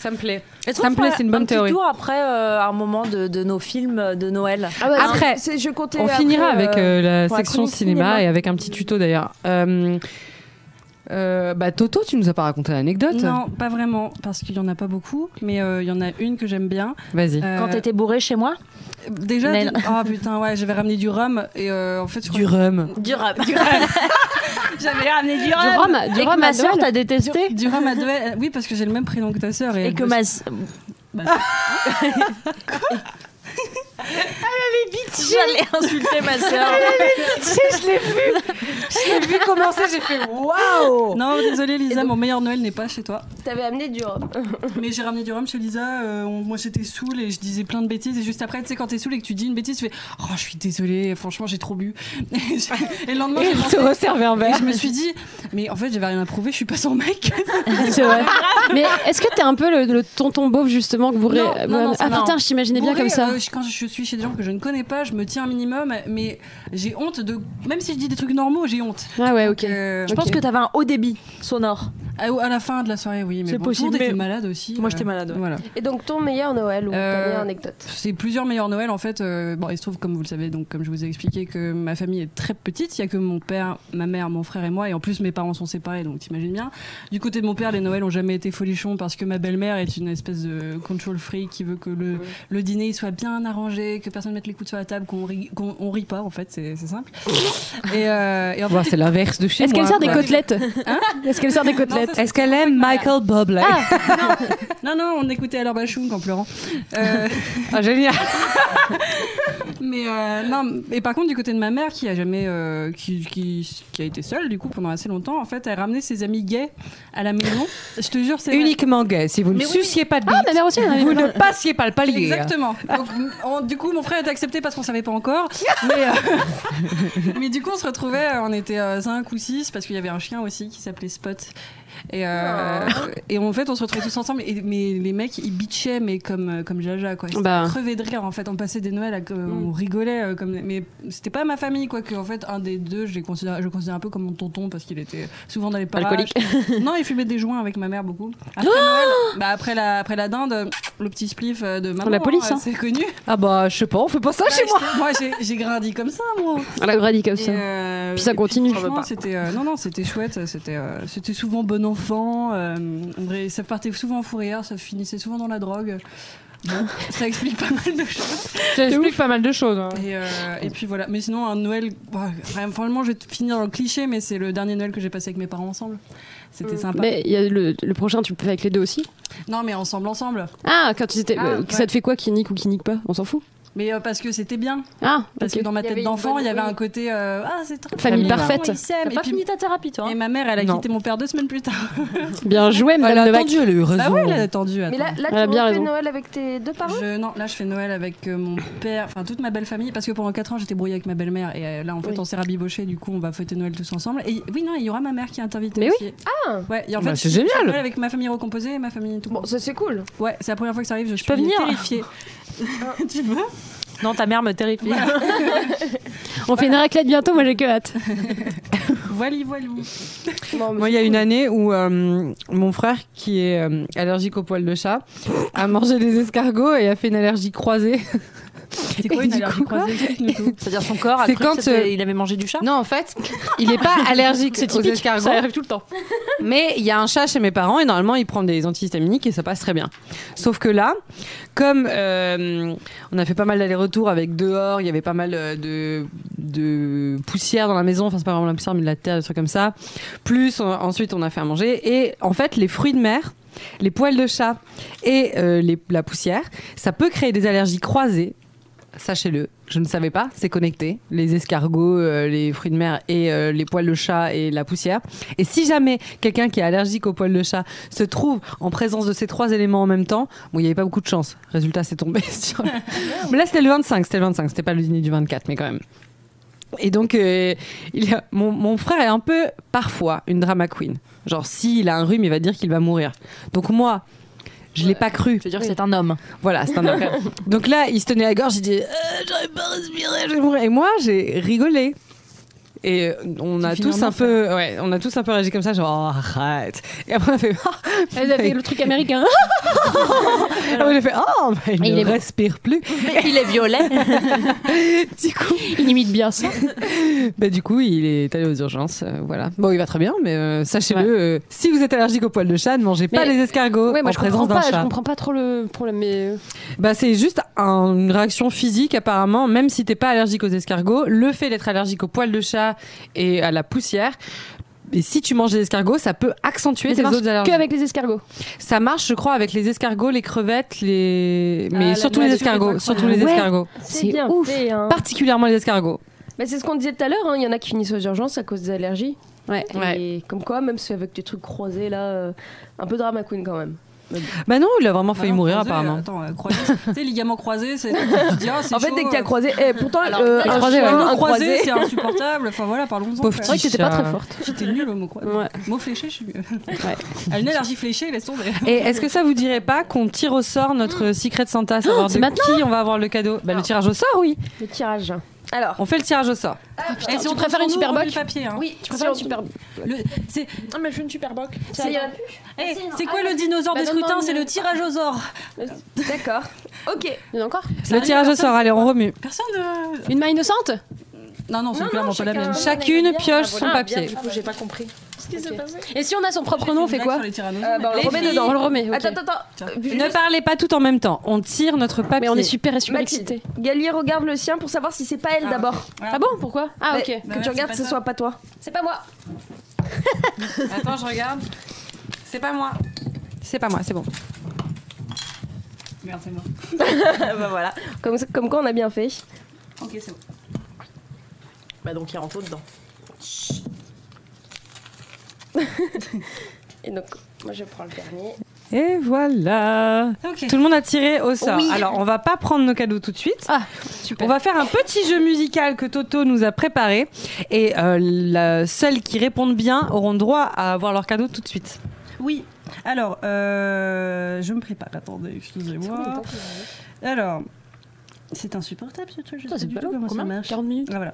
C: Ça me plaît.
B: Est-ce
C: Ça
B: qu'on
C: me plaît,
B: fera
C: c'est une bonne
B: un petit
C: théorie.
B: tour après euh, un moment de, de nos films de Noël.
A: Euh.
C: Après,
A: Ah bah, c'est- je comptais
C: On
A: après,
C: finira avec
A: euh,
C: euh, la
A: pour la
C: section
A: chronique
C: cinéma,
A: cinéma.
C: et avec un petit tuto d'ailleurs. Euh, euh, bah, Toto, tu nous as pas raconté l'anecdote
E: Non, pas vraiment, parce qu'il y en a pas beaucoup, mais euh, il y en a une que j'aime bien.
C: Vas-y.
E: Euh,
B: Quand t'étais bourré chez moi
E: Déjà,
B: Mais-
E: tu- ah putain, ouais, j'avais ramené du rhum et euh, en fait, je
C: Du rhum.
B: Du rap.
E: j'avais ramené du
D: Du rhum, du
B: Et que
D: rhum
B: ma
D: à
B: soeur
D: Noël.
B: t'a détesté
E: Du rhum à deux, euh, oui, parce que j'ai le même prénom que ta sœur et,
B: et
E: elle
B: que
E: bosse-
B: ma s- Ah.
A: Ah,
B: J'allais insulter ma sœur.
C: J'ai vu comment ça, j'ai fait waouh
E: Non, désolé Lisa, mon meilleur Noël n'est pas chez toi.
A: T'avais amené du rhum.
E: Mais j'ai ramené du rhum chez Lisa, euh, on- moi j'étais saoule et je disais plein de bêtises. Et juste après, tu sais, quand t'es saoule et que tu dis une bêtise, tu fais Oh, je suis désolée, franchement, j'ai trop bu. Et, je- et le lendemain,
C: Et
E: j'ai
C: elle se
E: pensé-
C: resservait un
E: et
C: verre.
E: je me suis dit Mais en fait, j'avais rien à prouver, je suis pas son mec.
D: C'est vrai. Mais est-ce que t'es un peu le, le tonton beauf justement que vous
E: Non,
D: ré-
E: non, non,
D: Ah
E: non.
D: putain, je t'imaginais bien
E: Bourrée,
D: comme ça.
E: euh, je- quand je suis chez des gens que je ne connais pas, je me tiens un minimum, mais j'ai honte de. Même si je dis des trucs normaux, j'ai honte.
D: Ah ouais, ok.
E: Euh,
B: Je pense que t'avais un haut débit sonore.
E: à, à la fin de la soirée, oui, mais
B: C'est
E: bon,
B: possible,
E: tout le monde était
B: mais-
E: malade aussi.
B: Moi,
E: euh,
B: j'étais malade, ouais.
E: Voilà.
A: Et donc ton meilleur Noël ou ta
E: Euh,
A: meilleure anecdote
E: C'est plusieurs meilleurs Noël en fait. Euh, bon, il se trouve comme vous le savez, donc comme je vous ai expliqué que ma famille est très petite. Il y a que mon père, ma mère, mon frère et moi. Et en plus, mes parents sont séparés, donc t'imagines bien. Du côté de mon père, les Noëls ont jamais été folichons parce que ma belle-mère est une espèce de control freak qui veut que le, le dîner il soit bien arrangé, que personne mette les coudes sur la table, qu'on rit, qu'on- on rit pas en fait. C'est c'est simple. et, euh, et en fait,
C: Ouah, c'est l'inverse de chez
D: Est-ce
C: moi.
D: qu'elle sert des
C: quoi.
D: côtelettes Est-ce qu'elle sert des côtelettes
C: Est-ce qu'elle aime Michael Bublé ah,
E: non, non, on écoutait alors Bachung en pleurant. Euh,
C: Génial.
E: Mais euh, non, et par contre du côté de ma mère qui a jamais euh, qui, qui, qui a été seule du coup pendant assez longtemps en fait, elle ramenait ses amis gays à la maison. Je te jure c'est vrai.
C: Uniquement gay. Si vous ne
E: Mais oui,
C: suciez pas de bite,
D: Ah, ma mère aussi, elle en avait
C: vous
D: plein.
C: ne passiez pas le palier.
E: Exactement. Donc, on- du coup, mon frère est accepté parce qu'on savait pas encore. Mais, euh, mais du coup, on se retrouvait, euh, on était 5 ou 6 parce qu'il y avait un chien aussi qui s'appelait Spot. Et, euh, et en fait, on se retrouvait tous ensemble. Et, mais les mecs, ils bitchaient, mais comme, euh, comme Jaja, quoi. C'était
D: Bah.
E: crevé de rire, en fait. On passait des Noëls, à, que- on rigolait. euh, comme, mais c'était pas ma famille, quoi. Que, en fait, un des deux, je, les considère, je le considère un peu comme mon tonton parce qu'il était souvent dans les parages.
D: Alcoolique. Oh
E: non, il fumait des joints avec ma mère beaucoup. Après Noël, bah, après, la, après la dinde, le petit spliff euh, de maman.
D: la police,
E: hein,
D: hein.
E: C'est connu.
C: Ah bah, je sais pas, on fait pas ça chez moi.
E: Moi, j'ai- j'ai grandi comme ça, moi.
D: Elle a grandi comme
E: Et,
D: ça.
E: euh,
D: Puis ça
E: et
D: continue.
E: franchement,
D: On veut pas.
E: c'était euh, non non, c'était chouette. C'était euh, c'était souvent bon enfant. euh, on dirait- ça partait souvent en fourrière. Ça finissait souvent dans la drogue. Bon, ça explique pas mal de choses.
F: Ça explique pas mal de choses. hein.
E: Et, euh, et puis voilà. Mais sinon, un Noël. bah, vraiment, franchement, je vais finir dans le cliché, mais c'est le dernier Noël que j'ai passé avec mes parents ensemble. C'était sympa.
D: Euh, Mais il y a le, le prochain, tu peux faire avec les deux aussi.
E: Non, mais ensemble, ensemble.
D: Ah, quand ils étaient.
E: Ah,
D: euh, Ça
E: ouais.
D: te fait quoi qui nique ou qui nique pas On s'en fout.
E: Mais euh, parce que c'était bien.
D: Ah,
E: Parce
D: ok.
E: que dans ma
A: Il y avait
E: tête
A: une
E: d'enfant,
A: bonne-
E: il y avait
A: oui.
E: un côté. euh, ah, c'est trop.
D: Famille
E: mignon,
D: parfaite.
E: ils s'aiment.
B: T'as
E: Et
B: pas
E: puis-
B: fini ta thérapie, toi. hein
E: et ma mère, elle a
C: Non.
E: quitté mon père deux semaines plus tard.
D: Bien joué, Madame Levac.
C: elle a eu raison.
E: Bah ouais, elle a attendu.
A: Mais
E: attends.
A: là, là
D: Elle a
A: tu
D: bien
A: refais
D: raison.
A: Noël avec tes deux parents
E: Je- non, là je fais Noël avec euh, mon père, enfin toute ma belle famille, parce que pendant 4 ans j'étais brouillée avec ma belle-mère et euh, là en fait
D: Oui.
E: on s'est rabiboché, du coup on va fêter Noël tous ensemble. Et oui, non, il y aura ma mère qui est invitée
D: Mais
E: aussi.
A: Ah.
E: Ouais, et en
C: Bah,
E: fait,
C: c'est
E: je- je fais
C: génial.
E: Noël avec ma famille recomposée et ma famille tout.
A: Bon, ça c'est cool.
E: Ouais, c'est la première fois que ça arrive, je, suis
B: peux venir
E: terrifiée. tu veux
B: Non, ta mère me terrifie.
D: On fait une raclette bientôt, moi j'ai que hâte.
E: Voili, voilou.
A: Non, mais
C: Moi, il y a une année où euh, mon frère, qui est euh, allergique aux poils de chat, a mangé des escargots et a fait une allergie croisée.
E: C'est quoi
C: Et
E: une
C: du
E: allergie
C: coup,
A: Ah.
E: croisée explique-nous tout.
B: C'est-à-dire son corps a
C: C'est
B: cru
C: quand,
B: que c'était-
C: euh,
B: il avait mangé du chat.
C: Non, en fait, il n'est pas allergique aux escargots.
F: Ça arrive tout le temps.
C: Mais il y a un chat chez mes parents et normalement il prend des antihistaminiques et ça passe très bien. Sauf que là, comme euh, on a fait pas mal d'allers-retours avec dehors, il y avait pas mal euh, de, de poussière dans la maison, enfin c'est pas vraiment la poussière mais de la terre, des trucs comme ça. Plus on- ensuite on a fait à manger et en fait les fruits de mer, les poils de chat et euh, les- la poussière, ça peut créer des allergies croisées. Sachez-le, je ne savais pas, c'est connecté. Les escargots, euh, les fruits de mer et euh, les poils de chat et la poussière. Et si jamais quelqu'un qui est allergique aux poils de chat se trouve en présence de ces trois éléments en même temps, bon, il n'y avait pas beaucoup de chance. Résultat, c'est tombé sur. le- Mais là, c'était le 25, c'était le 25, c'était pas le dîner du 24, mais quand même. Et donc, euh, il y a- mon, mon frère est un peu, parfois, une drama queen. Genre, s'il a un rhume, il va dire qu'il va mourir. Donc, moi, je l'ai pas cru.
B: Je veux dire, c'est un homme.
C: Voilà, c'est un homme. Donc là, il se tenait la gorge, il dit Euh, J'arrive pas à respirer, je vais mourir. Et moi, j'ai rigolé. Et euh, on a
E: C'est
C: tous
E: finalement
C: un peu, ouais, on a tous un peu réagi comme ça, genre Oh, arrête. Et après on a fait, Ah
F: Elles avaient le truc américain.
C: Après, on a fait, oh, bah, il,
F: Et il
C: ne
F: est mort.
C: respire plus.
B: il est violet.
C: Du coup,
F: Il imite bien ça.
C: bah, du coup, il est allé aux urgences, euh, voilà. Bon, il va très bien, mais euh, sachez-le, euh, si vous êtes allergique aux poils de chat, ne mangez pas
D: Mais-
C: les escargots
D: Ouais, moi
C: en
D: je comprends
C: présence d'un
D: pas, je
C: chat.
D: comprends pas trop le problème, mais.
C: Bah, c'est juste un- une réaction physique, apparemment, même si t'es pas allergique aux escargots. Le fait d'être allergique aux poils de chat et à la poussière, et si tu manges des escargots, ça peut accentuer
D: Mais ça
C: tes
D: marche
C: autres allergies.
D: que avec les escargots.
C: Ça marche, je crois, avec les escargots, les crevettes, les.
E: Ah,
C: Mais
E: la
C: surtout les
E: nature est
C: escargots.
E: incroyable.
C: Surtout les
A: Ouais.
C: escargots.
A: c'est
D: c'est
A: bien
D: ouf.
A: fait, hein.
C: Particulièrement les escargots.
A: Mais c'est ce qu'on disait tout à l'heure, hein, il y en a qui finissent aux urgences à cause des allergies.
D: Ouais.
A: Et comme quoi, même si avec des trucs croisés là, euh, un peu drama queen quand même.
C: Bah non, il a vraiment failli
E: Maintenant,
C: mourir,
E: croisé,
C: apparemment.
E: euh, Attends, euh, croisé, tu sais, ligament croisé, c'est. tu dis, Ah, c'est
A: En fait,
E: chaud,
A: dès qu'il y a
E: euh,
A: croisé, eh, pourtant,
E: alors,
A: euh,
E: un
A: un,
C: croisé,
A: croisé,
C: ouais.
E: mot
A: un croisé,
E: c'est insupportable. Enfin voilà, parlons-en.
C: Pauvre
E: quoi.
C: petit
D: C'était pas
C: chat.
D: très forte.
E: J'étais nulle au mot croisé.
D: Ouais.
E: Mot fléché, je suis. À Une allergie fléchée, laisse tomber.
C: Et est-ce que ça vous dirait pas qu'on tire au sort notre secret Santa, savoir de qui on va avoir le cadeau Bah, le tirage au sort, oui.
A: le tirage. Alors,
C: On fait le tirage au sort.
E: Et
D: tu préfères une super
E: box
D: boc
E: papier, hein.
A: oui,
D: Tu préfères une super.
E: Le- C'est
F: Non, mais je suis une super boc.
A: c'est-
E: Eh, c'est quoi le dinosaure
F: bah
E: des
F: donne-moi
E: scrutins
F: une-
E: C'est le tirage aux ors.
A: D'accord. Ok.
D: Il y en a encore
C: Le tirage au sort, allez, on remue.
E: Personne. euh,
D: Une main innocente
E: Non, non, c'est clairement pas la mienne.
C: Chacune pioche son
F: Ah,
C: papier.
F: bien, du coup, j'ai pas compris.
D: Et si on a son propre nom, on fait
E: Blague
D: quoi
E: sur les tyrannosaures.
A: Euh, bah, on
D: On
A: le
D: le
A: remet
D: remet dedans, on le remet. ok.
A: Attends, attends,
E: Tiens.
A: attends. Vu-
C: Ne parlez pas tout en même temps. On tire notre papier.
D: Mais on est super et super
A: Mathilde.
D: excités.
A: Gallier regarde le sien pour savoir si c'est pas elle
E: Ah.
A: d'abord.
D: Ah bon Pourquoi Ah
A: Mais
D: ok.
A: Que
E: Bah ouais,
A: tu
E: c'est
A: regardes
E: pas
A: que ce
E: ça.
A: soit pas toi.
D: C'est pas moi.
C: Attends, je regarde. C'est pas moi. C'est pas moi, c'est bon.
E: Merde, c'est moi.
A: bah voilà. Comme, ça- comme quoi on a bien fait.
E: Ok, c'est bon.
F: Bah, donc il rentre dedans.
A: Et donc, moi je prends le dernier.
C: Et voilà. Tout le monde a tiré au sort.
B: Oui.
C: Alors, on va pas prendre nos cadeaux tout de suite.
B: Ah,
C: On va faire un petit jeu musical que Toto nous a préparé. Et euh, la- celles qui répondent bien auront droit à avoir leur cadeau tout de suite.
E: Oui. Alors, euh, je me prépare. Attendez, excusez-moi. Alors, c'est insupportable ce truc. Je
G: Ça,
E: sais
G: c'est
E: pas du
G: pas
E: tout
G: long.
E: comment ça
G: Combien
E: marche.
G: 40 minutes
E: Ah, voilà.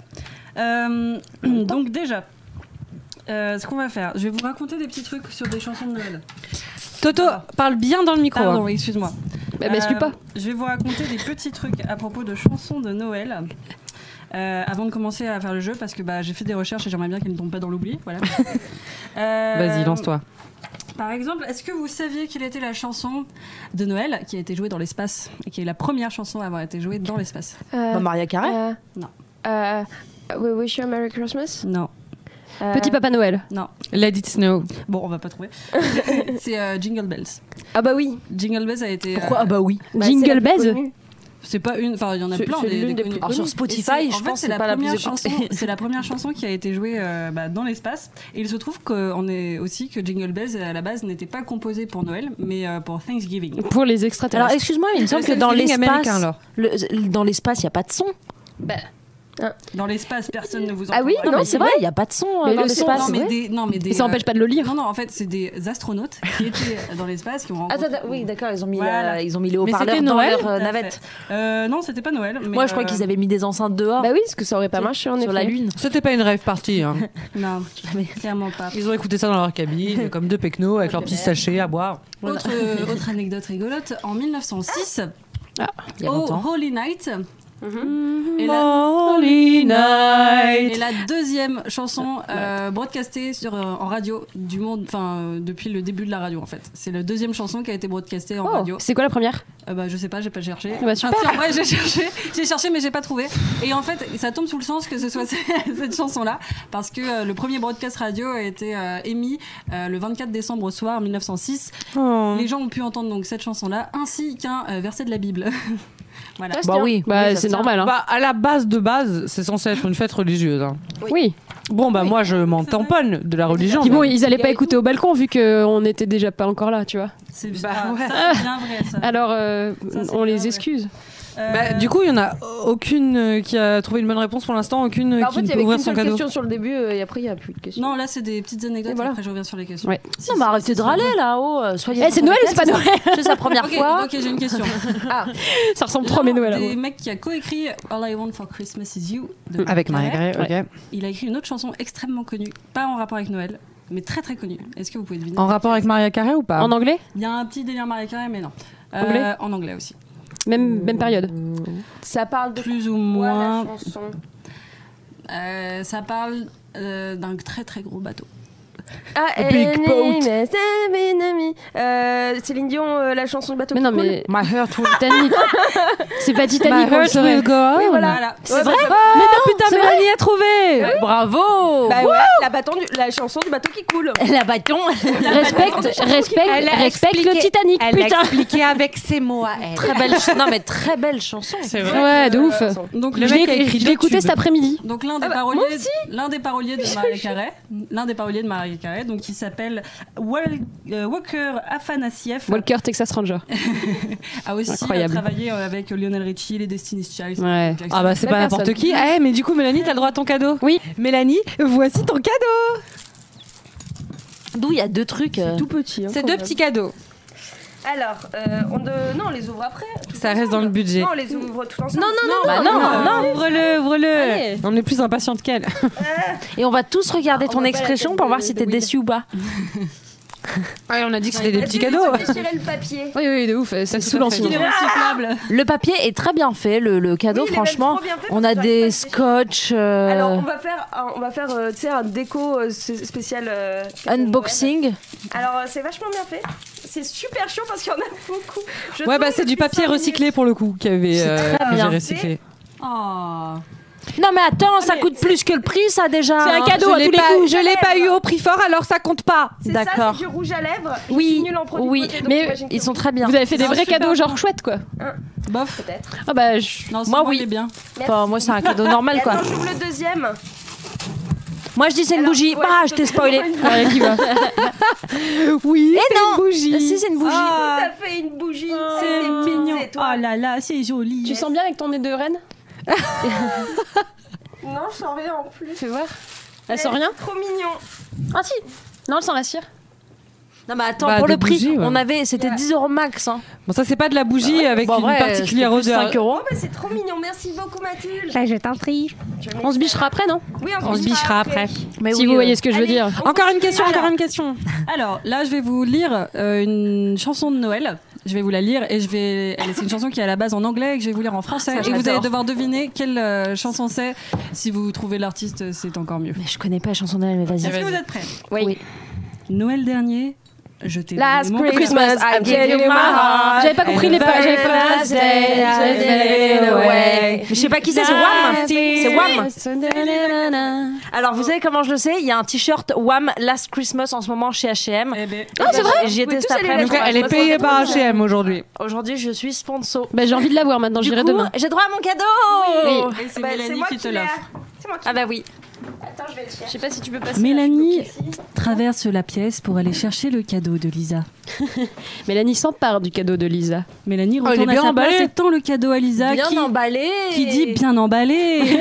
E: Euh, donc déjà, euh, ce qu'on va faire, je vais vous raconter des petits trucs sur des chansons de Noël.
C: Toto, parle bien dans le micro.
E: Pardon,
C: hein.
E: excuse-moi.
D: Bah, m'excuse
E: Euh,
D: pas.
E: Je vais vous raconter des petits trucs à propos de chansons de Noël. euh, avant de commencer à faire le jeu, parce que bah, j'ai fait des recherches et j'aimerais bien qu'elles ne tombent pas dans l'oubli. Voilà. Euh,
C: Vas-y, lance-toi.
E: Par exemple, est-ce que vous saviez quelle était la chanson de Noël qui a été jouée dans l'espace et qui est la première chanson à avoir été jouée dans l'espace
B: Bah, Maria Carré.
A: Euh,
E: Non.
A: euh, we wish you a Merry Christmas.
E: Non,
A: Euh,
D: Petit Papa Noël.
E: non.
C: Let it snow.
E: Bon, on va pas trouver. C'est euh, Jingle Bells.
A: Ah bah oui.
E: Jingle Bells a été. euh,
B: bah oui.
A: Bah, c'est la
D: Jingle
A: plus
D: Bells.
A: connue.
E: C'est pas une. Enfin, il y en a
A: C'est-
E: plein.
A: c'est
E: des-
A: l'une
E: des
A: des
E: connus.
A: plus
B: Alors, sur
E: Et
B: Spotify,
E: c'est-
B: je
E: en fait,
B: pense
E: c'est
B: que
E: la,
B: c'est pas la
E: première
B: plus
E: chanson.
B: écoutée.
E: C'est la première chanson qui a été jouée euh, bah, dans l'espace. Et il se trouve qu'on est aussi que Jingle Bells à la base n'était pas composée pour Noël, mais euh, pour Thanksgiving.
D: Pour les extraterrestres.
B: Alors, excuse-moi, mais il me semble que dans
C: Thanksgiving américain,
B: l'espace,
C: alors.
B: le- dans l'espace, il n'y a pas de son.
E: Dans l'espace, personne ne vous entend.
A: Ah oui,
E: parler.
A: non,
B: mais
A: c'est
B: c'est
A: vrai.
B: vrai, il n'y a pas de son euh,
A: Mais
B: dans
A: le son,
B: l'espace.
E: Non, mais
A: Ouais.
E: des. Non, mais des.
D: Et ça
E: euh,
D: n'empêche pas de le lire.
E: Non, non, en fait, c'est des astronautes qui étaient dans l'espace qui ont
B: Attends,
E: rencontré.
B: attends, Ah, oui, d'accord, ils ont mis
E: Voilà.
B: la- ils ont mis les
C: Mais
B: haut-parleurs
C: c'était
B: dans
C: Noël
B: leur euh,
E: Tout à
B: navette.
E: fait. Euh, non, c'était pas Noël. mais,
B: Moi, je crois
E: euh,
B: qu'ils avaient mis des enceintes dehors
A: Bah oui, parce que ça aurait pas marché en
B: Oh. sur la
A: effet.
B: lune.
C: C'était pas une rêve partie. hein.
E: Non, clairement pas.
C: Ils ont écouté ça dans leur cabine, comme deux pecnos, avec leur petit sachet à boire.
E: Autre, euh, autre anecdote rigolote, en 1906,
B: Ah. Il y a
E: au
B: longtemps. Mhm.
E: Holy Night, et, la,
C: Holy
E: et
C: night.
E: la deuxième chanson euh, broadcastée sur, euh, en radio du monde, enfin euh, depuis le début de la radio en fait. C'est la deuxième chanson qui a été broadcastée en
D: Oh,
E: radio.
D: c'est quoi la première
E: Euh, bah, je sais pas, j'ai pas cherché.
D: Bah, super.
E: Enfin, si, en vrai, j'ai cherché, j'ai cherché, mais j'ai pas trouvé. Et en fait, ça tombe sous le sens que ce soit cette chanson-là, parce que euh, le premier broadcast radio a été euh, émis euh, le 24 décembre au soir 1906. Les gens ont pu entendre donc cette chanson-là, ainsi qu'un euh, verset de la Bible. voilà.
A: Ah, c'est
B: Bah
A: bien.
B: oui,
D: Bah,
B: oui, ça
D: c'est
B: se tient.
D: normal. Hein.
C: Bah, à la base de base, c'est censé être une fête religieuse. hein.
D: oui.
C: Bon, bah, moi, je m'en tamponne de la religion.
D: Puis bon,
C: mais-
D: ils allaient pas écouter au balcon vu qu'on était déjà pas encore là, tu vois.
E: C'est
C: Bah,
E: ah,
C: ouais.
E: ça, c'est bien vrai. Ça.
D: Alors, euh,
E: Ça, c'est
D: on
E: bien,
D: les
E: ouais.
D: excuse.
E: Euh,
C: Bah, du coup, il y en a aucune euh, qui a trouvé une bonne réponse pour l'instant, aucune euh,
A: Bah, en
C: qui
A: fait, il y
C: ne peut
A: avait
C: ouvrir
A: qu'une
C: son
A: seule
C: cadeau.
A: question sur le début euh, et après il y a plus de questions.
E: Euh, non, là, c'est des petites anecdotes.
A: Et voilà.
E: Après, je reviens sur les questions.
D: Ouais.
E: Si,
B: Non,
E: si,
B: mais
E: si,
B: arrêtez
E: si,
B: de râler là-haut. euh, Soyez.
D: Eh, c'est Noël, c'est pas Noël
B: C'est sa première
E: Ok,
B: fois.
E: ok, j'ai une question.
D: Ça ressemble trop à mes Noël. hein.
E: Des mecs qui a coécrit All I Want for Christmas Is You de
C: Avec
E: Mariah Carey.
C: Marie, ok.
E: Il a écrit une autre chanson extrêmement connue, pas en rapport avec Noël, mais très très connue. Est-ce que vous pouvez deviner
C: En rapport avec Maria Carré ou pas
D: En anglais
E: Il y a un petit délire Marie Carré, mais non. Euh,
D: Anglais
E: en anglais aussi.
D: même, même période.
A: Ça parle de
E: Plus ou
A: quoi la
E: moins.
A: chanson
E: euh, ça parle euh, d'un très très gros bateau.
A: Ah,
C: A big
A: eh,
C: boat.
A: eh, eh, eh, eh, eh, eh. Euh, Céline Dion, euh, la chanson de bateau.
D: Mais
A: qui
D: non,
A: coule.
D: mais
C: My heart will,
D: Titanic. c'est pas Titanic, on le saurait.
C: go Ah,
A: Oui, voilà.
E: Voilà.
A: Ouais, bah, ça-
C: mais non, putain, Mélanie a trouvé Bravo
A: bah ouais, la, bâton du- la chanson de bateau qui coule.
B: La bâton.
D: Respecte, respecte, respecte le Titanic, putain.
C: expliqué avec ses mots à elle.
B: Très belle. ch- Non, mais très belle chanson.
C: C'est vrai.
D: Ouais,
A: Euh,
D: de ouf.
E: Donc
C: Le
D: Je
E: le-
D: l'ai
C: mec a écrit
D: je
C: deux
D: l'ai écouté
C: tubes.
D: cet après-midi.
E: donc l'un des
A: Ah bah, moi
E: paroliers, l'un des paroliers de Marie Carré, l'un des paroliers de Marie Carré, donc qui s'appelle Wal- euh, Walker Afanassieff,
D: Walker, Texas Ranger.
E: a aussi
D: Incroyable.
E: euh, travaillé euh, avec Lionel Richie, les Destiny's Child.
D: Ouais.
E: Jackson.
C: Ah bah c'est
A: La
C: pas n'importe
A: personne.
C: qui. Eh mais du coup Mélanie t'as le droit à ton cadeau.
D: Oui.
C: Mélanie, voici ton cadeau.
B: D'où il y a deux trucs. euh,
A: Tout petit. hein,
C: C'est
A: quand
C: deux
A: même.
C: petits cadeaux.
A: Alors, euh, on de- non, on les ouvre après. tout
C: Ça
A: ensemble.
C: reste dans le budget.
A: Non, on les ouvre tout ensemble.
B: bah non, non.
C: ouvre-le, ouvre-le.
D: Allez.
C: On est plus impatiente qu'elle.
B: Et on va tous regarder
A: Ah, On
B: ton
A: va pas
B: expression
A: la
B: pour
A: tête
B: voir
A: de-
B: si
A: de
B: t'es
A: Will.
B: déçu ou pas.
C: Ouais, on a dit que c'était des
A: Est-ce
C: petits
A: que
C: cadeaux.
A: tu peux déchirer le papier.
D: Oui, oui, de ouf. Ça
C: tout
D: se
C: à
D: soulance.
C: fait.
E: Il est recyclable.
B: Le papier est très bien fait. Le, le cadeau,
A: Oui, il est même
B: franchement,
A: trop bien fait
B: on
A: parce que j'arrive
B: a
A: pas à
B: des
A: le
B: scotch. euh,
A: Alors, on va faire, un- on va faire, euh, tu sais, un déco euh, s- spécial. euh, cadeau de
B: Unboxing.
A: Noël. Alors, euh, c'est vachement bien fait. C'est super chaud parce qu'il y en a beaucoup. Je
C: Ouais
A: tourne
C: bah c'est du
A: depuis
C: papier
A: cinq
C: recyclé pour le coup qui avait euh,
B: très
C: que j'ai
B: bien.
C: recyclé.
E: Ah.
B: Non mais attends, ça coûte plus que le prix, ça déjà.
D: C'est un
B: hein.
D: cadeau
C: Je
D: à
C: l'ai
D: tous les
C: pas-
D: coups.
C: Je l'ai pas eu au prix fort alors ça compte pas.
A: minutes. C'est ça,
B: D'accord.
A: c'est du rouge à lèvres. Je suis
B: Oui,
A: nulle en produits
B: oui,
A: beauté, donc
D: mais
A: j'imagine que
B: ils sont
A: oui,
B: très bien.
D: Vous avez fait des
E: Non,
D: vrais
E: super
D: cadeaux, genre chouette, quoi.
E: Bof.
A: peut-être.
D: Ah bah, je-
E: Non,
B: Moi,
E: moi,
B: oui.
E: oui. bien.
B: Enfin, moi c'est un cadeau normal
A: Et
B: quoi.
A: Attends, j'ouvre le deuxième.
B: Moi, je dis c'est une bougie. Bah, je t'ai spoilé.
D: Allez, qui va
C: Oui,
B: Eh
C: c'est
B: non
C: une bougie.
B: Si, c'est une bougie.
A: Oh, T'as fait une bougie.
E: C'est mignon. Oh là là, c'est joli.
D: Tu sens bien avec ton nez de reine
A: Non, je sens rien en plus.
D: Fais voir. Elle sent rien
A: Trop mignon.
D: Ah si Non, elle sent la cire.
A: Ah.
B: Non, mais attends,
C: Bah,
B: pour
C: des
B: le prix,
C: bougies, ouais.
B: on avait, c'était 10 euros max. Hein.
C: Bon, ça, c'est pas de la bougie avec
D: Bon, en
C: une
D: vrai,
C: particulière
D: c'était plus
C: odeur.
D: 5 euros.
A: Oh, bah, c'est trop mignon. Merci beaucoup, Mathilde.
D: On se bichera après, non
A: Oui,
C: On se bichera après.
B: Mais euh,
D: Si vous voyez ce que je veux dire.
C: Encore une question, encore une question.
E: Alors là, je vais vous lire euh, une chanson de Noël. Je vais vous la lire et je vais. elle- C'est une chanson qui est à la base en anglais et que je vais vous lire en français. et vous allez devoir deviner quelle euh, chanson c'est. Si vous trouvez l'artiste, c'est encore mieux.
B: Mais je connais pas la chanson d'elle, mais vas-y.
E: Est-ce que vous êtes prêts
D: Oui.
E: Noël dernier, je t'ai
A: Last
E: donné mon-
A: Christmas, I gave you my heart.
D: J'avais pas compris les pages. J'avais pas
A: Last day, I gave it away.
B: Mais je sais pas qui c'est, c'est Wham hein. C'est Wham Alors, vous savez comment je le sais Il y a un t-shirt Wham Last Christmas en ce moment chez HM.
E: Eh ben,
B: Ah, c'est vrai J'y
A: Vous pouvez
B: étais cet
A: tous aller
B: après-midi.
A: la trouver.
C: Elle est payée par HM aujourd'hui.
B: Aujourd'hui, je suis sponsor.
D: Bah, j'ai envie de la voir maintenant,
B: Du
D: j'irai
B: coup,
D: demain.
B: J'ai droit à mon cadeau
E: et c'est
A: Bah, c'est
E: Mélanie
A: moi
E: qui te
A: l'ai.
E: l'offre.
A: C'est moi qui
B: Ah bah oui.
A: Attends, je vais le chercher.
D: Je sais pas si tu peux passer.
E: Mélanie
A: Ici.
E: traverse la pièce pour aller chercher le cadeau de Lisa.
D: Mélanie s'empare du cadeau de Lisa.
C: elle
E: Mélanie
C: est
E: retourne à
C: bien
E: sa place
C: emballée.
E: et tend le cadeau à Lisa
B: Bien
E: qui,
B: emballé
E: qui dit bien emballé.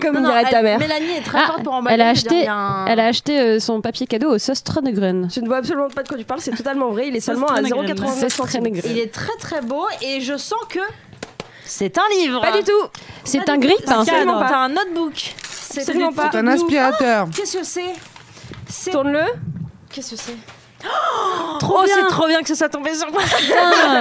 A: Comme
B: Non, non,
A: dirait ta
B: elle-
A: mère.
B: Mélanie est très
D: Ah,
B: forte pour emballer.
D: elle a
B: je veux dire,
D: acheté-
B: il y a un-
D: Elle a acheté euh, son papier cadeau au Sauce Trönegren.
A: Je ne vois absolument pas de quoi tu parles, c'est totalement vrai. Il est
E: Ça,
A: seulement
E: c'est
A: à
E: très agréable.
A: 0,89 centimes.
B: Il est très très beau et je sens que c'est un livre.
A: Pas du tout.
D: C'est un grip. hein.
B: C'est un
A: Absolument pas.
B: t'as un notebook. C'est
A: Absolument
B: des
A: pas.
B: petits
A: C'est un
B: nous-
H: aspirateur.
B: Ah, Qu'est-ce que c'est C'est
A: Tourne-le.
B: qu'est-ce que c'est Oh, trop c'est trop bien que ça soit tombé sur moi.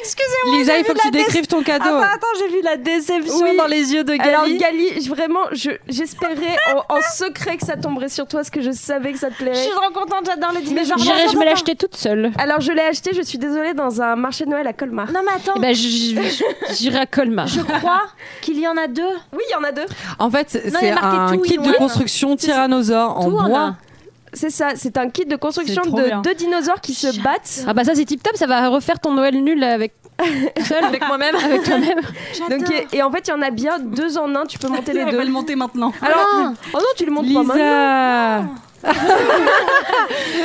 B: Excusez-moi.
C: Lisa, il faut
B: vu
C: que tu
B: la déce-
C: décrives ton
B: Ah
C: cadeau.
B: bah attends, j'ai vu la déception
A: Oui.
B: dans les yeux de Gali.
A: Alors Gali, je- vraiment, je- j'espérais en, en secret que ça tomberait sur toi, parce que je savais que ça te
B: je suis
A: plairait.
B: trop contente, j'adore les
A: Ah,
B: dîners.
D: J'irai, je me l'ai acheté toute seule.
A: Alors je l'ai acheté, je suis désolée, dans un marché de Noël à Colmar.
B: Non mais attends,
D: Eh ben, je- je- j'irai à Colmar.
B: je crois qu'il y en a deux.
A: Oui, il y en a deux.
C: En fait, c'est
B: Non, il y a marqué
C: un
B: tout,
C: kit
B: il
C: de
B: y a-
C: construction tyrannosaure en
B: Tout en
C: bois.
B: un.
A: C'est ça, c'est un kit de construction
E: C'est trop bien.
A: de deux dinosaures qui se battent.
D: Ah bah ça c'est tip top, ça va refaire ton Noël nul avec seul avec moi-même, avec toi-même.
A: Donc, et, et en fait, il y en a bien deux en un, tu peux monter les
E: Elle va
A: deux.
E: le monter maintenant.
A: Alors, oh non, tu le montes pas maintenant.
C: Lisa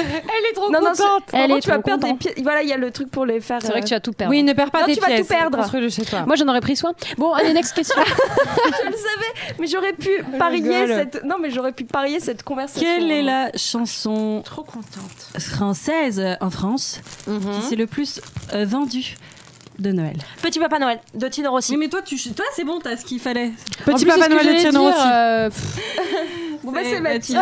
A: Elle est trop non, contente. Non, c'est-
D: Elle
A: vraiment,
D: est
A: tu vas
D: trop
A: perdre
D: contente.
A: des pièces. Voilà, il y a le truc pour les faire. euh,
D: C'est vrai que tu vas tout perdre.
C: Oui, ne perds pas
A: Non,
C: tes
A: tu vas tout
C: pièces.
A: perdre.
C: Construis-le chez toi.
D: Moi j'en aurais pris soin. Bon, allez next question.
A: je le savais, mais j'aurais pu parier
C: rigole.
A: cette. Non, mais j'aurais pu parier cette conversation.
E: Quelle est la chanson
B: Trop contente.
E: française euh, en France qui s'est le plus euh, vendue de Noël
B: Petit Papa Noël de Tino Rossi.
E: mais toi, tu, toi c'est bon, t'as ce qu'il fallait.
D: En
C: Petit
D: plus, c'est
C: Papa
D: ce que
C: Noël et
D: j'allais
C: Thierry
D: dire,
C: aussi.
D: euh, pff,
A: Bon, bah, c'est Mathilde.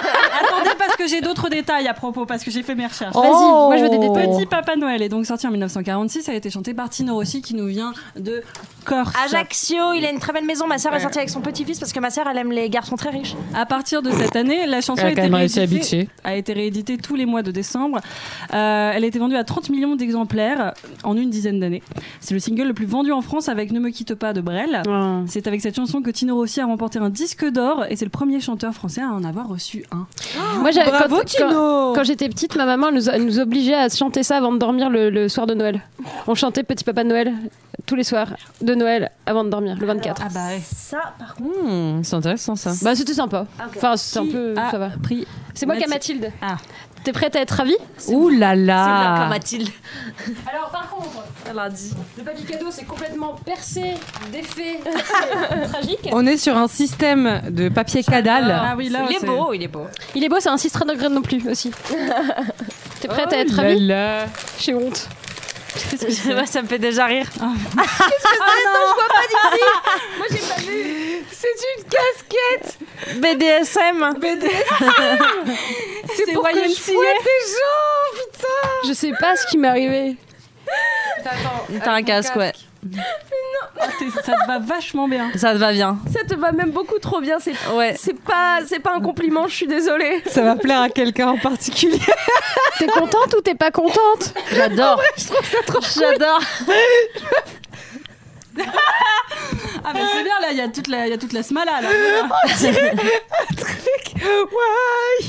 E: Attendez, parce que j'ai d'autres détails à propos, parce que j'ai fait mes recherches.
B: Oh.
D: Vas-y, moi je veux des détails.
E: Petit Papa Noël est donc sorti en 1946, elle a été chantée par Tino Rossi qui nous vient de Corse.
B: Ajaccio, il a une très belle maison. Ma sœur est sortie avec son petit-fils parce que ma sœur, elle aime les garçons très riches.
E: À partir de cette année, la chanson a, été rééditée, a été rééditée tous les mois de décembre. Euh, elle a été vendue à 30 millions d'exemplaires en une dizaine d'années. C'est le single le plus vendu en France avec Ne me quitte pas de Brel. C'est avec cette chanson que Tino Rossi a remporté un disque d'or et c'est le premier chanteur français à en avoir reçu un.
D: Moi, j'avais-
C: Bravo,
D: quand- quand,
C: Tino
D: quand j'étais petite, ma maman elle nous, elle nous obligeait à chanter ça avant de dormir le, le soir de Noël. On chantait Petit Papa Noël euh, tous les soirs de Noël avant de dormir, le 24.
E: Ah bah ouais.
B: Ça, par contre.
C: Hmm, C'est intéressant, ça.
D: Bah c'était sympa. Enfin c'est un
E: Qui
D: peu
E: a
D: ça va.
E: pris
D: C'est moi qui a
E: Mathi-
D: Mathilde.
E: Ah.
D: T'es prête à être ravie
C: Ouh là
B: Ah.
C: là
B: Mathilde.
D: Alors par contre,
B: Elle a dit.
D: le papier cadeau c'est complètement percé d'effets tragiques.
C: On est sur un système de papier cadal.
E: Ah oui, là,
B: il est
E: c'est-
B: beau, il est beau.
D: Il est beau, c'est un 6 de non plus aussi. T'es prête à être
C: Oh là
D: ravie
C: là.
D: J'ai honte.
B: ça me fait déjà rire. Qu'est-ce que c'est Attends, je vois pas d'ici. Moi, j'ai pas vu. C'est une casquette. BDSM.
D: C'est pour que je fouette des gens, putain Je sais pas ce qui m'est arrivé.
B: T'as un casque, ouais.
E: T'es- ça te va vachement bien.
B: Ça te va bien.
A: Ça te va même beaucoup trop bien. C'est
B: Ouais.
A: c'est pas, c'est pas un compliment. Je suis désolée.
C: Ça va plaire à quelqu'un en particulier.
D: T'es contente ou t'es pas contente
B: J'adore. J'adore.
E: Ah bah c'est bien, là, il y, a toute la- il y a toute la smala, là.
D: Oh,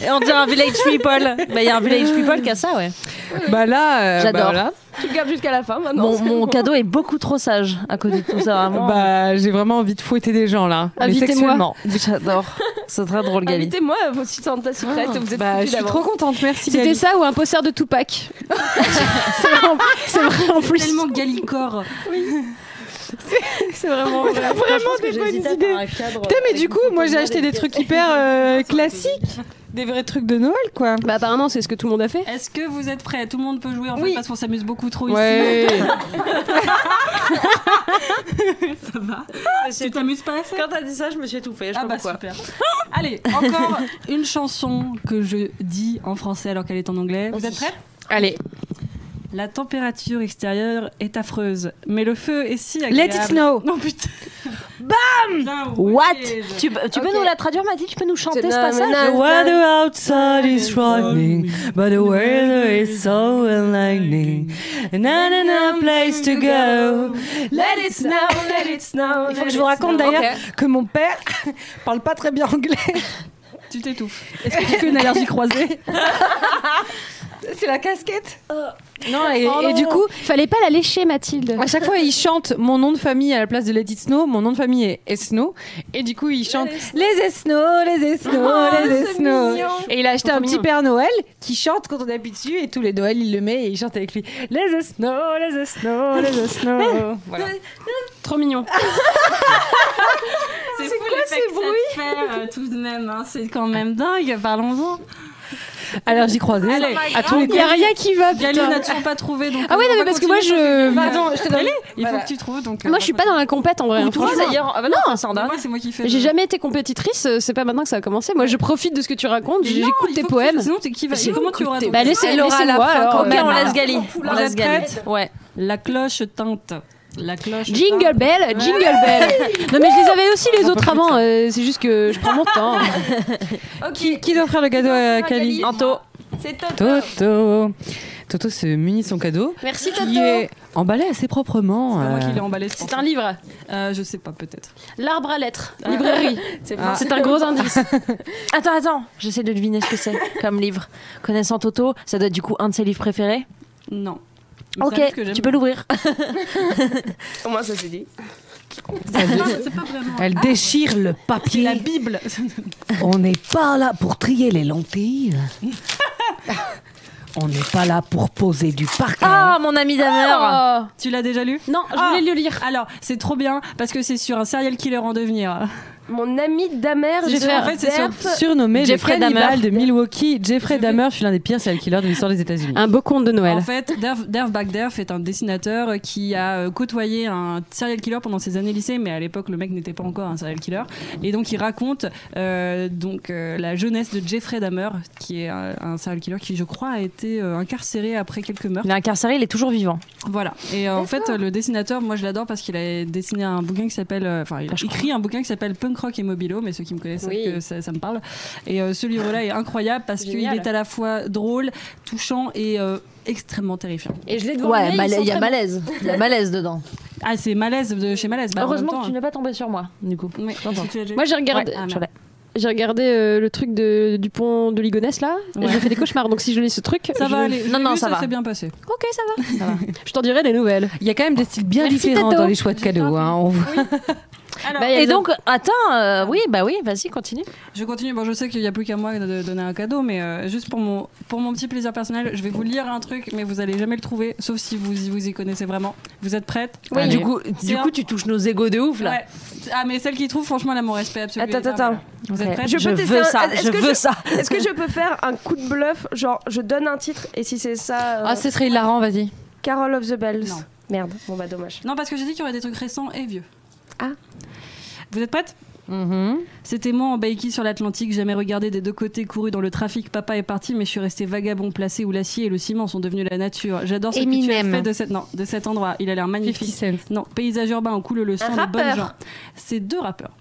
B: Et On dirait un village people. Bah, il y a un village people qui a ça, ouais.
C: Bah là, euh,
B: J'adore.
C: bah voilà.
A: Tu le gardes jusqu'à la fin maintenant.
B: Mon, mon cadeau est beaucoup trop sage à côté de tout ça, vraiment.
C: Bah, j'ai vraiment envie de fouetter des gens là. Mais
D: Invitez-moi.
C: sexuellement.
B: J'adore. C'est très drôle, Gabi.
A: Invitez-moi à vos sites Santa Secret, vous êtes
C: Bah, je
A: foutus
C: suis trop
A: d'avance.
C: contente, merci.
D: C'était
C: Gabi.
D: ça ou un poster de Tupac C'est vraiment, c'est vraiment plus.
E: Tellement galicor.
A: C'est vraiment vrai.
C: Vraiment des bonnes idées. Putain, mais du coup, moi j'ai acheté des trucs hyper euh, classiques, des vrais trucs de Noël quoi.
D: Bah apparemment c'est ce que tout le monde a fait.
E: Est-ce que vous êtes prêts Tout le monde peut jouer en
A: Oui.
E: fait parce qu'on s'amuse beaucoup trop
C: Ouais.
E: ici. Ça va Tu t'amuses pas assez
I: Quand t'as dit ça, je me suis étouffée. Je
E: Ah
I: sais
E: bah
I: pas pourquoi.
E: super. Allez, encore une chanson que je dis en français alors qu'elle est en anglais. Vous êtes prêts
D: Allez,
E: La température extérieure est affreuse, mais le feu est si
C: Let
E: agréable.
C: it snow.
E: Non putain. Bam
B: What Tu, peux- tu peux
A: Ok.
B: nous la traduire, Mathilde Tu peux nous chanter ce
A: Non, mais
B: passage
A: non,
J: Weather outside is frightening, but the weather is so enlightening. Not enough place to go.
A: Let it snow, let it snow.
C: Il faut que je vous raconte d'ailleurs que mon père parle pas très bien anglais.
E: Tu t'étouffes.
C: Est-ce que tu fais une allergie croisée C'est la casquette Euh. Oh Non, et, et du coup,
D: Oh fallait pas la lécher Mathilde.
C: à chaque fois, il chante mon nom de famille à la place de Let It Snow. Mon nom de famille est Esno. Et du coup, il chante Les Esno, les Esno,
E: Oh,
C: les Esno. Et il a acheté un petit Père Noël qui chante quand on appuie dessus. Et tous les Noëls, il le met et il chante avec lui Les Esno, les Esno, les Esno. Voilà.
D: Trop mignon.
E: C'est fou l'effet que ça te fait euh, tout de même. hein. C'est quand même dingue. Parlons-en.
C: Allergie croisée.
E: Ah,
C: à tous les
D: Il y a rien qui va. putain.
E: Galine n'a toujours pas trouvé. Donc
D: Ah oui non mais parce que moi je
C: Pardon, je te donne.
E: Il
C: Voilà.
E: faut que tu trouves. Donc, euh,
D: moi je suis pas dans la compète en vrai. hein, franchement.
B: d'ailleurs. Ah bah non, c'est en dernier.
E: Moi, c'est moi qui fais.
D: J'ai
E: le-
D: jamais été compétitrice, euh, c'est pas maintenant que ça a commencé. Moi, je profite de ce que tu racontes,
E: Mais non,
D: j'écoute
E: il
D: tes
E: faut que tu-
D: poèmes.
E: Sinon, t'es qui va Comment tu auras ton-
D: Bah, oh, laissez,
B: Elle aura
D: laissez
B: la
D: moi,
B: fin
D: alors,
B: quand même.
D: on
B: on
D: la-
B: laisse Gali. On laisse Gali. Ouais.
E: La cloche teinte. La cloche.
D: Jingle
E: teinte.
D: Bell, Jingle Bell. Non mais je les avais aussi les autres avant, euh, c'est juste que je prends mon temps.
C: Qui, qui doit offrir le cadeau à Cali
B: Anto.
A: C'est top.
C: Toto. Toto se munit de son cadeau.
D: Merci
C: Qui est emballé assez proprement.
E: C'est pas
C: euh,
E: moi qui l'ai emballé.
D: C'est un livre,
E: Euh, je sais pas, peut-être.
D: l'arbre à lettres, librairie.
C: Ah.
D: C'est un gros indice.
B: Attends, attends. J'essaie de deviner ce que c'est comme livre. Connaissant Toto, ça doit être du coup un de ses livres préférés.
E: Non. Mais ça
B: Ok,
E: arrive que j'aime
B: tu peux l'ouvrir.
A: Au moins ça s'est dit.
J: Elle déchire le papier.
E: La Bible.
J: On n'est pas là pour trier les lentilles. On n'est pas là pour poser du parquet.
B: Ah, mon ami Damer.
E: tu l'as déjà lu
D: Non, je
E: Ah.
D: voulais le lire.
E: Alors, c'est trop bien parce que c'est sur un serial killer en devenir.
A: Oh, Mon ami Damer,
E: C'est
A: je
E: sûr, en fait, c'est sûr.
C: Surnommé
B: Jeffrey
C: le cannibale
B: Dahmer.
C: de Milwaukee, Jeffrey Dahmer fut l'un des pires serial killers de l'histoire des États-Unis.
D: Un beau conte de Noël.
E: En fait, Derf, Derf Bagderf est un dessinateur qui a euh, côtoyé un serial killer pendant ses années lycée, mais à l'époque, le mec n'était pas encore un serial killer. Et donc, il raconte euh, donc, euh, la jeunesse de Jeffrey Dahmer, qui est un, un serial killer qui, je crois, a été euh, incarcéré après quelques meurtres.
B: Il est incarcéré, il est toujours vivant.
E: Voilà. Et euh, en fait, le dessinateur, moi je l'adore parce qu'il a dessiné un bouquin qui s'appelle. euh, Enfin, il a écrit un bouquin qui s'appelle Punk Rock et Mobilo, mais ceux qui me connaissent savent
D: Oui.
E: que ça, ça me parle. Et euh, ce livre-là est incroyable parce qu'il
D: Génial.
E: est à la fois drôle, touchant et. euh, extrêmement terrifiant.
D: Et je l'ai devant
B: Ouais,
D: le nez,
B: mala-
D: ils sont
B: il y a
D: très
B: malaise. Il y a malaise dedans.
E: Ah, c'est malaise de chez malaise. Bah, en même temps,
B: n'es pas tombé sur moi, du coup.
E: hein. Ouais, si tu l'as déjà
D: bons.
E: eu.
D: Moi, j'ai regardé,
E: Ah, merde.
D: j'ai regardé euh, le truc de- du pont de Ligonesse là.
E: Ouais.
D: Je fais des cauchemars, donc si je lis ce truc,
E: ça
D: je-
E: va aller.
B: Non,
E: J'ai
B: non,
E: lu,
B: ça va.
E: s'est bien passé.
D: Ok, ça va. Je t'en dirai des nouvelles.
C: Il y a quand même des styles bien
D: Merci,
C: différents
D: Toto.
C: dans les choix de cadeaux. hein. On voit-
D: Bah,
B: Et
D: elles ont-
B: donc, attends, euh, oui, bah oui, vas-y, continue.
E: Je continue. Bon, je sais qu'il n'y a plus qu'à moi de donner un cadeau, mais euh, juste pour mon, pour mon petit plaisir personnel, je vais vous lire un truc, mais vous allez jamais le trouver, sauf si vous y, vous y connaissez vraiment. Vous êtes prêtes
C: Allez.
B: du coup,
E: C'est
B: du
E: un-
B: coup, tu touches nos égos de ouf là.
E: Ouais. Ah, mais celle qui trouve, franchement, elle a mon respect absolu.
A: Attends, attends, attends.
E: Vous
B: Ok.
E: êtes prêts
A: Je
B: Je
A: peux tester
B: veux
A: un-
B: ça,
A: est-ce
B: je
A: que
B: veux ça.
A: Est-ce que je peux faire un coup de bluff Genre, je donne un titre et si c'est ça, euh,
C: Ah, ce serait hilarant, vas-y.
A: Carol of the Bells.
E: Non.
A: Merde, bon bah dommage.
E: Non, parce que j'ai dit qu'il y aurait des trucs récents et vieux.
A: Ah. Mm-hmm.
E: Vous êtes prêtes C'était moi en baïki sur l'Atlantique, jamais regardé des deux côtés, couru dans le trafic. Papa est parti, mais je suis resté vagabond, placé où l'acier et le ciment sont devenus la nature. J'adore ce que tu as
D: Eminem.
E: fait de, cette... non, de cet endroit. Il a l'air
C: 50
E: magnifique.
C: Cent.
E: Non, paysage urbain, on coule le sang
A: Un
E: des bonnes
A: rappeur.
E: gens. C'est deux rappeurs.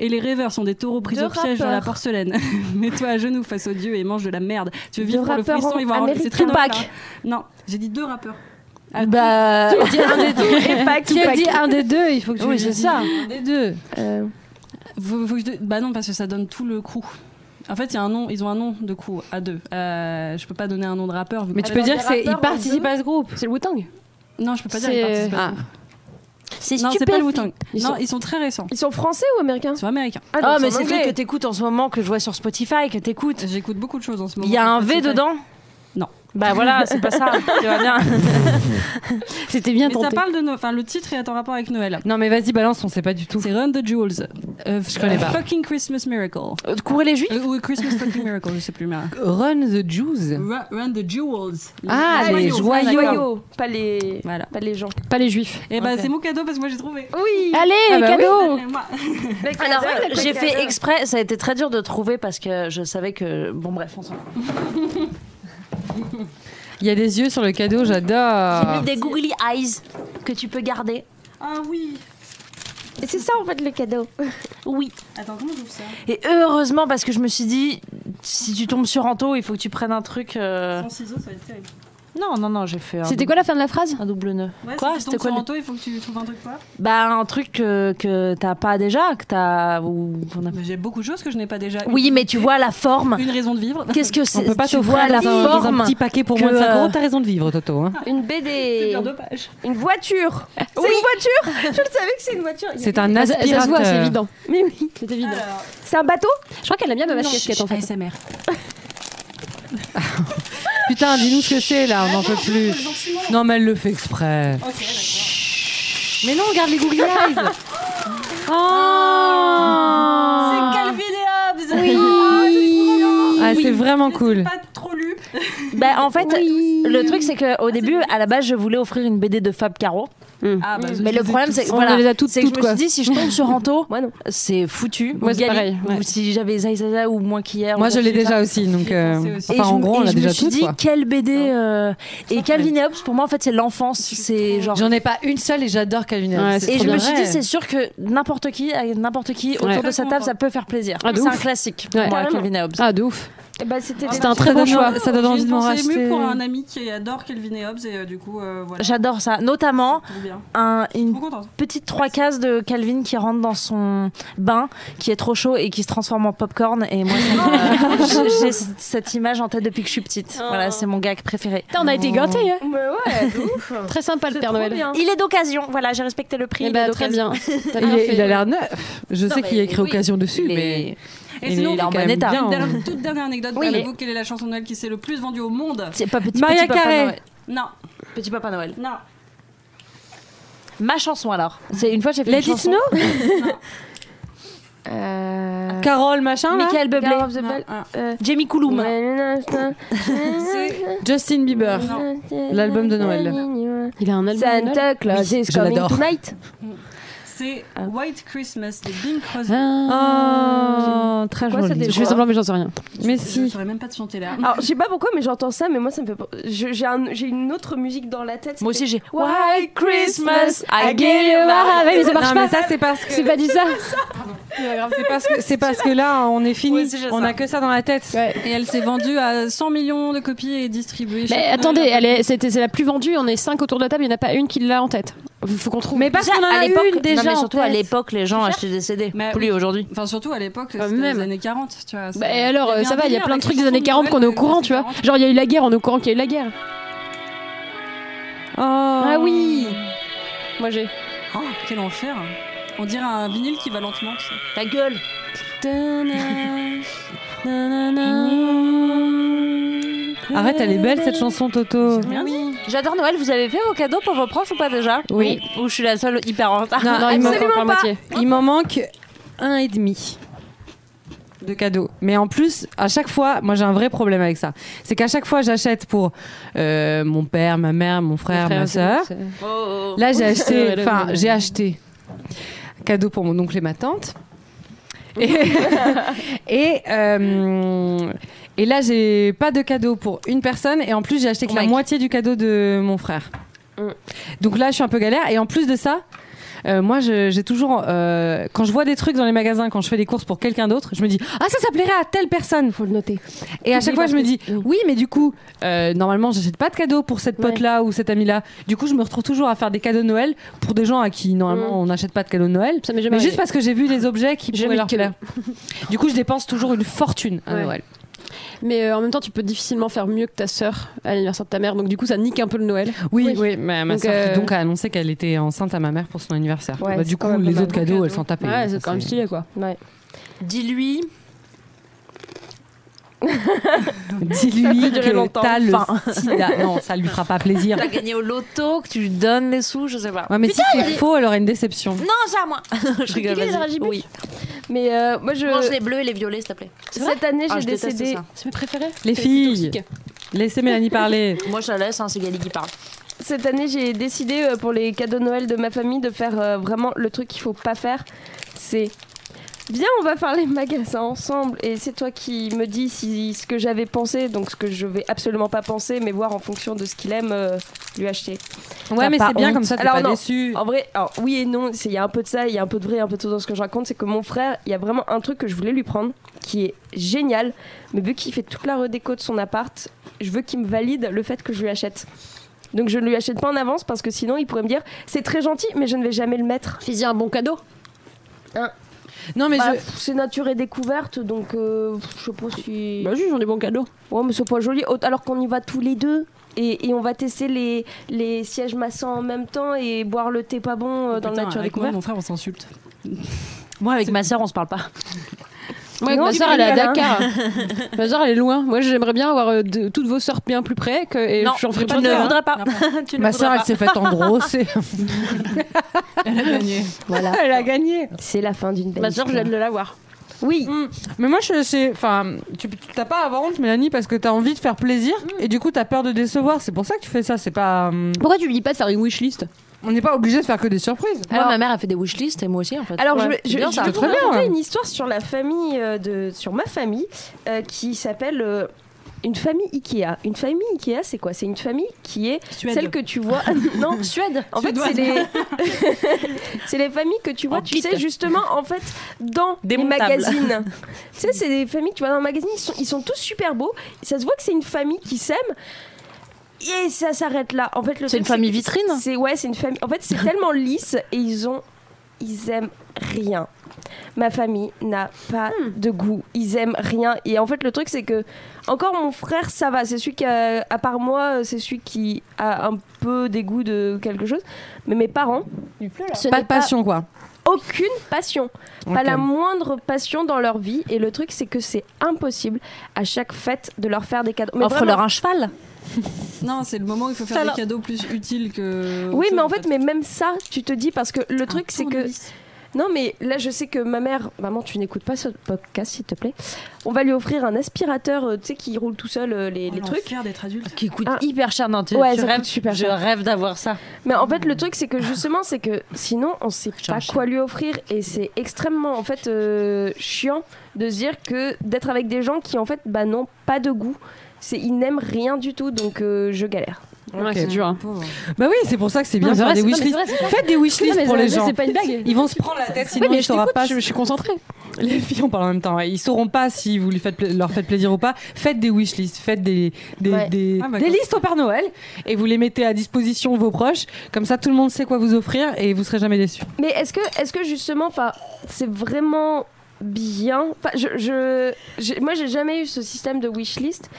E: Et les rêveurs sont des taureaux pris
A: Deux
E: au piège dans
A: rappeurs.
E: la porcelaine. Mets-toi à genoux face aux dieux et mange de la merde. Tu veux
A: Deux
E: vivre pour le
A: rappeurs
E: frisson et voir
A: américains.
E: c'est très
B: Tupac.
E: drôle, là. Non, j'ai dit deux rappeurs.
B: Bah,
A: Et pas
C: Qui a dit un des deux Il faut que tu
B: Oui,
C: le
B: c'est
C: dises.
B: ça.
C: Un des deux.
A: Euh,
E: Vous- vous- je- bah non, parce que ça donne tout le crew. En fait, il y a un nom, ils ont un nom de coup à deux. Euh, je peux pas donner un nom de rappeur. vu
B: Mais
E: que-
B: tu peux dire que c'est il
A: rappeurs,
B: participe à ce groupe.
D: euh, C'est le Wu-Tang.
E: Non, je peux pas dire.
D: c'est-
E: ils participent à-
B: Ah.
K: C'est
E: Non, c'est
K: stupéfiant.
E: pas le Wu-Tang.
A: euh, Ils
E: non,
A: sont-
E: ils sont très récents.
A: Ils sont français ou américains
E: Ils sont américains.
A: donc
B: Oh,
A: ils
B: mais
A: sont
B: c'est le truc
A: anglais.
B: que t'écoutes en ce moment, que je vois sur Spotify, que t'écoutes.
E: J'écoute beaucoup de choses en ce moment.
B: Il y a un V
E: Spotify.
B: dedans
E: Non.
B: Bah voilà, c'est pas ça. tu vois bien.
D: C'était bien
E: Mais ça
D: tenté.
E: parle de Noël. Enfin, le titre est en rapport avec Noël.
B: Non, mais vas-y, balance, on sait pas du tout.
E: C'est Run the Jewels. je
B: connais pas.
E: Fucking Christmas Miracle.
B: Euh, Courez les juifs
E: Euh, ou Christmas Fucking Miracle, je sais plus. Mais...
C: Run the Jews.
E: Run, the Jewels.
C: Ah, les
A: Ah, les
C: joyaux.
A: joyaux, pas les,
E: Voilà.
A: pas les gens.
D: Pas les juifs. bah
E: Et bah,
B: Ok.
E: c'est mon cadeau parce que moi j'ai trouvé.
A: Oui.
D: Ah,
K: Allez, cadeau
E: Moi.
B: Alors, j'ai fait exprès, ça a été très dur de trouver parce que je savais que. Bon, bref, on s'en fout.
C: Il y a des yeux sur le cadeau,
B: J'ai
C: j'adore.
B: mis des googly eyes que tu peux garder.
E: Ah oui.
A: Et c'est ça en fait le cadeau.
B: Oui.
E: Attends, comment j'ouvre ça
B: Et heureusement, parce que je me suis dit, si tu tombes sur Anto, il faut que tu prennes un truc. euh,
E: Sans ciseaux, ça va être terrible.
B: Non, non, non, j'ai fait un,
D: C'était quoi la fin de la phrase
B: un double nœud.
E: Ouais,
B: Quoi,
E: si tu
B: c'était
E: tombes
B: quoi
E: sur
B: le-
E: Anto, il faut que tu trouves un truc quoi
B: Bah, un truc que, que t'as pas déjà, que t'as. ou qu'on a-
E: Mais J'ai beaucoup de choses que je n'ai pas déjà.
B: Oui, mais tu vois la forme.
E: Une raison de vivre.
B: Qu'est-ce que
C: On
B: c'est
C: peut pas
B: Tu
C: t'offrir
B: vois la
C: dans un, dans un
B: forme.
C: petit paquet pour
B: que,
C: moins de 5 euros,
B: euh,
C: t'as raison de vivre, Toto. hein.
A: Une
E: C'est
A: BD.
E: bien dommage.
A: Une voiture. C'est une voiture. Je le savais que c'est une voiture. Il y a-
C: C'est un euh,
D: Ah, ça, ça
C: aspirateur.
D: se voit, c'est évident.
A: Mais oui.
D: C'est évident.
E: Alors,
A: C'est un bateau.
D: Je crois qu'elle aime bien ma masque casquette en fait.
E: ASMR.
C: Putain, dis-nous ce que c'est là, on n'en peut plus. Non, mais elle le fait exprès.
E: Ok, d'accord.
C: Mais non, regarde les googly eyes. Ah.
E: C'est
C: Oh
E: Calvin et Hobbes Oui
C: Ah, c'est vraiment cool.
E: pas trop lu.
B: Bah, en fait, le truc, c'est qu'au début, à la base, je voulais offrir une BD de Fab Caro.
E: Ah, bah,
B: Mais le problème, c'est que,
D: On
B: voilà,
D: les a toutes,
B: c'est que je
D: toutes,
B: me
D: quoi.
B: suis dit, si je tombe sur Anto,
A: Moi non.
B: c'est foutu.
D: Moi,
B: Ou
D: c'est
B: Gali,
D: pareil, ouais.
B: Ou si j'avais Zaïzaza ou moins qu'hier.
C: Moi,
B: ou
C: je l'ai
B: quoi que ce soit.
C: déjà aussi, donc.
E: J'y ai
C: euh,
E: pensé aussi.
B: Et
C: Enfin, en
B: je,
C: gros,
B: et
C: on l'a
B: je me
C: déjà
B: suis
C: tous.
B: dit,
C: quoi.
B: quelle BD euh, Et Calvin et Hobbes, pour moi, en fait, c'est l'enfance. C'est genre.
C: J'en ai pas une seule et j'adore Calvin Harris.
D: Ouais,
C: C'est
B: Et
C: trop Ah,
B: je me
C: bien.
B: suis dit, c'est sûr que n'importe qui, à n'importe qui autour
D: Ouais.
B: de sa table, ça peut faire plaisir.
D: Ah, de
B: c'est
D: ouf.
B: un classique.
D: Ouais.
B: Pour moi,
A: Carrément.
B: Calvin et Hobbes.
D: Ah, de ouf.
A: Et bah c'était.
E: Ah,
A: des-
D: C'était un
C: Ça
D: très bon
C: donne-
D: choix.
C: Ça donne envie de m'en
E: C'est ému
C: racheter.
E: pour un ami qui adore Calvin et Hobbes et euh, du coup, euh, voilà.
B: J'adore ça. Notamment,
E: Trop bien.
B: un- une
E: Trop contente.
B: petite trois cases de Calvin qui rentre dans son bain, qui est trop chaud et qui se transforme en popcorn. Et moi, ça me- j'ai- j'ai cette image en tête depuis que je suis petite. Voilà, c'est mon gag préféré.
D: Putain, on a été gâtés. hein.
A: Mais ouais. de ouf.
D: Très sympa le Père
A: Trop
D: Noël.
A: bien.
B: Il est d'occasion. Voilà, j'ai respecté le prix.
D: Eh
B: il
D: ben,
B: est
D: très
B: d'occasion.
D: bien. T'as
C: Il,
D: bien
C: est-
D: fait. euh,
C: il a l'air neuf. Je sais
B: mais
C: qu'il y a écrit
B: oui.
C: occasion dessus,
B: Il
C: mais
B: est-
E: Et
C: il
E: sinon,
C: est
B: en
C: quand
B: bon
C: même
B: état.
C: bien.
E: dernière- toute dernière anecdote,
B: Oui.
E: vous quel est la chanson de Noël qui s'est le plus vendue au monde
B: C'est pas petit,
C: Maria
B: petit Papa
C: Carey.
B: Noël.
E: Non,
B: Petit Papa Noël.
E: non.
B: Ma chanson alors. C'est une fois j'ai fait
C: Let
B: une
C: it
B: chanson.
C: snow
A: Euh,
C: Carole, machin, là
B: Michael Bublé.
A: Girl of the Bell.
E: Ah,
A: Euh,
B: Jamie Couloum.
E: C'est
C: Justin Bieber. L'album de Noël.
D: Il a un album. de Noël.
A: Santa Claus
C: Oui,
A: is
C: je
A: coming
C: l'adore.
A: tonight.
E: c'est White Christmas de Bing Crosby.
C: Oh, très
A: Quoi, ça
C: joli.
A: dé-
D: Je fais semblant, mais j'en sais rien.
C: Mais
E: Je ne
C: si.
E: saurais même pas te chanter là.
A: Alors, je sais pas pourquoi, mais j'entends ça, mais moi, ça me fait. pas- je- J'ai un- j'ai une autre musique dans la tête.
B: Moi aussi j'ai. Ah,
A: White Christmas, I
B: gave
A: you my
D: mais ça marche
C: non,
D: pas.
C: mais ça, c'est parce que.
D: C'est pas du ça.
C: C'est parce que, c'est parce que là, on est fini.
B: Ouais, c'est juste
C: on
B: ça.
C: a que ça dans la tête.
E: Et elle s'est vendue à 100 millions de copies et distribuée.
D: Mais attendez, elle est, c'était, c'est la plus vendue. On est cinq autour de la table. Il n'y en a pas une qui l'a en tête. Faut qu'on trouve.
C: Mais parce qu'on en
B: à
C: a
B: l'époque,
C: une déjà.
B: non mais
C: en
B: surtout à
C: tête.
B: l'époque, les gens achetaient des CD.
E: Mais
B: Plus
E: oui.
B: aujourd'hui.
E: Enfin, surtout à l'époque, c'était
D: Quand
E: dans les
D: même.
E: années 40, tu vois.
D: Bah,
E: c'est-
D: et alors,
E: Il y avait
D: ça
E: un
D: va, il y a
E: délire
D: plein de euh,
E: avec
D: trucs
E: les
D: des années
E: chansons de
D: 40 qu'on est au
E: Noël
D: courant,
E: des
D: tu vois.
E: années
D: Genre, il y a eu la guerre, on est au courant qu'il y a eu la guerre.
C: Oh.
D: Ah oui Moi j'ai.
E: 40. Oh, quel enfer On dirait un vinyle qui va lentement, tu sais.
B: Ta gueule.
C: Arrête, elle est belle cette chanson, Toto.
E: Rien dit.
B: J'adore Noël. Vous avez fait vos cadeaux pour vos proches ou pas déjà
C: Oui.
B: Ou je suis la seule hyper en retard.
C: Non, il
D: il
C: m'en-
D: manque encore la moitié.
C: Il m'en manque un et demi de cadeaux. Mais en plus, à chaque fois, moi j'ai un vrai problème avec ça. C'est qu'à chaque fois, j'achète pour euh, mon père, ma mère, mon frère, ma soeur. Là, j'ai acheté, enfin, j'ai acheté un cadeau pour mon oncle et ma tante. Et, et, euh, et là, j'ai pas de cadeau pour une personne. Et en plus, j'ai acheté que
B: Pour
C: la
B: Mike.
C: Mm. moitié du cadeau de mon frère. Donc là, je suis un peu galère. Et en plus de ça, Euh, moi, je- j'ai toujours, euh, quand je vois des trucs dans les magasins, quand je fais des courses pour quelqu'un d'autre, je me dis ah ça, ça plairait à telle personne.
A: Faut le noter.
C: Et à chaque
A: Oui,
C: fois, je me
A: parce
C: dis oui, mais du coup, euh, normalement, j'achète pas de cadeaux pour cette
A: Ouais.
C: pote là ou cet ami là. Du coup, je me retrouve toujours à faire des cadeaux de Noël pour des gens à qui normalement
D: Mm.
C: on n'achète pas de cadeaux de Noël.
D: Ça m'est jamais
C: Mais juste
D: arrivé.
C: parce que j'ai vu les objets qui
D: J'ai
C: pouvaient
D: mis
C: leur
D: que-
C: plaire. Du coup, je dépense toujours une fortune à
D: Ouais.
C: Noël.
D: Mais euh, en même temps, tu peux difficilement faire mieux que ta sœur à l'anniversaire de ta mère. Donc du coup, ça nique un peu le Noël.
C: Oui, oui,
D: Oui.
C: ma, ma
D: Donc,
C: sœur qui,
D: euh,
C: donc a annoncé qu'elle était enceinte à ma mère pour son anniversaire.
A: Ouais,
C: Bah,
A: c'est
C: du
A: quand
C: coup,
A: même pas
C: les
A: mal.
C: autres cadeaux, elles s'en tapent.
D: Ouais, c'est euh, quand même stylé quoi.
A: Ouais.
L: Dis-lui.
C: Dis-lui
A: durer
C: que
A: longtemps.
C: t'as le sida. Non, ça lui fera pas plaisir.
L: T'as gagné au loto, que tu lui donnes les sous, je sais pas.
C: Ouais, mais si c'est faux, elle aurait une déception.
L: Non, c'est à moi. je rigole.
A: Piquer les
L: vas-y.
A: dragibus.
L: Oui.
A: Mais euh, moi, je,
L: Mange les bleus et les violets, s'il te plaît.
A: cette année,
L: Ah,
A: j'ai
L: je déteste
A: décidé.
L: ça.
D: C'est mes préférés.
C: Les
D: C'est- c'est
C: filles.
D: toxique.
C: Laissez Mélanie parler.
L: Moi, je la laisse, hein, c'est Gali qui parle.
A: Cette année, j'ai décidé euh, pour les cadeaux de Noël de ma famille de faire euh, vraiment le truc qu'il faut pas faire. C'est Viens, on va faire les magasins ensemble et c'est toi qui me dis si ce que j'avais pensé, donc ce que je vais absolument pas penser, mais voir en fonction de ce qu'il aime, euh, lui acheter.
C: Ouais, mais c'est bien comme ça, t'es
A: Alors,
C: pas
A: non.
C: déçu.
A: En vrai, alors, oui et non, c'est- il y a un peu de ça, il y a un peu de vrai, un peu de tout dans ce que je raconte. C'est que mon frère, il y a vraiment un truc que je voulais lui prendre qui est génial, mais vu qu'il fait toute la redéco de son appart, je veux qu'il me valide le fait que je lui achète. Donc je ne lui achète pas en avance parce que sinon il pourrait me dire c'est très gentil, mais je ne vais jamais le mettre. Hein.
D: Fais-y un bon cadeau.
C: Non, mais
A: Bah,
C: je-
A: pff, C'est nature et découverte, donc euh, pff, je sais pas si.
D: Bah juste, j'en ai bon cadeau.
A: Ouais, mais c'est pas joli. Au- Alors qu'on y va tous les deux. Et, et on va tester les, les sièges massants en même temps et boire le thé pas bon euh, dans le
E: Putain,
A: nature et
E: avec moi,
A: découverte.
E: mon frère, on s'insulte.
L: Moi, avec ma sœur, on se parle pas.
D: Moi, avec
A: Non,
D: ma
A: tu
D: sœur, elle est à
A: rigoles,
D: Dakar. ma sœur, elle est loin. Moi, j'aimerais bien avoir euh, de- toutes vos sœurs bien plus près. Que, et
L: hein. non,
D: j'en ferai
L: tu
D: pas
L: ne
D: de-
L: voudrais pas. tu ne
C: ma
L: voudrais
C: soeur, elle
L: pas.
C: s'est faite engrosser.
A: Voilà.
C: elle a gagné. Mm.
A: C'est la fin d'une belle
D: Ma sœur,
A: histoire.
D: j'aime de l'avoir.
A: Oui,
C: Mais moi, je sais. Enfin, tu t'as pas à honte, Mélanie, parce que t'as envie de faire plaisir
D: Mm.
C: et du coup, t'as peur de décevoir. C'est pour ça que tu fais ça. C'est pas. hum,
D: Pourquoi tu lui dis pas de faire une wishlist
C: On n'est pas obligé de faire que des surprises.
L: Alors, ma mère a fait des wishlists et moi aussi, en fait.
A: alors je-
L: Ouais,
A: je,
L: c'est bien,
A: je
L: ça.
A: vais
C: Très
A: vous
C: bien.
A: raconter une histoire sur la famille euh, de sur ma famille euh, qui s'appelle euh, une famille Ikea. Une famille Ikea, c'est quoi C'est une famille qui est
E: Suède.
A: celle que tu vois non
L: Suède.
A: En fait, c'est les... c'est les familles que tu vois, tu sais, justement, en fait, dans les
L: Démontable.
A: magazines. tu sais, c'est des familles que tu vois dans les magazines, ils sont, ils sont tous super beaux. Ça se voit que c'est une famille qui s'aime. Et ça s'arrête là. En fait, le
L: C'est
A: truc,
L: une famille vitrine
A: C'est ouais, c'est une famille. En fait, c'est tellement lisse et ils ont, ils aiment rien. Ma famille n'a pas de goût. Ils aiment rien. Et en fait, le truc, c'est que encore mon frère, ça va. C'est celui qui, a- à part moi, c'est celui qui a un peu des goûts de quelque chose. Mais mes parents, ce
C: Pas
A: n'est
C: de passion, quoi.
A: aucune passion, pas
C: Ok.
A: la moindre passion dans leur vie. Et le truc, c'est que c'est impossible à chaque fête de leur faire des cadeaux. Mais
L: Offre-leur un cheval.
E: Non, c'est le moment où il faut faire
L: Ça
E: des
L: va.
E: cadeaux plus utiles que.
A: Oui, mais en fait, mais même ça, tu te dis parce que le truc, c'est que non, mais là, je sais que ma mère, maman, tu n'écoutes pas ce podcast, s'il te plaît. On va lui offrir un aspirateur, euh, tu sais, qui roule tout seul euh, les, les trucs.
E: Faire Oh, d'être adulte.
L: Qui coûte
A: Ah.
L: hyper cher. Non, Oh tu,
A: Ouais,
L: tu
A: ça
L: rêves.
A: coûte super
L: je
A: cher.
L: rêve Ah. d'avoir ça.
A: Mais en fait, le truc, c'est que justement, c'est que sinon, on sait
L: J'ai
A: pas
L: un chien.
A: quoi lui offrir. Et c'est extrêmement, en fait, euh, chiant de se dire que d'être avec des gens qui, en fait, bah n'ont pas de goût. C'est, ils n'aiment rien du tout, donc euh, je galère.
D: Ouais, c'est dur. hein.
C: Bah oui, c'est pour ça que c'est bien
D: Non,
C: de
D: mais
C: faire
D: c'est
C: des
D: vrai, c'est-
C: wishlists.
D: non, mais c'est vrai,
C: Faites des
D: Non,
C: wishlists
D: mais
C: pour
D: c'est-
C: les gens.
D: C'est pas une blague.
C: Ils vont se prendre la tête,
D: Oui,
C: sinon
D: mais
C: ils
D: je
C: sauront
D: t'écoute,
C: pas.
D: je, je suis concentrée.
C: Les filles, on parle en même temps. ouais. Ils sauront pas si vous lui faites pla- leur faites plaisir ou pas. Faites des wishlists, faites des des,
A: Ouais.
C: des-
E: Ah, bah,
C: des
E: cool.
C: listes au Père Noël et vous les mettez à disposition de vos proches. Comme ça, tout le monde sait quoi vous offrir et vous serez jamais déçus.
A: Mais est-ce que, est-ce que justement, enfin, c'est vraiment bien Enfin, je, je, j'ai- moi, j'ai jamais eu ce système de wishlist.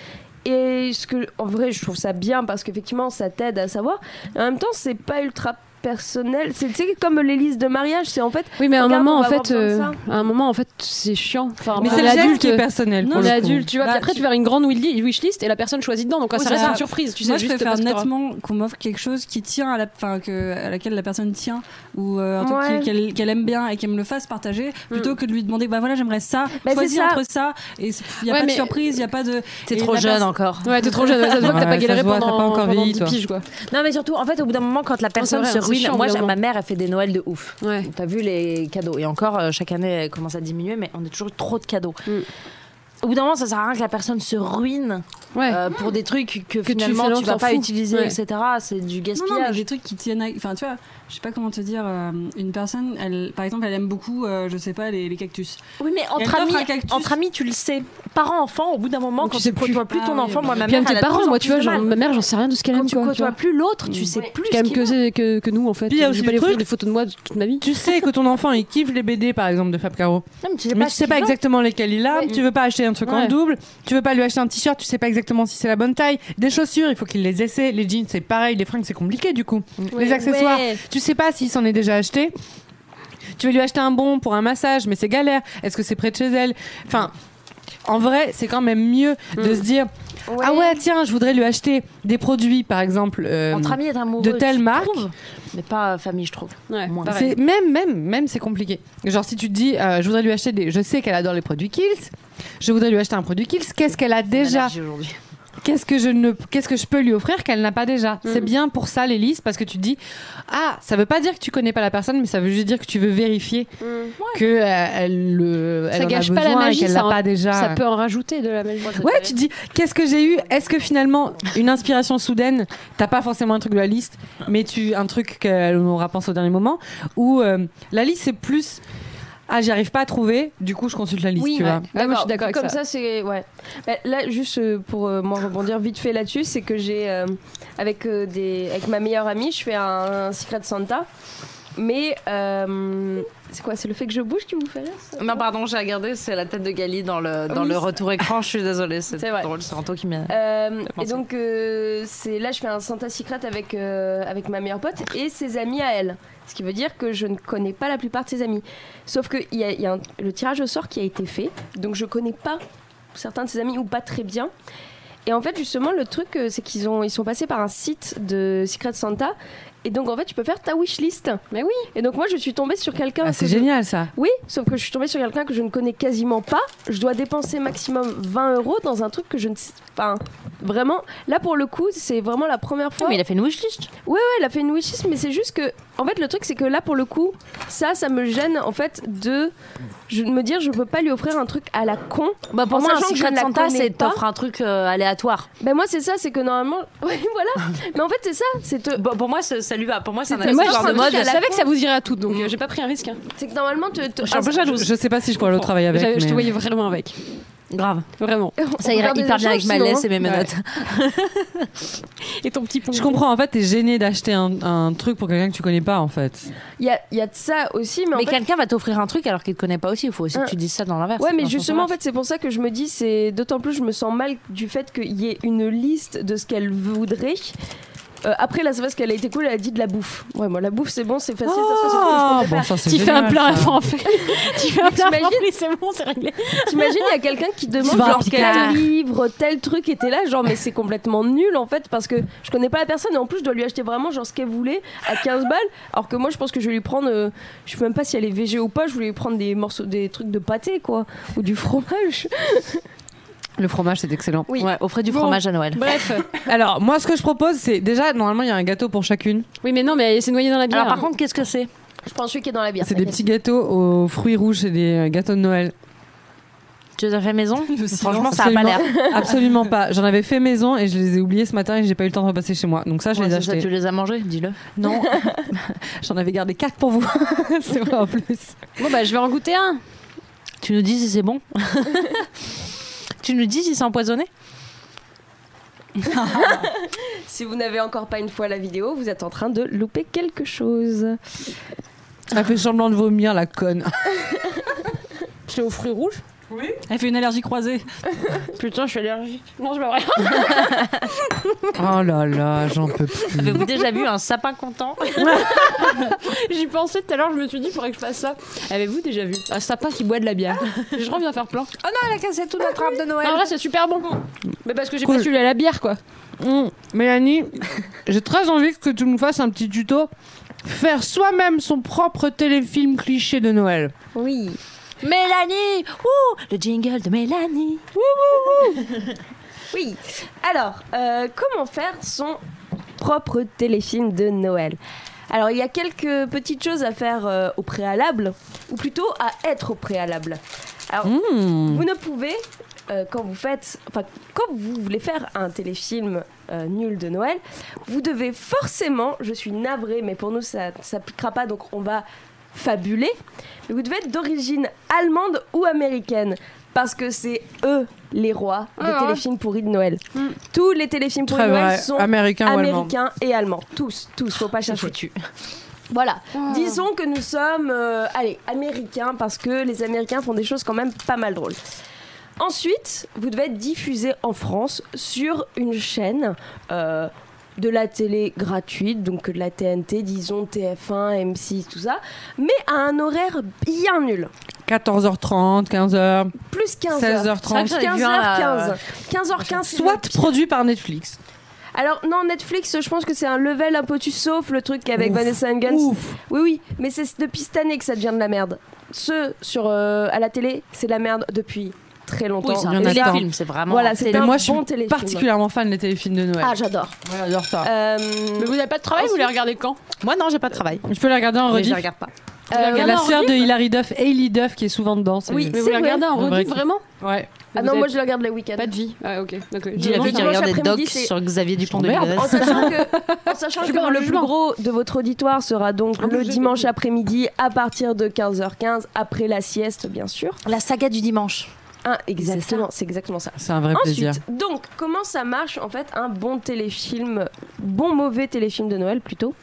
A: Et ce que, en vrai, je trouve ça bien parce qu'effectivement, ça t'aide à savoir. Et en même temps, c'est pas ultra personnel. C'est tu sais, comme les listes de mariage. C'est en fait,
D: Oui, mais à un
A: Regarde,
D: moment,
A: on
D: en
A: va avoir
D: fait,
A: besoin de
D: euh,
A: ça.
D: à un moment, en fait, c'est chiant. Enfin,
C: Mais
D: pour
C: c'est le geste
D: Ah, bah, l'adulte,
C: qui est personnel.
D: Non,
C: pour
D: mais
C: le coup.
D: adulte, tu vois. puis
E: Bah,
D: après,
E: tu-
D: tu vas faire une grande wi- wishlist et la personne choisit dedans. Donc,
E: Oui,
D: ça
E: c'est
D: reste
E: ça.
D: une surprise. Tu sais,
E: Moi, je
D: juste
E: préfère
D: parce que t'auras-
E: nettement qu'on m'offre quelque chose qui tient à la, enfin, que, à laquelle la personne tient ou euh, un truc
A: Ouais.
E: qui- qu'elle qu'elle aime bien et qu'elle me le fasse partager plutôt que de lui demander bah voilà j'aimerais ça
A: Bah, c'est
E: choisis
A: ça.
E: entre ça et il y a
D: Ouais,
E: pas de
D: mais-
E: surprise il y a pas de
L: T'es
E: Et
L: trop
E: la
L: jeune
E: personne-
L: encore.
D: Ouais, t'es trop jeune. Ça se voit que
C: Ouais,
D: t'as
C: ça
D: pas
C: se
D: galéré
C: voit, t'as
D: pendant,
C: pas encore
D: pendant
C: vieilli,
D: 10
C: toi.
D: piges, quoi.
L: Non, mais surtout, en fait, au bout d'un moment, quand la personne
D: vrai,
L: se
D: hein, c'est
L: ruine,
D: chiant, au
L: moi,
D: bout d'un
L: j'ai-
D: moment.
L: ma mère, elle fait des Noëls de ouf.
D: Ouais.
L: T'as vu les cadeaux. Et encore, euh, chaque année, elle commence à diminuer, mais on a toujours trop de cadeaux.
D: Mm.
L: Au bout d'un moment, ça sert à rien que la personne se ruine
D: Ouais.
L: euh, pour des trucs que,
D: tu
L: finalement
D: fais,
L: tu,
D: on
L: vas
D: s'en
L: pas
D: fout.
L: utiliser,
D: Ouais.
L: etc. C'est du
E: Non, non, mais
L: gaspillage.
E: des trucs qui tiennent à... Enfin, tu vois, je sais pas comment te dire. euh, une personne, elle, par exemple, elle aime beaucoup, euh, je sais pas, les, les cactus.
L: oui, mais
E: Et elle
L: entre
E: t'offre
L: amis,
E: un cactus.
L: entre amis, tu le sais. Parents, enfants, au bout d'un moment,
D: Donc,
L: quand
D: tu
L: tu
D: sais plus.
L: côtoies plus ton
E: Ah oui,
L: enfant,
E: bah.
L: moi, ma
D: Puis même
L: mère, elle
D: tes
L: a de plus
D: parents,
L: en
D: moi, tu
L: plus
D: vois,
L: de
D: genre,
L: mal.
D: ma mère, j'en sais rien de ce qu'elle
L: quand
D: aime.
L: tu
D: quoi,
L: côtoies
D: vois.
L: plus l'autre, tu sais plus.
D: Quand
L: ce
D: même
L: qu'il
D: que, c'est- que, que nous en fait.
C: Puis il y a
D: J'ai
C: aussi
D: pas
C: le
D: les photos-
C: truc-
D: des photos de moi de toute ma vie.
C: Tu sais que ton enfant il kiffe les BD par exemple de Fab Caro,
L: Non, mais tu sais
C: mais
L: pas
C: tu
L: ce
C: sais
L: qu'il
C: pas
L: veut.
C: exactement lesquels il a, tu veux pas acheter un truc en
D: Ouais.
C: double, tu veux pas lui acheter un t-shirt, tu sais pas exactement si c'est la bonne taille, des chaussures, il faut qu'il les essaie, les jeans c'est pareil, les fringues c'est compliqué du coup,
D: Mm.
C: les accessoires, tu sais pas s'il s'en est déjà acheté. Tu veux lui acheter un bon pour un massage, mais c'est galère. Est-ce que c'est près de chez elle Enfin, en vrai, c'est quand même mieux
L: Mm.
C: de se dire Ah ouais, tiens, je voudrais lui acheter des produits, par exemple, euh,
L: Entre amis, être amoureux.
C: de telle
L: tu
C: marque.
L: trouves, Mais pas euh, famille, je trouve.
D: Ouais,
L: Moins.
D: pareil.
C: C'est même même même c'est compliqué. Genre si tu te dis euh, je voudrais lui acheter des je sais qu'elle adore les produits Kills. Je voudrais lui acheter un produit Kills. Qu'est-ce qu'elle a déjà
L: Allergie aujourd'hui.
C: Qu'est-ce que je ne qu'est-ce que je peux lui offrir qu'elle n'a pas déjà C'est
D: Mm.
C: bien pour ça les listes parce que tu te dis ah, ça veut pas dire que tu connais pas la personne mais ça veut juste dire que tu veux vérifier
A: Mmh.
C: que euh, elle le
D: Ça
C: elle en a
D: gâche pas la
C: besoin et
D: magie,
C: qu'elle
D: ça
C: l'a
D: en-
C: pas déjà.
D: Ça peut en rajouter de la même.
C: Ouais, tu te dis, qu'est-ce que j'ai eu Est-ce que finalement, une inspiration soudaine, t'as pas forcément un truc de la liste, mais tu un truc qu'elle aura pensé au dernier moment Ou euh, la liste, c'est plus. Ah, j'y arrive pas à trouver, du coup, je consulte la liste,
A: Oui,
C: tu
A: ouais.
C: vois.
D: Ouais, moi, je suis d'accord avec
A: Comme
D: ça.
A: ça, c'est ouais. Bah, là, juste euh, pour euh, moi rebondir vite fait là-dessus, c'est que j'ai euh, avec euh, des avec ma meilleure amie, je fais un, un Secret Santa. Mais euh, c'est quoi C'est le fait que je bouge qui vous fait rire ça
L: Non, pardon, j'ai regardé, c'est la tête de Gali dans le, dans
A: Oui,
L: le
A: c'est-
L: retour écran, je suis désolée, c'est
A: C'est vrai.
L: drôle, c'est Anto qui m'a...
A: Euh, et
L: pensé.
A: donc euh, c'est là je fais un Santa Secret avec euh, avec ma meilleure pote et ses amis à elle. Ce qui veut dire que je ne connais pas la plupart de ses amis. Sauf que il y a, il y a un- le tirage au sort qui a été fait, donc je connais pas certains de ses amis ou pas très bien. Et en fait justement le truc euh, c'est qu'ils ont ils sont passés par un site de Secret Santa. Et donc en fait tu peux faire ta wish list. Mais oui. Et donc moi je suis tombée sur quelqu'un.
C: Ah, c'est
A: que je-
C: génial ça.
A: oui, sauf que je suis tombée sur quelqu'un que je ne connais quasiment pas. Je dois dépenser maximum 20 euros dans un truc que je ne sais pas. Vraiment, là pour le coup, c'est vraiment la première fois.
L: mais il a fait une wishlist
A: Ouais, elle a fait une wishlist, mais c'est juste que. En fait, le truc, c'est que là pour le coup, ça, ça me gêne en fait de je, me dire je peux pas lui offrir un truc à la con.
L: Bah pour
A: En
L: moi, un
A: sachant que je
L: secret
A: ne la
L: Santa,
A: connais
L: c'est
A: pas.
L: t'offres un truc euh, aléatoire.
A: Ben moi, c'est ça, c'est que normalement. Oui, voilà. mais en fait, c'est ça. C'est te-
L: Bon, pour moi, c'est- ça lui va. Pour moi, c'est un
A: C'était- moi,
L: accessoire
A: je
L: de
A: sentais
L: mode.
A: qu'à
D: Je
A: la
D: savais
A: con.
D: que ça vous irait à toutes, donc euh, j'ai pas pris un risque. hein.
A: c'est que normalement, te, te-
D: suis un peu
C: Ah, Je, je sais pas si je pourrais le travailler avec.
D: J'avais- Je te
C: mais-
D: voyais vraiment avec.
L: Grave.
D: Vraiment.
A: on
L: Ça irait
A: regarde des
L: hyper bien avec
A: échanges,
L: ma
A: sinon,
L: laisse
A: hein.
L: et mes menottes.
D: Et ton petit pont.
C: Je comprends, en fait, t'es gêné d'acheter un, un truc pour quelqu'un que tu connais pas, en fait.
A: Il y a, il y a de ça aussi, mais en
L: Mais
A: fait,
L: quelqu'un va t'offrir un truc alors qu'il te connaît pas aussi. Il faut aussi que tu dises ça dans l'inverse.
A: Ouais, mais
L: dans le sens
A: justement, en
L: inverse.
A: fait, c'est pour ça que je me dis, c'est d'autant plus je me sens mal du fait qu'il y ait une liste de ce qu'elle voudrait. Euh, après, là, c'est parce qu'elle a été cool, elle a dit de la bouffe. Ouais, moi, la bouffe, c'est bon, c'est facile. ça se fait,
C: Ah,
A: je comprends
C: bon,
A: pas.
C: ça, c'est
D: Oh, Tu fais un
C: génial,
D: plein à
C: ça.
D: Franck. Tu fais un plein à
A: T'imagines
D: Franck, c'est bon, c'est réglé.
A: T'imagines, il y a quelqu'un qui demande
C: vas à
A: genre
C: Picard.
A: quel livre, tel truc était là, genre, mais c'est complètement nul en fait, parce que je connais pas la personne et en plus, je dois lui acheter vraiment genre ce qu'elle voulait à 15 balles, alors que moi, je pense que je vais lui prendre, euh, je sais même pas si elle est végé ou pas, je voulais lui prendre des morceaux, des trucs de pâté quoi, ou du fromage.
C: Le fromage, c'est excellent.
A: Oui.
L: Ouais, offrez du
C: Bon.
L: fromage à Noël.
D: Bref.
C: Alors, moi, ce que je propose, c'est déjà, normalement, il y a un gâteau pour chacune.
D: Oui, mais non, mais c'est noyé dans la bière.
L: Alors par contre, qu'est-ce que c'est
A: Je prends celui qui est dans la bière.
C: C'est des
A: t'inquiète.
C: petits gâteaux aux fruits rouges et des euh, gâteaux de Noël.
L: Tu les as fait maison Franchement,
C: silence.
L: ça a pas l'air.
C: Absolument pas. J'en avais fait maison et je les ai oubliés ce matin et j'ai pas eu le temps de repasser chez moi. Donc ça, je
L: Ouais,
C: les ai
L: c'est ça,
C: achetés.
L: tu les as mangés, dis-le.
C: Non, j'en avais gardé quatre pour vous. c'est vrai en plus.
D: Bon, bah, je vais en goûter un.
L: Tu nous dis si c'est bon Tu nous dis si c'est empoisonné
A: Si vous n'avez encore pas une fois la vidéo, vous êtes en train de louper quelque chose.
C: Elle fait semblant de vomir, la conne.
D: Je aux fruits rouges.
E: Elle fait une allergie croisée.
D: Putain, je suis allergique. Non, je vais rien.
C: Oh là là, j'en peux plus.
L: Avez-vous déjà vu un sapin content
D: J'y pensais tout à l'heure, je me suis dit, il faudrait que je fasse ça. Avez-vous déjà vu un sapin qui boit de la bière Je reviens faire plein.
L: Oh non, elle a cassé toute la trappe de Noël.
D: Non, là, c'est super bon. Mais parce que j'ai
C: Cool.
D: pas celui à la bière, quoi.
C: Hum, Mélanie, j'ai très envie que tu nous fasses un petit tuto. Faire soi-même son propre téléfilm cliché de Noël.
A: Oui.
L: Mélanie Ouh Le jingle de Mélanie
A: Oui. Alors, euh, comment faire son propre téléfilm de Noël Alors, il y a quelques petites choses à faire euh, au
C: Hmm.
A: préalable, ou plutôt à être au préalable. Alors, vous ne pouvez euh, quand vous faites, enfin, quand vous voulez faire un téléfilm euh, nul de Noël, vous devez forcément, je suis navrée, mais pour nous ça ne s'appliquera pas, donc on va fabuler, mais vous devez être d'origine allemande ou américaine, parce que c'est eux les rois des
D: Ah ouais.
A: téléfilms pourris de Noël. Tous les téléfilms pourris
C: Très
A: de Noël
C: vrai.
A: sont
C: Américain ou allemand.
A: américains et allemands, tous, tous, faut pas chercher. Voilà. Disons que nous sommes, euh, allez, américains, parce que les Américains font des choses quand même pas mal drôles. Ensuite, vous devez être diffusé en France sur une chaîne euh, de la télé gratuite, donc de la TNT, disons TF1, M6, tout ça, mais à un horaire bien nul.
C: 14h30, 15h,
A: Plus 15h.
C: 16h30.
A: 15h15. 15h15.
C: Soit produit par Netflix.
A: Alors non, Netflix, je pense que c'est un level un peu tu sauf le truc avec
C: Ouf,
A: Vanessa Hudgens.
C: Ouf.
A: Oui, oui, mais c'est depuis cette année que ça devient de la merde. Ceux sur, euh, à la télé, c'est de la merde depuis très longtemps.
C: Oui, ça, il y en a
A: Et
C: tant.
A: ça,
L: c'est vraiment.
A: Voilà, c'est
C: Mais
A: un
C: moi, je suis
A: bon téléfilm.
C: Particulièrement fan des téléfilms de Noël.
A: Ah, j'adore.
C: Moi, j'adore ça.
A: Euh,
F: Mais vous n'avez pas de travail, vous les regardez quand
L: Moi, non, j'ai pas de travail.
C: Je peux la regarder en
L: Mais je
C: rediff.
L: la regarde pas.
A: euh,
C: Il y a la sœur de Hilary Duff, Hailey Duff, qui est souvent dedans. c'est-
A: Oui.
D: Mais vous
A: C'est
D: les regardez en
C: vrai.
D: rediff vraiment
C: Ouais.
A: ah
D: Vous
A: non,
D: avez
A: moi je le regarde le week-end.
D: pas de vie. Ah ok, d'accord.
L: Dis la
A: Non,
L: fille qui
A: dimanche Oh,
L: regarde des
A: après-midi,
L: docs
A: c'est-
L: sur Xavier Dupont de
C: t'emmerde.
A: En
L: Ligonnès.
A: sachant que, en sachant
D: Je
A: que
D: comprends
A: le
D: le
A: plus
D: jugement.
A: gros de votre auditoire sera donc le dimanche après-midi à partir de 15h15, après la sieste bien sûr.
L: La saga du dimanche.
A: Ah, exactement, c'est exactement ça.
C: C'est un vrai plaisir.
A: Ensuite, donc, comment ça marche en fait un bon téléfilm, bon mauvais téléfilm de Noël plutôt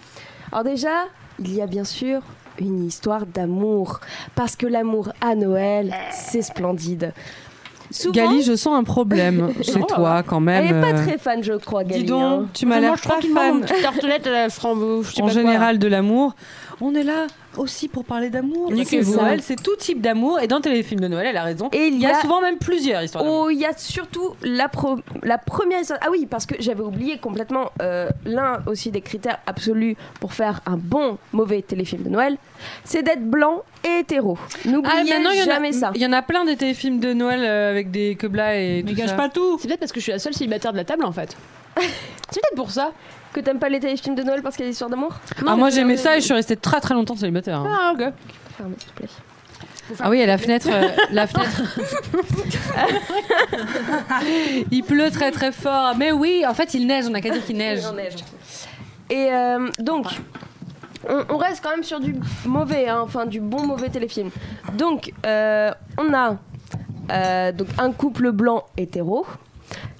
A: Alors déjà, il y a bien sûr une histoire d'amour, parce que l'amour à Noël, c'est splendide. Souvent,
C: Gali, je sens un problème chez toi quand même.
A: elle n'est pas
C: euh,
A: très fan, je crois, Gali.
C: Dis donc,
A: hein.
C: tu m'as l'air
D: je crois
C: pas
D: qu'il manque une
C: fan
D: petite tartelette à la
B: euh,
D: framboise. je sais
C: en
D: pas quoi.
C: général de l'amour. On est là aussi pour parler d'amour.
A: Niquez-vous.
C: Noël, c'est tout type d'amour. Et dans téléfilms de Noël, elle a raison.
A: Et il
C: Il y a Bah, souvent même plusieurs histoires. d'amour.
A: Oh, il y a surtout la, pro- la première histoire. Ah oui, parce que j'avais oublié complètement euh, l'un aussi des critères absolus pour faire un bon, mauvais téléfilm de Noël, c'est d'être blanc et hétéro.
C: Ah,
A: N'oubliez
C: maintenant, il y en a-
A: jamais ça.
C: Il y en a plein des téléfilms de Noël euh, avec des queblas et
E: Mais
C: tout
E: gâche
C: ça.
E: pas tout.
F: C'est peut-être parce que je suis la seule célibataire de la table en fait. C'est peut-être pour ça.
A: Que t'aimes pas les téléfilms de Noël parce qu'il y a des histoires d'amour
C: Ah, moi j'aimais ça et je suis restée très très longtemps célibataire. hein.
F: Ah, ok.
A: Fermez, s'il te plaît.
C: Ah oui, à la fenêtre, euh, la fenêtre. il pleut très très fort. Mais oui, en fait, il neige. On n'a qu'à dire qu'il neige.
A: Et euh, donc, on, on reste quand même sur du mauvais, hein, enfin du bon mauvais téléfilm. Donc, euh, on a euh, donc un couple blanc hétéro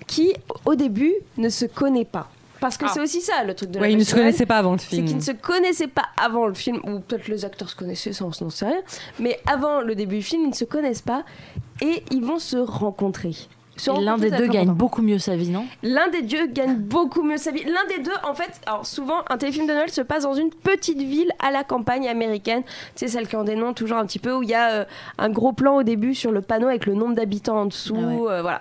A: qui, au début, ne se connaît pas. Parce
L: Ah.
A: que c'est aussi ça le truc de la
C: Ouais, ils ne se
A: festival,
C: connaissaient pas avant le
A: C'est
C: film.
A: qu'ils ne se connaissaient pas avant le film, ou peut-être les acteurs se connaissaient, ça on n'en sait rien. Mais avant le début du film, ils ne se connaissent pas et ils vont se rencontrer. Se
L: Et L'un
A: rencontrer,
L: des
A: ça
L: deux
A: fait
L: gagne
A: longtemps.
L: beaucoup mieux sa vie, non
A: L'un des deux gagne beaucoup mieux sa vie. L'un des deux, en fait, alors souvent, un téléfilm de Noël se passe dans une petite ville à la campagne américaine. C'est celle qui en dénomme toujours un petit peu, où il y a euh, un gros plan au début sur le panneau avec le nombre d'habitants en dessous.
L: Ah ouais.
A: euh, voilà.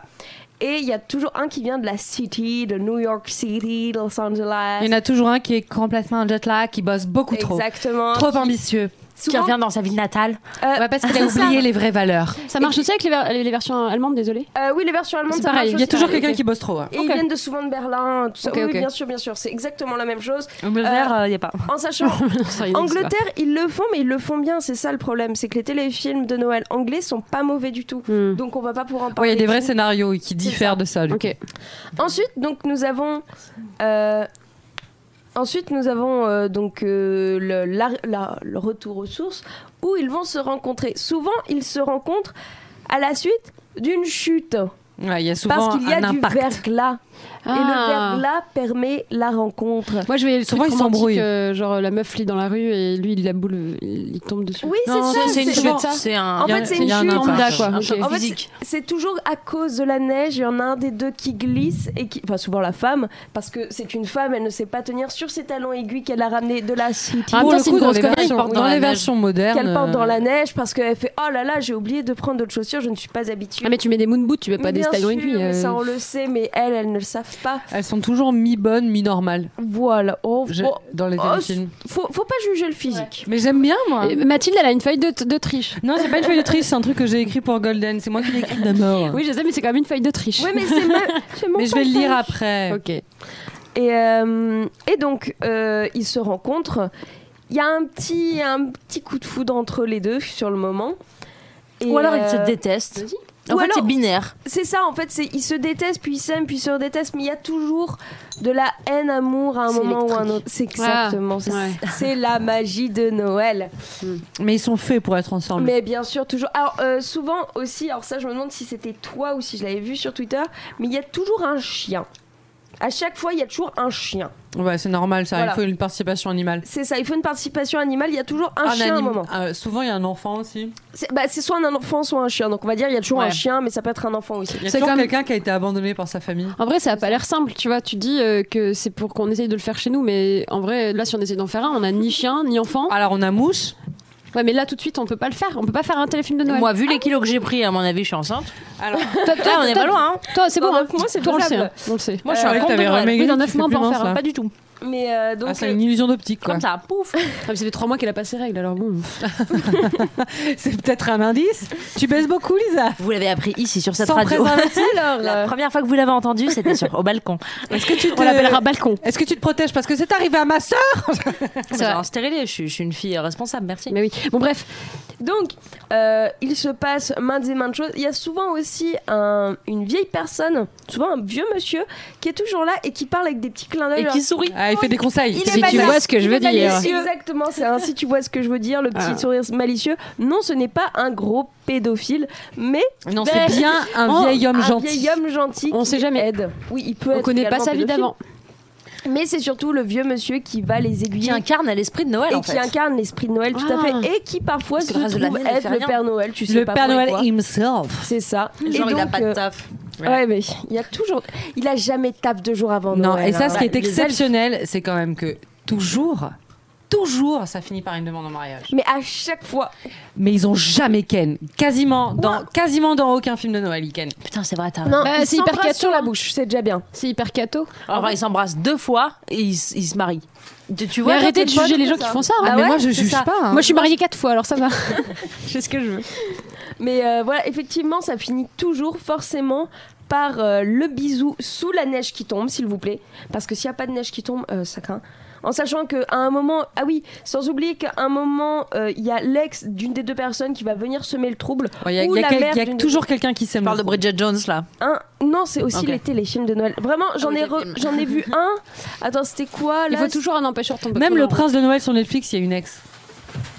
A: Et il y a toujours un qui vient de la city, de New York City, de Los Angelas.
C: Il y en a toujours un qui est complètement jet lag, qui bosse beaucoup trop.
A: Exactement.
C: Trop ambitieux.
L: Qui
A: Souvent,
L: revient dans sa ville natale.
A: euh,
C: parce qu'il a oublié les vraies valeurs.
D: Ça marche aussi avec les, ver- les- les versions allemandes, désolé.
A: euh, oui, les versions allemandes,
D: C'est
A: ça
D: pareil,
A: marche
C: Il y a
A: aussi.
C: toujours
A: Ah,
C: quelqu'un
A: ok.
C: qui bosse trop. hein.
A: Et ils viennent de souvent de Berlin, tout ça.
D: Ok,
A: Oui,
D: ok.
A: bien sûr, bien sûr, c'est exactement la même chose.
L: Au Belvers,
B: euh,
L: il n'y a pas.
A: En sachant
D: Ça, il n'existe pas.
A: Angleterre, ils le font, mais ils le font bien. C'est ça le problème, c'est que les téléfilms de Noël anglais sont pas mauvais du tout.
D: Hmm.
A: Donc on va pas pouvoir en
C: Ouais, il
A: parler.
C: y a des vrais scénarios qui diffèrent de ça. du
D: Ok.
A: Ensuite, donc nous avons. euh, Ensuite, nous avons euh, donc euh, le, la- la- le retour aux sources où ils vont se rencontrer. Souvent, ils se rencontrent à la suite d'une chute
C: coup. Ouais, il y a souvent
A: parce qu'il y a
C: un
A: du
C: impact.
A: verglas et le
D: Ah.
A: verglas permet la rencontre.
D: Moi, je vais le
C: Souvent,
D: truc
C: ils s'embrouillent.
D: romantique, euh, genre la meuf lit dans la rue et lui il la boule, il, il tombe dessus.
A: Oui, c'est ça. souvent-
L: C'est un.
A: En fait, c'est
C: il
A: une
C: y a un
A: chute.
C: impact.
D: Lambda, quoi.
L: un
D: Ok.
L: choc
A: En fait,
L: physique.
A: c'est- c'est toujours à cause de la neige. Il y en a un des deux qui glisse et qui, enfin souvent la femme, parce que c'est une femme, elle ne sait pas tenir sur ses talons aiguilles qu'elle a ramenés de la city.
C: Ah, Pour
D: même
C: le
D: temps, c'est
C: coup,
D: une
C: dans
D: grosse
C: les
D: connerie,
C: versions-
L: porte dans
C: dans
L: la
C: les
L: neige.
C: versions modernes.
A: Qu'elle porte dans
C: euh,
A: la neige parce qu'elle fait oh là là j'ai oublié de prendre d'autres chaussures, je ne suis pas habituée.
D: Ah mais tu mets des moon boots, tu mets pas
A: Mais
D: des
A: bien
D: stylons
A: sûr,
D: aiguilles.
A: mais
D: euh.
A: Ça on le sait, mais elles elles ne le savent pas.
C: Elles sont toujours mi-bonnes, mi-normales
A: Voilà. Oh,
C: je-
A: oh,
C: dans les
A: oh,
C: téléfilms.
A: faut, faut pas juger le physique.
C: Mais j'aime bien, moi.
D: Et Mathilde, elle a une feuille de, de triche.
C: Non, c'est pas une feuille de triche, c'est un truc que j'ai écrit pour Golden. C'est moi qui l'ai écrit d'abord.
D: Oui, je sais, mais c'est quand même une feuille de triche.
A: Ouais mais c'est ma- c'est mon
C: Mais je vais le
A: passage.
C: lire après.
D: Ok.
A: Et, euh, et donc, euh, ils se rencontrent. Il y a un petit, un petit coup de foudre entre les deux sur le moment. Et,
L: Ou alors, ils
A: euh,
L: se détestent.
B: En
A: Ou
B: fait,
A: alors-
B: c'est binaire.
A: C'est ça, en fait, c'est ils se détestent, puis ils s'aiment, puis ils se redétestent, mais il y a toujours de la haine amour à un
D: C'est
A: moment ou à un
D: électrique.
A: autre. C'est exactement ça. C'est la magie de Noël.
C: Mais ils sont faits pour être ensemble.
A: Mais bien sûr, toujours. Alors, euh, souvent aussi, alors ça, je me demande si c'était toi ou si je l'avais vu sur Twitter, mais il y a toujours un chien. À chaque fois, il y a toujours un chien.
C: Ouais, c'est normal ça.
A: Voilà.
C: Il faut une participation animale.
A: C'est ça, il faut une participation animale, il y a toujours un, chien à un
C: anim-
A: moment.
C: euh, souvent, il y a un enfant aussi.
A: C'est bah, c'est soit un enfant, soit un chien. Donc, on va dire, il y a toujours
D: Ouais.
A: un chien, mais ça peut être un enfant aussi.
C: Il y a
D: C'est
C: toujours
D: comme-
C: quelqu'un qui a été abandonné par sa famille.
D: En vrai, ça a pas l'air simple, tu vois. Tu dis euh, que c'est pour qu'on essaye de le faire chez nous, mais en vrai, là, si on essaie d'en faire un, on a ni chien, ni enfant.
C: Alors, on a mouche.
D: Ouais, mais là, tout de suite, on peut pas le faire. On peut pas faire un téléfilm de Noël.
B: Moi, vu les kilos que j'ai pris, à mon avis, je suis enceinte.
D: toi,
C: Alors,
D: toi,
B: on est
D: toi-
B: pas loin. hein.
D: Toi, c'est
A: Dans
D: bon. hein.
A: neuf mois, c'est
D: Toi, on le sait.
A: faisable.
D: hein. On le sait.
B: Moi, je suis
A: Euh,
B: un
C: oui,
B: compte de
C: t'avais
B: Noël.
C: remaigri,
B: Oui, dans
C: tu
B: 9
C: fais
B: mois,
C: plus
B: pas en
C: mince,
B: faire un,
C: là.
B: pas du tout.
A: Mais euh, donc,
C: ah, c'est une illusion d'optique. quoi.
B: Comme ça, pouf.
D: Ah, mais ça fait trois mois qu'elle a pas ses règles, alors bon.
C: C'est peut-être un indice. Tu baisses beaucoup, Lisa.
B: Vous l'avez appris ici sur cette
C: Sans
B: radio.
C: préservatif.
D: euh.
B: La première fois que vous l'avez entendu, c'était sur au balcon.
C: Est-ce que tu te...
D: On l'appellera balcon.
C: Est-ce que tu te protèges parce que c'est arrivé à ma sœur
B: C'est un stérilé, je suis, je suis une fille responsable, merci.
D: Mais oui. Bon, bref.
A: Donc, euh, il se passe maintes et maintes choses. Il y a souvent aussi un- une vieille personne, souvent un vieux monsieur, qui est toujours là et qui parle avec des petits clins d'œil.
B: Et
A: genre,
B: qui sourit.
C: Ah, il fait des conseils.
A: Il est
D: Si tu
A: malin,
D: vois ce que
A: il
D: je
A: est
D: veux dire.
A: malicieux. Exactement, c'est ainsi tu vois ce que je veux dire, le petit
D: Ah.
A: sourire malicieux. Non, ce n'est pas un gros pédophile, mais
C: Non, c'est bien un
D: Oh,
C: vieil homme
A: un
C: gentil.
A: vieil homme gentil.
D: On
A: qui
D: sait jamais.
A: Aide. Oui, il peut
D: On
A: être
D: connaît pas
A: également
D: sa vie
A: pédophile,
D: d'avant.
A: Mais c'est surtout le vieux monsieur qui va les
B: Qui
A: aiguiller.
B: incarne l'esprit de Noël,
A: et
B: en
A: qui
B: fait.
A: incarne l'esprit de Noël, tout à
D: Ah.
A: fait, et qui parfois
B: Parce
A: se
B: que le reste de l'année,
A: trouve
B: elle fait
A: être le
B: rien.
A: Père Noël, tu sais
C: Le
A: pas
C: Père
A: pourquoi.
C: Noël himself.
A: C'est ça.
B: Genre,
A: et donc,
B: il a pas
A: euh,
B: de taf.
A: Ouais. mais il y a toujours. Il a jamais tape deux jours avant
C: Oh, Non,
A: Noël,
C: et ça,
A: hein.
C: ce qui est exceptionnel, c'est quand même que toujours, toujours, ça finit par une demande en mariage.
A: Mais à chaque fois.
C: Mais ils ont jamais Ken. Quasiment dans, quasiment dans aucun film de Noël, ils Ken.
B: Putain, c'est vrai, t'as
A: Non,
D: Bah,
A: il
D: c'est hyper
A: s'embrasse
D: catho,
A: sur la
D: hein.
A: bouche, c'est déjà bien.
D: C'est hyper cato.
B: Enfin, ils s'embrassent deux fois et ils, s- ils se marient. Tu, tu vois,
D: mais arrêtez
B: toi,
D: de juger
B: t'es le pote
D: les
B: de
D: gens
B: ça.
D: qui font ça. hein.
A: Ah
C: mais
A: ouais,
C: moi, je
A: c'est
C: juge
A: ça.
C: pas. hein.
D: Moi, je suis mariée quatre fois, alors ça va. je fais ce que je veux.
A: Mais euh, voilà, effectivement, ça finit toujours forcément par euh, le bisou sous la neige qui tombe, s'il vous plaît. Parce que s'il n'y a pas de neige qui tombe, euh, ça craint. En sachant qu'à un moment, ah oui, sans oublier qu'à un moment, euh, il y a l'ex d'une des deux personnes qui va venir semer le trouble.
C: Il y a,
A: Ou
C: il y a
A: la
C: quel-
A: mère
C: il y a
A: d'une-
C: toujours quelqu'un qui
B: Je
C: s'aime.
B: parle de Bridget Jones, là.
A: Un... Non, c'est aussi
B: Ok.
A: les téléfilms de Noël. Vraiment, j'en
B: oui,
A: ai,
B: les
A: re-
B: films.
A: j'en ai vu un. Attends, c'était quoi
D: Il
A: là
D: faut toujours un empêcheur de tomber.
C: Même
D: trop
C: le
D: dans-
C: prince de Noël sur Netflix, il y a une ex.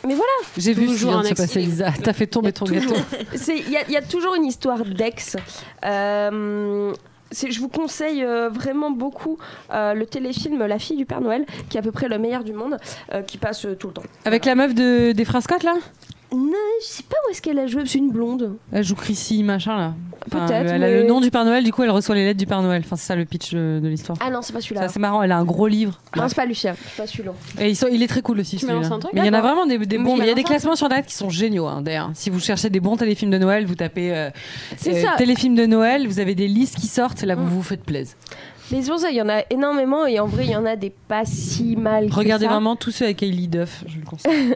A: Mais voilà.
C: J'ai vu ce qui
D: Toujours
C: vient de
D: un
C: se
D: ex.
C: passer, Lisa. T'as fait tomber ton gâteau.
A: C'est- Il y, a- il y a toujours une histoire d'ex. Euh, c'est- je vous conseille euh, vraiment beaucoup euh, le téléfilm La fille du Père Noël, qui est à peu près le meilleur du monde, euh, qui passe euh, tout le temps.
C: Avec la meuf de, des Frascottes, là
A: Non, je sais pas où est-ce qu'elle a joué, c'est une blonde.
C: Elle joue Chrissy, machin, là. Enfin,
A: Peut-être,
C: Elle a
A: mais-
C: le nom du Père Noël, du coup, elle reçoit les lettres du Père Noël. Enfin, c'est ça le pitch euh, de l'histoire.
A: Ah non, c'est pas celui-là.
C: Ça, c'est marrant, elle a un gros livre.
A: Non, c'est pas Lucien, c'est pas celui-là.
C: Et ils sont- il est très cool aussi
D: Tu
C: celui-là.
D: balances un truc,
C: Mais il y en a
D: d'accord.
C: vraiment des, des bons.
D: Oui,
C: mais il y a des
D: balances un
C: classements sur Internet qui sont géniaux. hein, D'ailleurs, si vous cherchez des bons téléfilms de Noël, vous tapez euh,
A: C'est
C: euh,
A: ça.
C: téléfilms de Noël, vous avez des listes qui sortent. Là, vous vous faites plaisir.
A: Mais c'est pour ça, il y en a énormément, et en vrai, il y en a des pas si mal. que
C: Regardez
A: ça.
C: vraiment tous ceux avec Hailey Duff, je le conseille.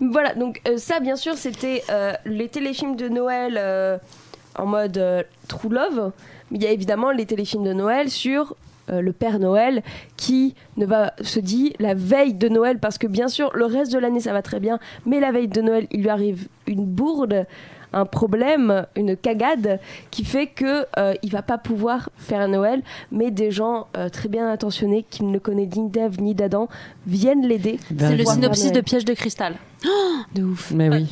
A: Voilà, donc euh, ça, bien sûr, c'était euh, les téléfilms de Noël euh, en mode euh, True Love. Mais il y a évidemment les téléfilms de Noël sur euh, le Père Noël qui ne va se dit la veille de Noël parce que bien sûr le reste de l'année ça va très bien, mais la veille de Noël il lui arrive une bourde, un problème, une cagade qui fait que euh, il va pas pouvoir faire un Noël, mais des gens euh, très bien intentionnés qui ne le connaissent ni d'Ève ni d'Adam viennent l'aider.
B: C'est le
A: Ouais.
B: synopsis de Piège de cristal.
D: De ouf.
C: Mais oui.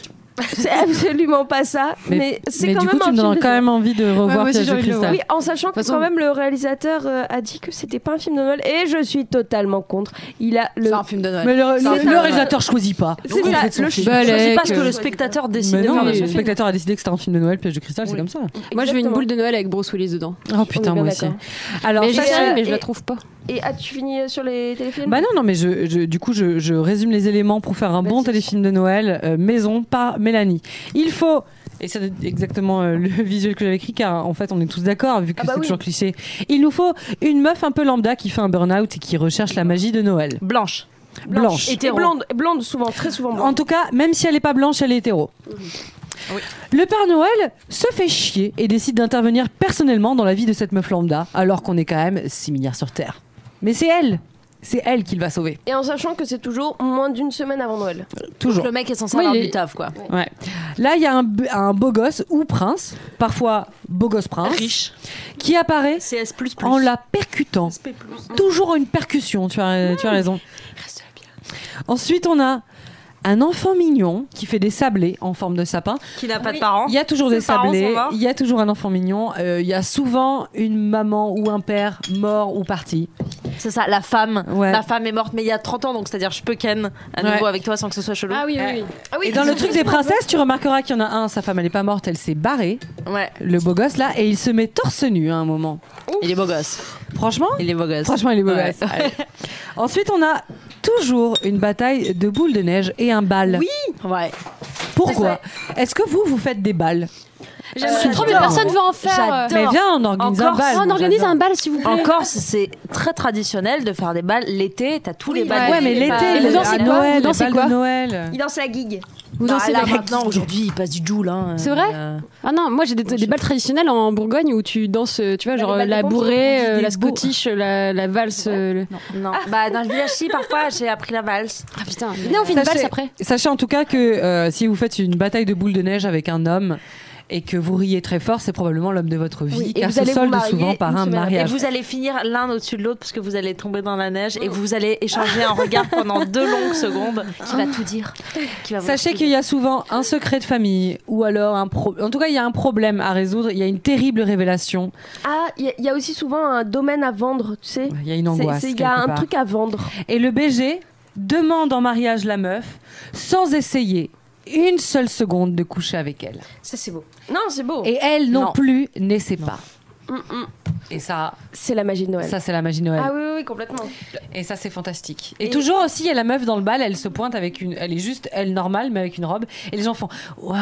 A: C'est absolument pas ça, mais, c'est
C: mais
A: quand
C: du
A: même
C: coup,
A: un
C: tu me
A: film
C: donnes
A: de
C: quand même envie de revoir Piège de cristal.
A: Oui, en sachant que
D: façon-
A: quand même le réalisateur euh, a dit que c'était pas un film de Noël et je suis totalement contre. Il a le
M: C'est un film de Noël.
C: Mais le,
A: C'est ça.
C: le- le réalisateur choisit pas.
A: C'est
C: Donc,
A: ça,
C: on fait son
A: le
C: film.
A: ch-
B: Je sais
D: Balèque.
B: pas ce que le spectateur décide
C: Mais
B: de
C: non,
B: faire de
C: mais
B: ce
C: le
B: film.
C: spectateur a décidé que c'était un film de Noël, Piège de cristal, c'est comme ça.
D: Moi, je veux une
A: Exactement.
D: boule de Noël avec Bruce Willis dedans.
C: Oh
A: On est
C: putain,
A: bien
C: moi aussi.
A: d'accord.
C: Alors,
D: mais j'ai
A: ça,
D: cherché,
A: euh,
D: mais je la
A: et-
D: trouve pas.
A: Et as-tu fini euh, sur les téléfilms
C: Bah non, non, mais je, je- du coup, je, je résume les éléments pour faire un bon
A: Vas-y.
C: téléfilm de Noël euh, maison par Mélanie. Il faut. Et c'est exactement euh, le visuel que j'avais écrit, car en fait, on est tous d'accord, vu que
A: Ah bah
C: c'est
A: oui.
C: toujours cliché. Il nous faut une meuf un peu lambda qui fait un burn-out et qui recherche la magie de Noël.
B: Blanche.
C: Blanche.
A: Et blonde, blonde souvent, très souvent blonde.
C: En tout cas, même si elle n'est pas blanche, elle est hétéro. Le Père Noël se fait chier et décide d'intervenir personnellement dans la vie de cette meuf lambda, alors qu'on est quand même 6 milliards sur Terre. Mais c'est elle c'est elle qu'il va sauver.
A: Et en sachant que c'est toujours moins d'une semaine avant Noël.
C: Toujours.
B: Le mec est censé
C: Oui,
B: avoir
C: il
B: du
C: est-
B: taf, quoi.
C: Ouais. Là, il y a un, b- un beau gosse ou prince, parfois beau gosse prince,
B: Riche.
C: qui apparaît
B: CS++.
C: en la percutant. Toujours une percussion, tu as, tu as raison. Ensuite, on a un enfant mignon qui fait des sablés en forme de sapin.
B: Qui n'a pas de
D: Ah,
B: parents.
C: Il y a toujours des
B: Ses parents sont
C: sablés,
B: morts.
C: il y a toujours un enfant mignon, euh, il y a souvent une maman ou un père mort ou parti.
B: C'est ça, la femme.
C: Ouais.
B: La femme est morte, mais il y a 30 ans, donc c'est-à-dire je peux ken à
C: Ouais.
B: nouveau avec toi sans que ce soit chelou.
D: Ah oui, oui, oui.
C: Et dans le truc des princesses, tu remarqueras qu'il y en a un, sa femme elle est pas morte, elle s'est barrée,
B: Ouais.
C: le beau gosse là, et il se met torse nu hein, à un moment.
B: Il est beau gosse.
C: Franchement,
B: Il est beau gosse.
C: Franchement, il est beau
B: Ouais.
C: gosse. Allez. Ensuite, on a toujours une bataille de boules de neige et un bal. Oui.
B: Ouais.
C: Pourquoi Est-ce que vous, vous faites des balles
D: Je trouve que personne veut en faire.
B: J'adore.
C: Mais viens, on organise
B: Encore
C: un bal.
D: Ah, on
C: moi,
D: organise
C: j'adore.
D: un bal, s'il vous
B: En
D: plaît.
B: Corse, c'est très traditionnel de faire des balles. L'été, t'as tous les balles.
C: Ouais, mais
B: Ah,
C: l'été,
D: Et
C: les
D: vous
C: balles
D: dansez
C: de
D: quoi Vous
C: Noël, les
D: dansez
C: balles
D: quoi
C: de Noël.
A: Il danse la gigue.
D: Vous
B: Non,
D: dansez
B: Ah, là,
D: des-
B: maintenant, aujourd'hui, il passe du joule. Hein,
D: C'est vrai
B: Euh,
D: Ah non, moi j'ai des, des balles traditionnelles en Bourgogne où tu danses, euh, tu vois,
B: Bah,
D: genre
A: les
D: euh,
A: balles
D: la
A: des bons,
D: bourrée, euh,
E: des
D: la
E: beaux.
D: scottish, euh, la, la valse. euh, le-
B: Non. Bah, dans le village, si, parfois, j'ai appris la valse.
D: Ah putain, venez, on fait une valse après.
C: Sachez en tout cas que euh, si vous faites une bataille de boules de neige avec un homme et que vous riez très fort, c'est probablement l'homme de votre vie,
A: Oui, et
C: car
A: vous
C: se
A: allez vous
C: solde
A: marier
C: souvent par
A: une
C: un
A: semaine après.
B: Et
C: mariage.
B: vous allez finir l'un au-dessus de l'autre parce que vous allez tomber dans la neige et vous allez échanger un regard pendant deux longues secondes qui va tout dire. Qui va vous
C: Sachez
B: tout
C: qu'il
B: dire.
C: y a souvent un secret de famille ou alors un pro... en tout cas il y a un problème à résoudre, il y a une terrible révélation,
A: Ah, il y, a- il y a aussi souvent un domaine à vendre, tu sais.
C: il y a une
A: C'est-
C: angoisse.
A: c'est- Il y a
C: quelque
A: un
C: part.
A: truc à vendre.
C: Et le BG demande en mariage la meuf sans essayer une seule seconde de coucher avec elle.
A: Ça, c'est beau. Non, c'est beau.
C: Et elle non,
B: Non.
C: plus n'essaie pas.
A: Mm, mm.
C: Et ça,
A: C'est la magie de Noël.
C: ça c'est la magie de Noël.
A: Ah oui, oui, oui, complètement.
C: Et ça, c'est fantastique. Et, toujours aussi, il y a la meuf dans le bal, elle se pointe avec une. Elle est juste, elle normale, mais avec une robe. Et les gens font Waouh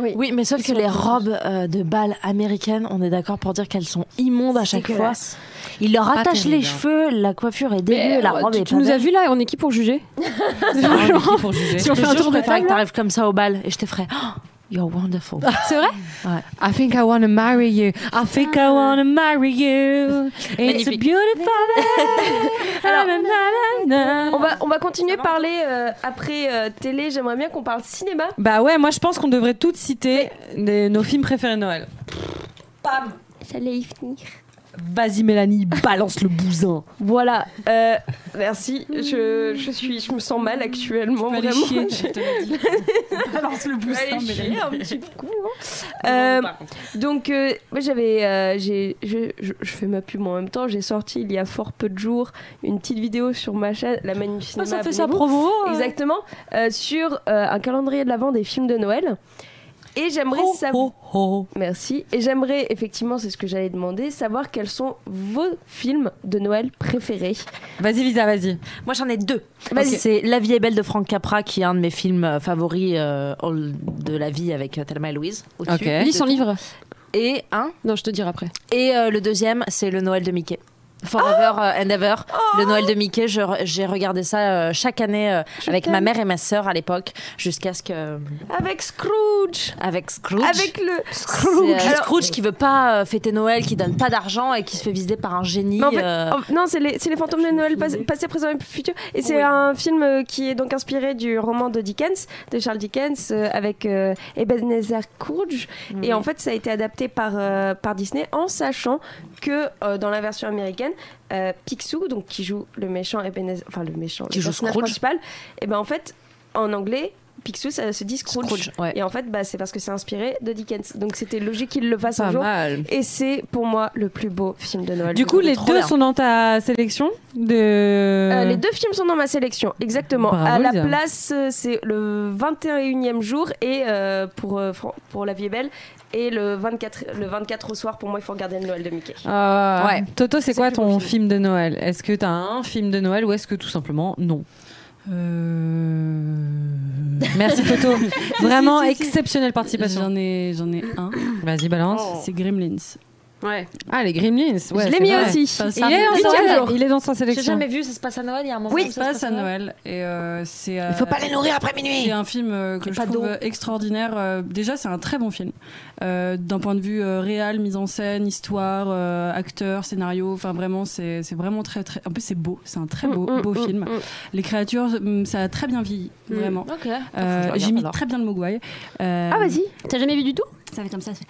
A: Oui.
B: Oui, mais sauf que les robes euh, de bal américaines, on est d'accord pour dire qu'elles sont immondes à chaque fois.
A: dégueulasse.
B: Ils leur
C: Pas
B: attachent les
C: terrible, hein.
B: cheveux, la coiffure est dégueu,
D: Mais,
B: la
D: euh,
B: robe
D: tu
B: est
D: tu
B: pas
D: nous as
B: belle.
D: vu là, on est qui pour juger
C: Qui pour juger
D: Si on
B: Je
D: fait
B: te
D: un
B: jure,
D: tour
B: je
D: de
B: préférerais
D: table,
B: que
D: là
B: t'arrives comme ça au bal et je te ferais Oh, You're wonderful.
D: c'est vrai
C: I think I wanna marry you. I think I wanna marry you. It's a
B: Magnifique.
C: beautiful day.
A: Alors,
C: Na, na, na, na.
A: On va, on va continuer de parler euh, après euh, télé. J'aimerais bien qu'on parle cinéma.
C: Bah ouais, moi je pense qu'on devrait toutes citer des- nos films préférés de Noël.
A: J'allais y finir.
C: Vas-y Mélanie, balance le bousin.
A: Voilà. euh, merci. Je, je suis, je me sens mal actuellement.
E: Allez
A: vraiment.
E: chier, je te le dis. Balance le
A: Je vais
E: poussin,
A: aller
E: Mélanie.
A: chier un petit coup. hein. Euh, donc, euh, moi j'avais. euh, j'ai- je, je- je fais ma pub en même temps. J'ai sorti il y a fort peu de jours une petite vidéo sur ma chaîne, La Manu Cinéma.
B: ça fait ça
A: abonnez-vous.
B: promo.
A: Exactement. euh, sur euh, un calendrier de l'avant des films de Noël. Et j'aimerais
C: Oh,
A: savoir.
C: oh, oh.
A: Merci. Et j'aimerais, effectivement, c'est ce que j'allais demander, savoir quels sont vos films de Noël préférés.
C: Vas-y Lisa, vas-y.
B: Moi j'en ai deux.
A: Vas-y.
B: C'est La vie est belle de Franck Capra qui est un de mes films euh, favoris euh, all- de la vie avec euh, Thelma et Louise. au-dessus.
C: Ok.
D: Lis son livre.
B: Et un.
D: Non, je te dirai après.
B: Et euh, le deuxième, c'est le Noël de Mickey. Forever
C: Oh
B: euh, and ever, le Noël de Mickey. je re- J'ai regardé ça euh, chaque année euh, avec ma mère et ma sœur à l'époque, jusqu'à ce que euh,
A: Avec Scrooge
B: avec Scrooge.
A: Avec le.
B: Scrooge,
A: Alors-
B: Scrooge qui veut pas euh, fêter Noël, qui donne pas d'argent et qui se fait viser par un génie.
A: Mais en fait,
C: Ah.
B: euh,
A: en- Oh, non, c'est les, c'est les fantômes de Noël, pas- passé, présent et futur. Et c'est un film euh, qui est donc inspiré du roman de Dickens, de Charles Dickens, euh, avec euh, Ebenezer Scrooge.
C: Mhm.
A: Et en fait, ça a été adapté par, euh, par Disney en sachant que euh, dans la version américaine, euh, Picsou, donc qui joue le méchant Ebenezer, enfin le méchant,
B: Qui
A: le
B: joue
A: personnage
B: Scrooge.
A: principal, et ben en fait, en anglais, Picsou, ça se dit Scrooge.
B: Scrooge, ouais.
A: Et en fait, bah, c'est parce que c'est inspiré de Dickens. Donc c'était logique qu'il le fasse un
C: Pas
A: jour.
C: mal.
A: Et c'est pour moi le plus beau film de Noël.
C: Du coup, les
B: Trop
C: deux
B: bien.
C: sont dans ta sélection de.
A: Euh, les deux films sont dans ma sélection, exactement.
C: Bravo,
A: à la
C: Lisa.
A: place, euh, c'est le 21e jour et euh, pour, euh, Fran- pour La Vie est Belle. Et le 24, le 24 au soir, pour moi, il faut regarder le Noël de Mickey.
C: Euh,
B: Ouais.
C: Toto, c'est quoi
A: plus beau
C: ton
A: film.
C: film de Noël Est-ce que t'as un film de Noël ou est-ce que tout simplement non Merci Toto. Vraiment
E: Si, si, si.
C: exceptionnelle participation.
E: J'en ai, Oh. j'en ai un.
C: Vas-y, balance.
E: C'est Gremlins.
D: Ouais.
C: Ah, les Gremlins. Ouais,
D: je l'ai
C: c'est
D: mis
C: vrai.
D: aussi.
C: Il est, dans sa- il est dans sa
B: J'ai
C: sélection.
B: jamais vu, ça se passe à Noël, il y a un moment
E: Oui,
B: où
E: il se
B: ça
E: passe à Noël. Et euh, c'est. euh,
N: Faut pas les nourrir après minuit.
E: C'est un film euh, que je trouve extraordinaire. Euh, Déjà, c'est un très bon film. Euh, D'un point de vue euh, réel, mise en scène, histoire, euh, acteur, scénario. Enfin, vraiment, c'est c'est vraiment très, très. En plus, c'est beau. C'est un très beau, beau film. Les créatures, hum, ça a très bien vieilli. Vraiment.
D: Ah,
B: Ok.
E: Euh,
B: regarde
E: J'ai mis
B: alors.
E: très bien le mogwai. Euh,
A: Ah, vas-y.
D: T'as jamais vu du tout
E: Ça fait comme ça. ça fait-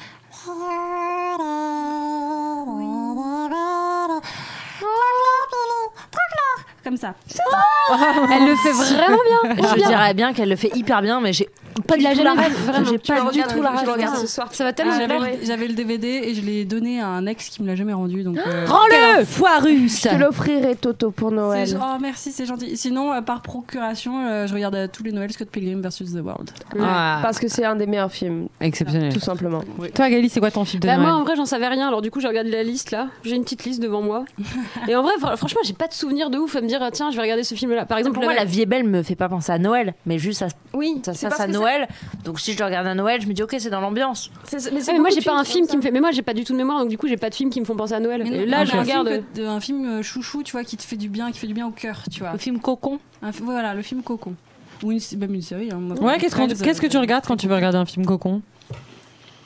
E: Comme ça.
B: Elle le fait vraiment bien. Je dirais bien qu'elle le fait hyper bien, mais j'ai pas du
D: l'as
B: tout la
D: jamais vu,
B: rêve.
D: vraiment.
B: J'ai
D: Ah, Tu
B: pas
D: le
B: du
D: regardes,
B: tout la
D: tu le
B: rêve.
D: regardes ce soir. Ça va tellement
E: Ah,
D: bien.
E: J'avais j'avais le DVD et je l'ai donné à un ex qui me l'a jamais rendu. Donc.
B: Oh,
E: euh,
N: Prends-le Foire russe
A: Je te l'offrirai Toto pour Noël.
E: C'est- Oh merci, c'est gentil. Sinon, euh, par procuration, euh, je regarde à tous les Noëls Scott Pilgrim versus The World.
C: Ah,
A: Parce que c'est un des meilleurs films,
C: exceptionnel.
A: tout simplement.
C: Toi, Gali, c'est quoi ton film de
D: Bah, moi,
C: Noël
D: en vrai, j'en savais rien. Alors, du coup, j'ai regardé la liste là. J'ai une petite liste devant moi. Et en vrai, fr- franchement, j'ai pas de souvenir de ouf à me dire, ah, tiens, je vais regarder ce film là. Par exemple,
B: Pour moi,
D: la-
B: la vie est belle me fait pas penser à Noël, mais juste à
D: Oui,
B: ça,
D: c'est
B: ça,
D: parce
B: à
D: que ça-
B: Noël. Donc si je le regarde à Noël, je me dis ok, c'est dans l'ambiance.
A: C'est- mais c'est
D: Ouais, mais moi
A: beaucoup
D: j'ai
A: de
D: pas un
A: films
D: film
A: comme
D: qui me fait mais moi j'ai pas du tout de mémoire donc du coup j'ai pas de films qui me font penser à Noël
E: Mais non,
D: et là
E: mais
D: je
E: un
D: regarde
E: film que- de- un film euh, chouchou, tu vois, qui te fait du bien, qui fait du bien au cœur, tu vois.
B: Le film Cocon.
E: Un fi- voilà, le film Cocon. Ou une, même une série. hein, moi,
C: Ouais, qu'est-ce qu'on-
E: Friends, euh,
C: qu'est-ce que tu regardes quand tu veux regarder un film cocon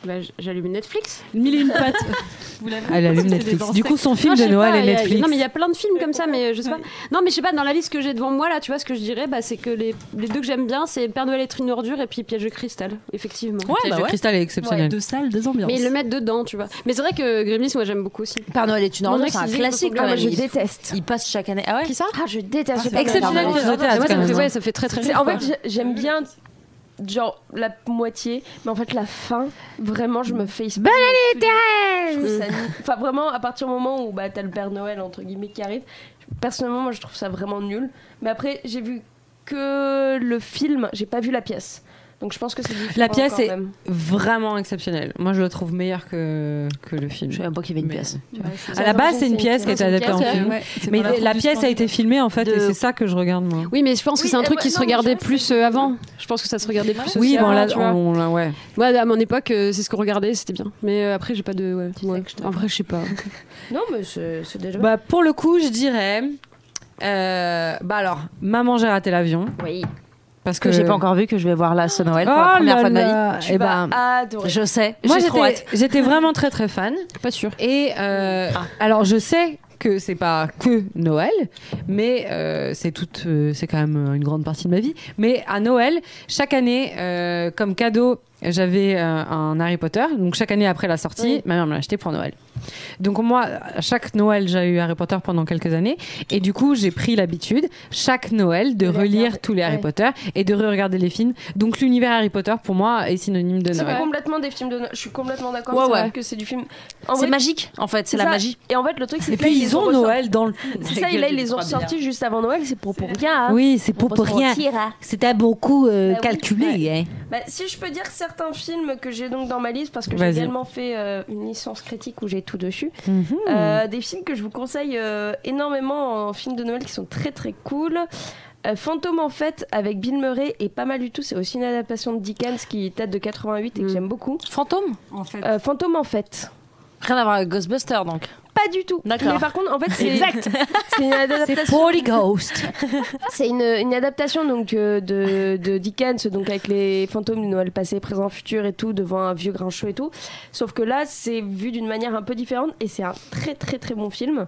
D: Bah, j- j'allume Netflix
E: Mille et une pattes. Vous l'avez
C: Ah, Elle
E: Parce
C: allume
E: que c'est
C: Netflix.
E: des
C: Du coup, son film
D: Non, je
C: de
D: sais
C: Noël
D: pas,
C: est
D: il y a-
C: Netflix.
D: non mais il y a plein de films comme ça mais euh, je sais pas non mais je sais pas dans la liste que j'ai devant moi là tu vois ce que je dirais bah, c'est que les, les deux que j'aime bien c'est Père Noël est une ordure et puis Piège de cristal effectivement
C: Ouais, bah ouais. Cristal est
E: Ouais,
C: exceptionnel.
E: deux salles, deux ambiances.
D: mais ils le mettent dedans tu vois mais c'est vrai que Gremlins moi j'aime beaucoup aussi
B: Père Noël est une
D: Mon
B: ordure,
D: mec,
B: c'est un
D: il dit
B: classique
D: que
B: quand
D: son
B: même.
A: moi, je
B: Il,
A: déteste.
B: il passe chaque année. Ah ouais.
D: qui ça
A: Ah, je déteste.
E: c'est
C: Exceptionnel
B: Pardon.
C: pièce de théâtre,
D: moi ça
C: quand
D: me fait,
C: même.
D: ouais, ça fait très très
A: C'est- En fait, j'ai- j'aime bien genre la moitié, mais en fait la fin, vraiment, je me fais. Bonne année, Thérèse Enfin, vraiment, à partir du moment où bah, t'as le Père Noël entre guillemets qui arrive, personnellement, moi, je trouve ça vraiment nul. Mais après, j'ai vu que le film, j'ai pas vu la pièce. Donc je pense que c'est différent.
C: La pièce
A: quand
C: est-
A: même.
C: Vraiment exceptionnel. Moi, je le trouve meilleur que, que le film.
B: Je savais même pas qu'il y avait une
C: Mais-
B: pièce.
C: À la base, c'est une pièce qui a été adaptée en
E: Ouais,
C: film.
E: ouais, c'est
C: Mais
E: pas
C: la
E: troupe du
C: pièce a
E: sport.
C: été filmée en fait,
B: De-
C: et c'est ça que je regarde moi.
D: oui mais je pense que
A: Oui,
D: c'est un
A: euh,
D: truc
A: ouais,
D: qui se
A: non, mais je
D: regardait
A: pense que
D: plus
A: c'est-
D: euh, avant je pense que ça se regardait plus
C: Oui,
D: aussi
C: bon,
D: avant,
C: là,
D: tu
C: on,
D: vois.
C: on- là, ouais.
D: Moi, à mon époque, euh, c'est ce qu'on regardait, c'était bien. Mais euh, après, j'ai pas de. ouais, ouais. En vrai, je sais pas.
A: Non, mais c'est c'est déjà.
C: Bah, pour le coup, je dirais. euh, bah alors, maman, j'ai raté l'avion.
A: oui.
C: Parce que,
B: Que j'ai pas encore vu que je vais voir Ah, là ce Noël
C: Oh
B: pour la première
C: là
B: fois de ma vie.
C: là.
A: Tu
C: Eh
A: vas
C: ben,
A: adorer.
B: Je sais.
C: moi,
B: j'ai trop
C: j'étais-
B: hâte.
C: j'étais vraiment très très fan.
D: Pas sûr.
C: Et euh, alors, je sais que c'est pas que Noël, mais euh, c'est toute, euh, c'est quand même euh, une grande partie de ma vie. Mais à Noël, chaque année, euh, comme cadeau, j'avais euh, un Harry Potter. Donc chaque année après la sortie, ma mère me l'a acheté pour Noël. Donc moi, à chaque Noël, j'ai eu Harry Potter pendant quelques années, et du coup, j'ai pris l'habitude chaque Noël de
A: De les
C: relire
A: regarder.
C: tous les Harry
A: Ouais.
C: Potter et de re-regarder les films. Donc l'univers Harry Potter pour moi est synonyme de
A: C'est
C: Noël.
A: complètement des films de. Noël. Je suis complètement d'accord.
B: Ouais,
A: c'est
B: ouais.
A: vrai que c'est du film. En
B: C'est
A: vrai,
B: magique en fait, c'est
A: C'est
B: la
A: ça.
B: magie.
A: Et en fait, le truc, c'est
C: Et
A: que
C: puis
A: là,
C: ils ont
A: ressortis.
C: Noël dans le.
A: C'est ça, et là, ils les ont sortis juste avant Noël, c'est pour, pour rien. hein.
C: Oui, c'est pour,
A: On
C: pour
A: se
C: rien.
A: retire, hein.
C: C'était beaucoup
B: euh,
A: Bah oui. calculé,
B: hein.
A: Bah, si je peux dire certains films que j'ai donc dans ma liste, parce que j'ai
C: Vas-y. Mhm.
A: également fait euh, une licence critique où j'ai tout dessus, Euh, des films que je vous conseille euh, énormément en films de Noël qui sont très très cool. Euh, Fantôme en fête avec Bill Murray est pas mal du tout, c'est aussi une adaptation de Dickens qui date de 88 et
C: Mhm.
A: que
D: Mm.
A: j'aime beaucoup.
B: Fantôme
E: En fait,
A: Euh, Fantôme en fête.
B: Rien à voir avec Ghostbuster donc.
A: Pas du tout.
B: D'accord.
A: Mais par contre, en fait, c'est C'est une adaptation
B: Holy Ghost.
A: C'est une, une adaptation donc euh, de, de Dickens, donc avec les fantômes de Noël passé, présent, futur et tout, devant un vieux grincheux et tout. Sauf que là, c'est vu d'une manière un peu différente et c'est un très très très bon film.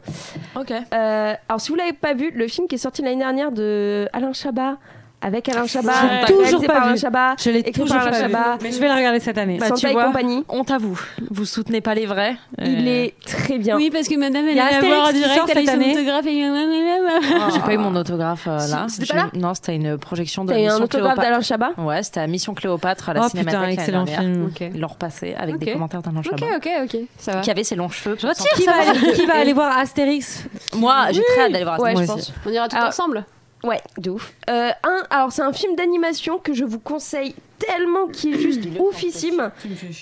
B: Ok.
A: Euh, alors si vous l'avez pas vu, le film qui est sorti l'année dernière de Alain Chabat, avec Alain Chabat, euh,
C: toujours
A: réalisé
C: pas
A: par
C: vu.
A: Alain Chabat,
C: Je l'ai
A: Écrit
C: toujours
A: par
C: pas
A: Alain
C: vu.
A: Chabat.
C: Mais je vais la regarder cette année.
B: Bah, tu
A: Santa et
B: vois.
A: compagnie,
B: On t'avoue, vous soutenez pas les vrais.
A: il
B: Euh,
A: est très bien.
D: Oui, parce que madame, elle
C: Bah, y a
D: allait
C: Astérix
D: avoir en
C: qui
D: direct,
C: sort
D: elle a eu
C: cette
D: son
C: année.
D: autographe et...
B: Ah, J'ai pas eu mon autographe euh, là.
A: C'était
B: Je-
A: pas là
B: Non, c'était une projection de
A: T'as eu un
B: Mission
A: autographe
B: Cléopâtre.
A: d'Alain Chabat.
B: Ouais, c'était à Mission Cléopâtre à la
C: Oh
B: Cinémathèque
C: putain,
B: l'année
C: excellent
B: dernière.
C: film.
D: Ok.
B: Ils l'ont repassé avec
D: Ok.
B: des commentaires d'un ange
D: Ok,
B: là-bas.
D: ok, ok, ça va.
B: Qui avait ses longs cheveux. Je
C: Qui va, aller, qui va aller voir Astérix
B: Moi, j'ai très hâte d'aller voir
A: Ouais,
B: ça.
A: je
C: Moi
A: pense.
C: aussi.
D: On ira tous
A: Ah.
D: ensemble.
A: Ouais, de ouf. Euh, un, alors c'est un film d'animation que je vous conseille tellement qui est juste oufissime,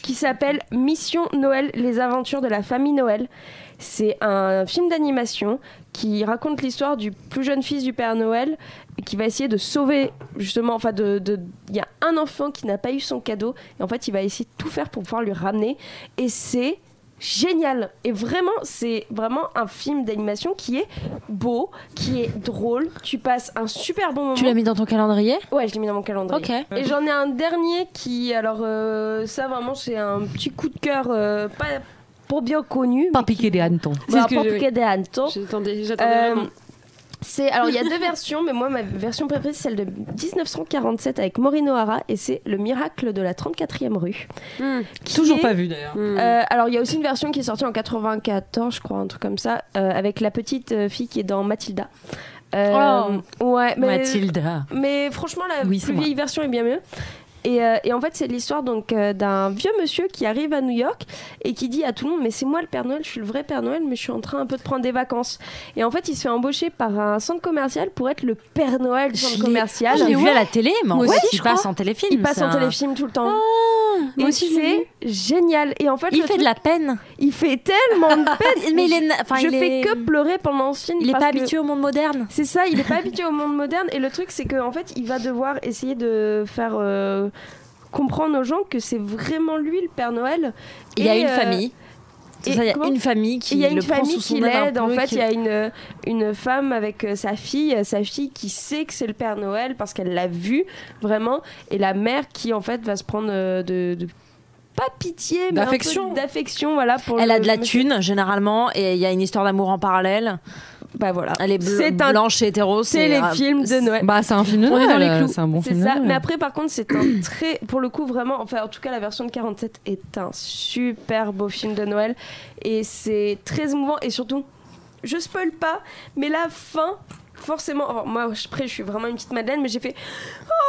A: qui s'appelle Mission Noël, les aventures de la famille Noël. C'est un film d'animation qui raconte l'histoire du plus jeune fils du Père Noël qui va essayer de sauver justement, enfin de, de- il y a un enfant qui n'a pas eu son cadeau et en fait il va essayer de tout faire pour pouvoir lui ramener et c'est génial. Et vraiment, c'est vraiment un film d'animation qui est beau, qui est drôle. Tu passes un super bon moment.
B: Tu l'as mis dans ton calendrier
A: Ouais, je l'ai mis dans mon calendrier.
B: Ok.
A: Et j'en ai un dernier qui, alors euh, ça vraiment, c'est un petit coup de cœur, euh, pas pour bien connu.
C: Pas piquer des hannetons.
A: C'est
D: ce que je-
A: des hannetons.
D: J'attendais, j'attendais
A: oh. Euh,
D: vraiment.
A: c'est alors il y a deux versions, mais moi ma version préférée c'est celle de 1947 avec Maureen O'Hara et c'est Le miracle de la 34e rue.
D: Hmm.
A: qui
C: Toujours
A: est-
C: pas vu d'ailleurs.
D: Hmm.
A: Euh, alors il y a aussi une version qui est sortie en 94, je crois, un truc comme ça, euh, avec la petite euh, fille qui est dans Mathilda. Euh, Ouais, mais, Ah,
B: Mathilda.
A: mais franchement la
B: Oui, c'est
A: plus
B: moi.
A: vieille version est bien mieux. Et, euh, et en fait, c'est l'histoire donc euh, d'un vieux monsieur qui arrive à New York et qui dit à tout le monde mais c'est moi le Père Noël, je suis le vrai Père Noël, mais je suis en train un peu de prendre des vacances. Et en fait, il se fait embaucher par un centre commercial pour être le Père Noël du
B: Je
A: centre
B: l'ai-
A: commercial.
B: Ah, Je l'ai vu à la télé, mais en
A: Moi
B: fait,
A: aussi,
B: il
A: je
B: passe
A: crois.
B: en téléfilm.
A: Il passe
B: c'est
A: en
B: un-
A: téléfilm tout le temps.
D: moi
B: Ah,
A: et
D: aussi, je l'ai
A: c'est génial. Et en fait,
B: Il
A: le
B: fait
A: truc,
B: de la peine.
A: il fait tellement de peine.
B: Mais il est. Enfin,
A: je
B: il
A: fais
B: est-
A: que pleurer pendant ce film.
B: Il est
A: parce
B: pas
A: que-
B: habitué au monde moderne.
A: C'est ça, il est pas habitué au monde moderne. Et le truc, c'est qu'en fait, il va devoir essayer de faire euh, comprendre aux gens que c'est vraiment lui le Père Noël.
B: Il y a
A: Et,
B: une
A: euh,
B: famille. C'est
A: et
B: ça, il y a
A: comment-
B: une famille
A: Et
B: qui
A: Il y a
B: le
A: une
B: prend
A: famille
B: sous son
A: qui
B: aile un
A: l'aide. En
B: peu,
A: fait,
B: qui-
A: il y a une, une femme avec euh, sa fille, euh, sa fille qui sait que c'est le Père Noël parce qu'elle l'a vu vraiment, et la mère qui en fait va se prendre euh, de, de- pas pitié, mais un peu
C: D'affection.
A: d'affection, voilà. Pour
B: Elle
A: le-
B: a de la
A: le-
B: thune, généralement, et il y a une histoire d'amour en parallèle.
A: Bah voilà.
B: Elle est bl-
A: C'est un-
B: blanche et hétéro.
A: C'est les films de Noël.
C: Bah, c'est un film de
D: On est
C: Noël.
D: dans les
C: euh,
D: clous.
C: C'est un bon
A: C'est
C: film de
A: ça.
C: Noël.
A: Mais après, par contre, c'est un très, pour le coup, vraiment, enfin, en tout cas, la version de 47 est un super beau film de Noël. Et c'est très émouvant. Et surtout, je spoil pas, mais la fin, forcément, alors, moi, après, je suis vraiment une petite madeleine, mais j'ai fait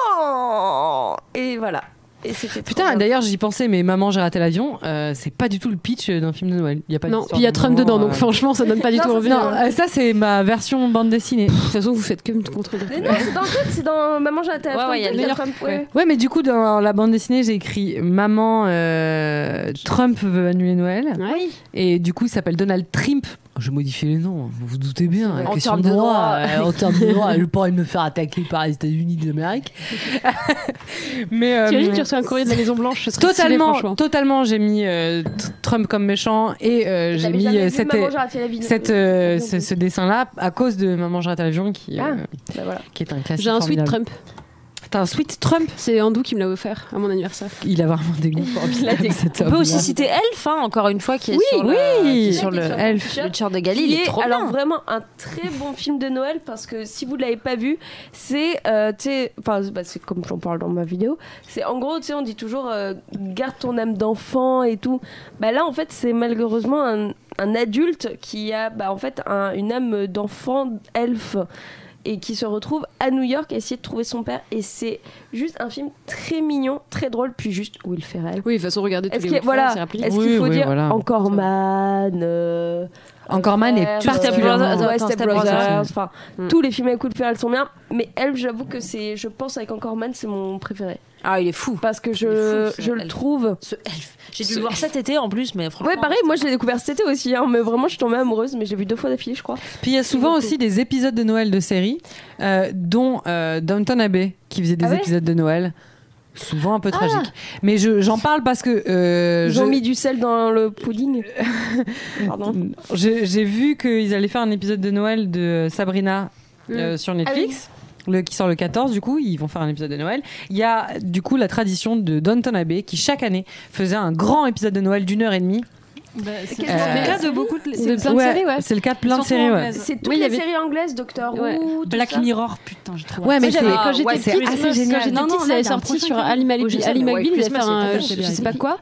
A: Oh Et voilà. Et c'était trop
C: Putain,
A: bien.
C: d'ailleurs, j'y pensais, mais Maman, j'ai raté l'avion. euh, c'est pas du tout le pitch d'un film de Noël. Y a pas
D: Non,
C: d'histoire
D: puis il y a
C: de
D: Trump
C: maman,
D: dedans,
C: euh,
D: donc franchement, ça donne pas du
A: Non,
D: tout
A: ça,
D: envie. hein.
A: c'est
C: Non, euh, ça, c'est ma version bande dessinée.
D: De toute façon, vous faites que me contredire.
A: Mais non, c'est dans le truc, c'est dans Maman, j'ai
B: Ouais, ouais, il y a
A: la
B: New York,
A: ouais.
C: Ouais, mais du coup, dans la bande dessinée, j'ai écrit Maman, euh, Trump veut annuler Noël.
D: Oui.
C: Et du coup, il s'appelle Donald Trump. Je modifie les noms, vous vous doutez bien.
B: En
C: question
B: termes de droit.
C: euh, en termes de droit, elle pourrait me faire attaquer par les États-Unis d'Amérique. mais. euh,
D: T'imagines, tu reçois un courrier de la Maison Blanche, ce serait stylé,
C: Totalement,
D: franchement.
C: totalement, j'ai mis euh, t- Trump comme méchant et euh, j'ai mis euh, cette,
A: Maman, j'ai raté l'avion.
C: cette, euh, ce, ce dessin-là à cause de Maman, j'ai raté l'avion qui, euh,
A: Ah. Bah voilà.
C: qui est un classique.
D: J'ai un sweat
C: formidable.
D: Trump.
C: T'as un sweat Trump
D: C'est Hindou qui me l'a offert à mon anniversaire.
C: Il a vraiment des goûts formidables, cet
B: On peut
C: homme-là.
B: aussi citer Elf, hein, encore une fois, qui est
C: Oui,
B: sur
C: oui.
B: le, qui est sur
A: Qui est
B: le,
A: sur
C: Elf.
A: t-shirt.
B: le t-shirt de Gali.
A: Qui
B: Il est
A: est,
B: trop
A: alors
B: bien.
A: vraiment un très bon film de Noël parce que si vous ne l'avez pas vu, c'est euh, tu sais, enfin, c'est- bah, c'est comme j'en parle dans ma vidéo, c'est en gros tu sais on dit toujours euh, garde ton âme d'enfant et tout. Bah là en fait c'est malheureusement un, un adulte qui a bah, en fait un- une âme d'enfant elfe et qui se retrouve à New York à essayer de trouver son père et c'est juste un film très mignon, très drôle puis juste Will Ferrell.
D: Oui, de toute façon, regardez tous
A: Est-ce
D: les
A: qu'il
D: Will Ferrell,
A: voilà,
D: c'est rapide.
A: est-ce qu'il
C: Oui,
A: faut
C: oui,
A: dire
C: voilà.
A: encore man euh,
C: Encore Man est
A: Step
C: particulièrement...
A: Brothers, ouais,
B: Attends,
A: Step
B: Step Brothers.
A: Brothers, enfin,
D: Mm.
A: tous les films avec Will Ferrell sont bien, mais elle, j'avoue que c'est, je pense avec Encore Man, c'est mon préféré,
B: Ah, il est fou.
A: parce que
B: Il est
A: je,
B: fou, ce
A: je le
B: Elf.
A: trouve.
B: Ce Elf. J'ai dû
D: Ce
B: le voir cet été en plus, mais franchement.
A: Ouais, pareil, moi je l'ai découvert cet été aussi, hein, mais vraiment je suis tombée amoureuse, mais j'ai vu deux fois d'affilée, je crois.
C: Puis il y a souvent aussi des épisodes de Noël de séries, euh, dont euh, Downton Abbey, qui faisait des
A: Ah ouais
C: épisodes de Noël. Souvent un peu tragiques. Mais je- j'en parle parce que euh,
A: Ils
C: je-
A: ont mis du sel dans le pudding. Pardon.
C: j'ai j'ai vu qu'ils allaient faire un épisode de Noël de Sabrina euh, sur Netflix. Le, qui sort le 14, du coup, ils vont faire un épisode de Noël. Il y a du coup la tradition de Downton Abbey qui chaque année faisait un grand épisode de Noël d'une heure et demie. Bah,
E: c'est
A: Quel
C: genre de
E: le cas de beaucoup de.
D: De plein de
C: Ouais,
D: séries, ouais.
C: C'est le cas de plein de
E: surtout
C: séries, ouais.
E: anglaises.
A: C'est toutes
D: Oui, il y
A: les
D: avait-
A: séries anglaises, Doctor
D: Ouais.
A: Who, tout
E: Black
A: ça.
E: Mirror, putain, j'ai trouvé.
C: Ouais,
D: Moi,
C: mais
D: j'avais-
C: c'est-
D: quand j'étais
C: c'est
D: petite,
C: assez
D: quand
C: génial.
D: j'étais
B: Non, non,
D: petite,
B: là,
D: ça avait
B: t'as un
D: sorti
B: prochain
D: sur
B: qui
D: Ali
B: Oh,
D: Malibé.
B: je sais,
D: Ali
B: mais
D: McBeal,
B: White
D: il avait fait
B: Christmas,
D: un,
B: c'est
D: je
B: très
D: sais
B: bien.
D: pas quoi.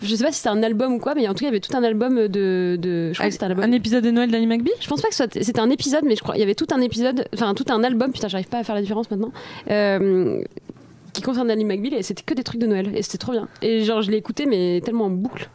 D: Je sais pas si c'était un album ou quoi, mais en tout cas, il y avait tout un album de, de je crois que c'était un album.
C: Un épisode de Noël d'Annie McBeal
D: Je pense pas que ce soit- c'était un épisode, mais je crois il y avait tout un épisode, enfin tout un album. Putain, j'arrive pas à faire la différence maintenant. euh, qui concerne Ali McBeal et c'était que des trucs de Noël et c'était trop bien. Et genre je l'ai écouté mais tellement en boucle.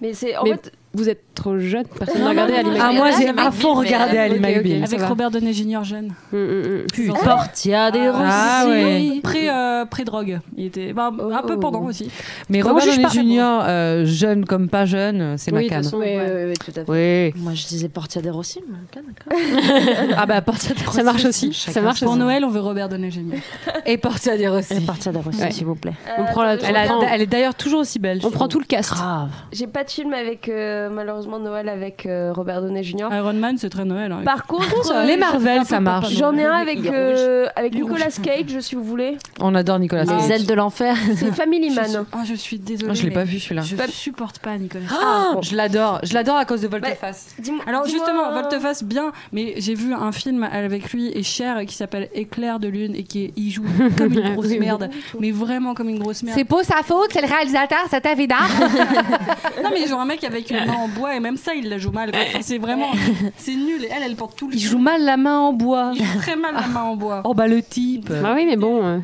A: Mais c'est en
D: Mais-
A: fait,
D: Vous êtes trop jeune, personne n'a regardé Ali
C: Ah,
D: McBeal.
C: moi,
B: Annie
C: j'ai à
B: McBeal,
C: fond
B: mais-
C: regardé Ali
D: Ok, ok.
C: McBeal.
E: Avec
D: ça va.
E: Robert Downey Jr. jeune.
D: Mm, mm, mm.
B: Portia des Rossi.
C: Ah ouais. Oh.
E: Pré, euh, pré-drogue. Il était bah, un peu pendant aussi.
C: Mais
E: Comment
C: Robert Downey
E: juge par sa
C: Jr., euh, jeune comme pas jeune, c'est
D: Oui, de
C: ma
D: toute
C: cam.
D: façon, ouais.
A: tout à fait.
C: Oui.
B: Moi, je disais Portia des Rossi, mais ok, d'accord.
C: Ah bah Portia des
D: Ça marche aussi. Ça marche
E: Pour
D: aussi.
E: Noël, on veut Robert Downey Jr.
C: Et Portia des
B: Et Portia des Rossi,
D: Ouais.
B: s'il vous plaît.
A: Euh,
D: On prend la-
C: Elle,
D: On prend-
C: a- elle est d'ailleurs toujours aussi belle. je
D: On prend
C: trouve.
D: tout le cast.
B: Grave.
A: J'ai pas de film avec euh, euh, malheureusement Noël avec euh, Robert Downey Jr.
E: Iron Man, c'est très Noël.
D: Ah.
E: hein.
A: Par contre, euh,
C: Les Marvel, ça marche.
A: j'en ai un
E: Les
A: avec,
E: rouges.
A: euh, avec Nicolas Cage, si vous voulez.
C: On adore Nicolas
E: Ah,
C: Cage.
L: Les ailes de l'enfer.
A: C'est Family
E: Je suis-
A: Man.
E: Ah, je suis désolée.
C: Moi, je l'ai
E: mais
C: pas vu celui-là.
E: Je
A: Pas-
E: supporte pas Nicolas.
A: Ah, bon.
C: Je l'adore. Je l'adore à cause de Volteface.
A: Bah, Dis-moi-
E: Alors
A: dis-moi- euh,
E: justement, Volteface bien, mais j'ai vu un film avec lui et Cher qui s'appelle Éclair de lune et qui est- il joue comme une grosse merde, mais vraiment comme une grosse merde.
O: C'est pas sa faute, c'est le réalisateur, c'est évident.
E: Non mais il joue un mec avec une main en bois et même ça il la joue mal. quoi. Enfin, c'est vraiment, c'est nul. Et elle, elle porte tout le.
C: Il joue mal la main en bois.
E: Il joue très mal la main en bois.
C: Oh bah le type.
D: Ah oui, mais bon. euh,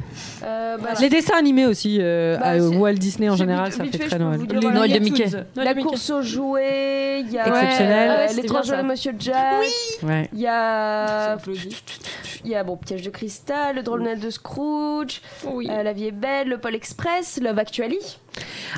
A: Euh, bah,
C: Les dessins animés aussi, euh,
A: Bah,
C: à
A: c'est-
C: Walt Disney en
A: c'est
C: général,
A: vite-
C: ça
A: vite
C: fait
A: fait,
C: très
A: je peux
C: Noël.
A: vous dire.
C: Les
A: Noël de
C: Mickey.
A: la course aux jouets, il y a
C: Exceptionnel.
A: euh,
F: Ouais, c'était
A: L'étrange
F: bien,
A: de
F: ça.
A: Monsieur Jack.
C: Ouais.
A: Il y a
E: applaudi.
A: il y a bon piège de cristal, le drôle de Noël de Scrooge, euh, la vie est belle, le Pôle Express, Love Actually.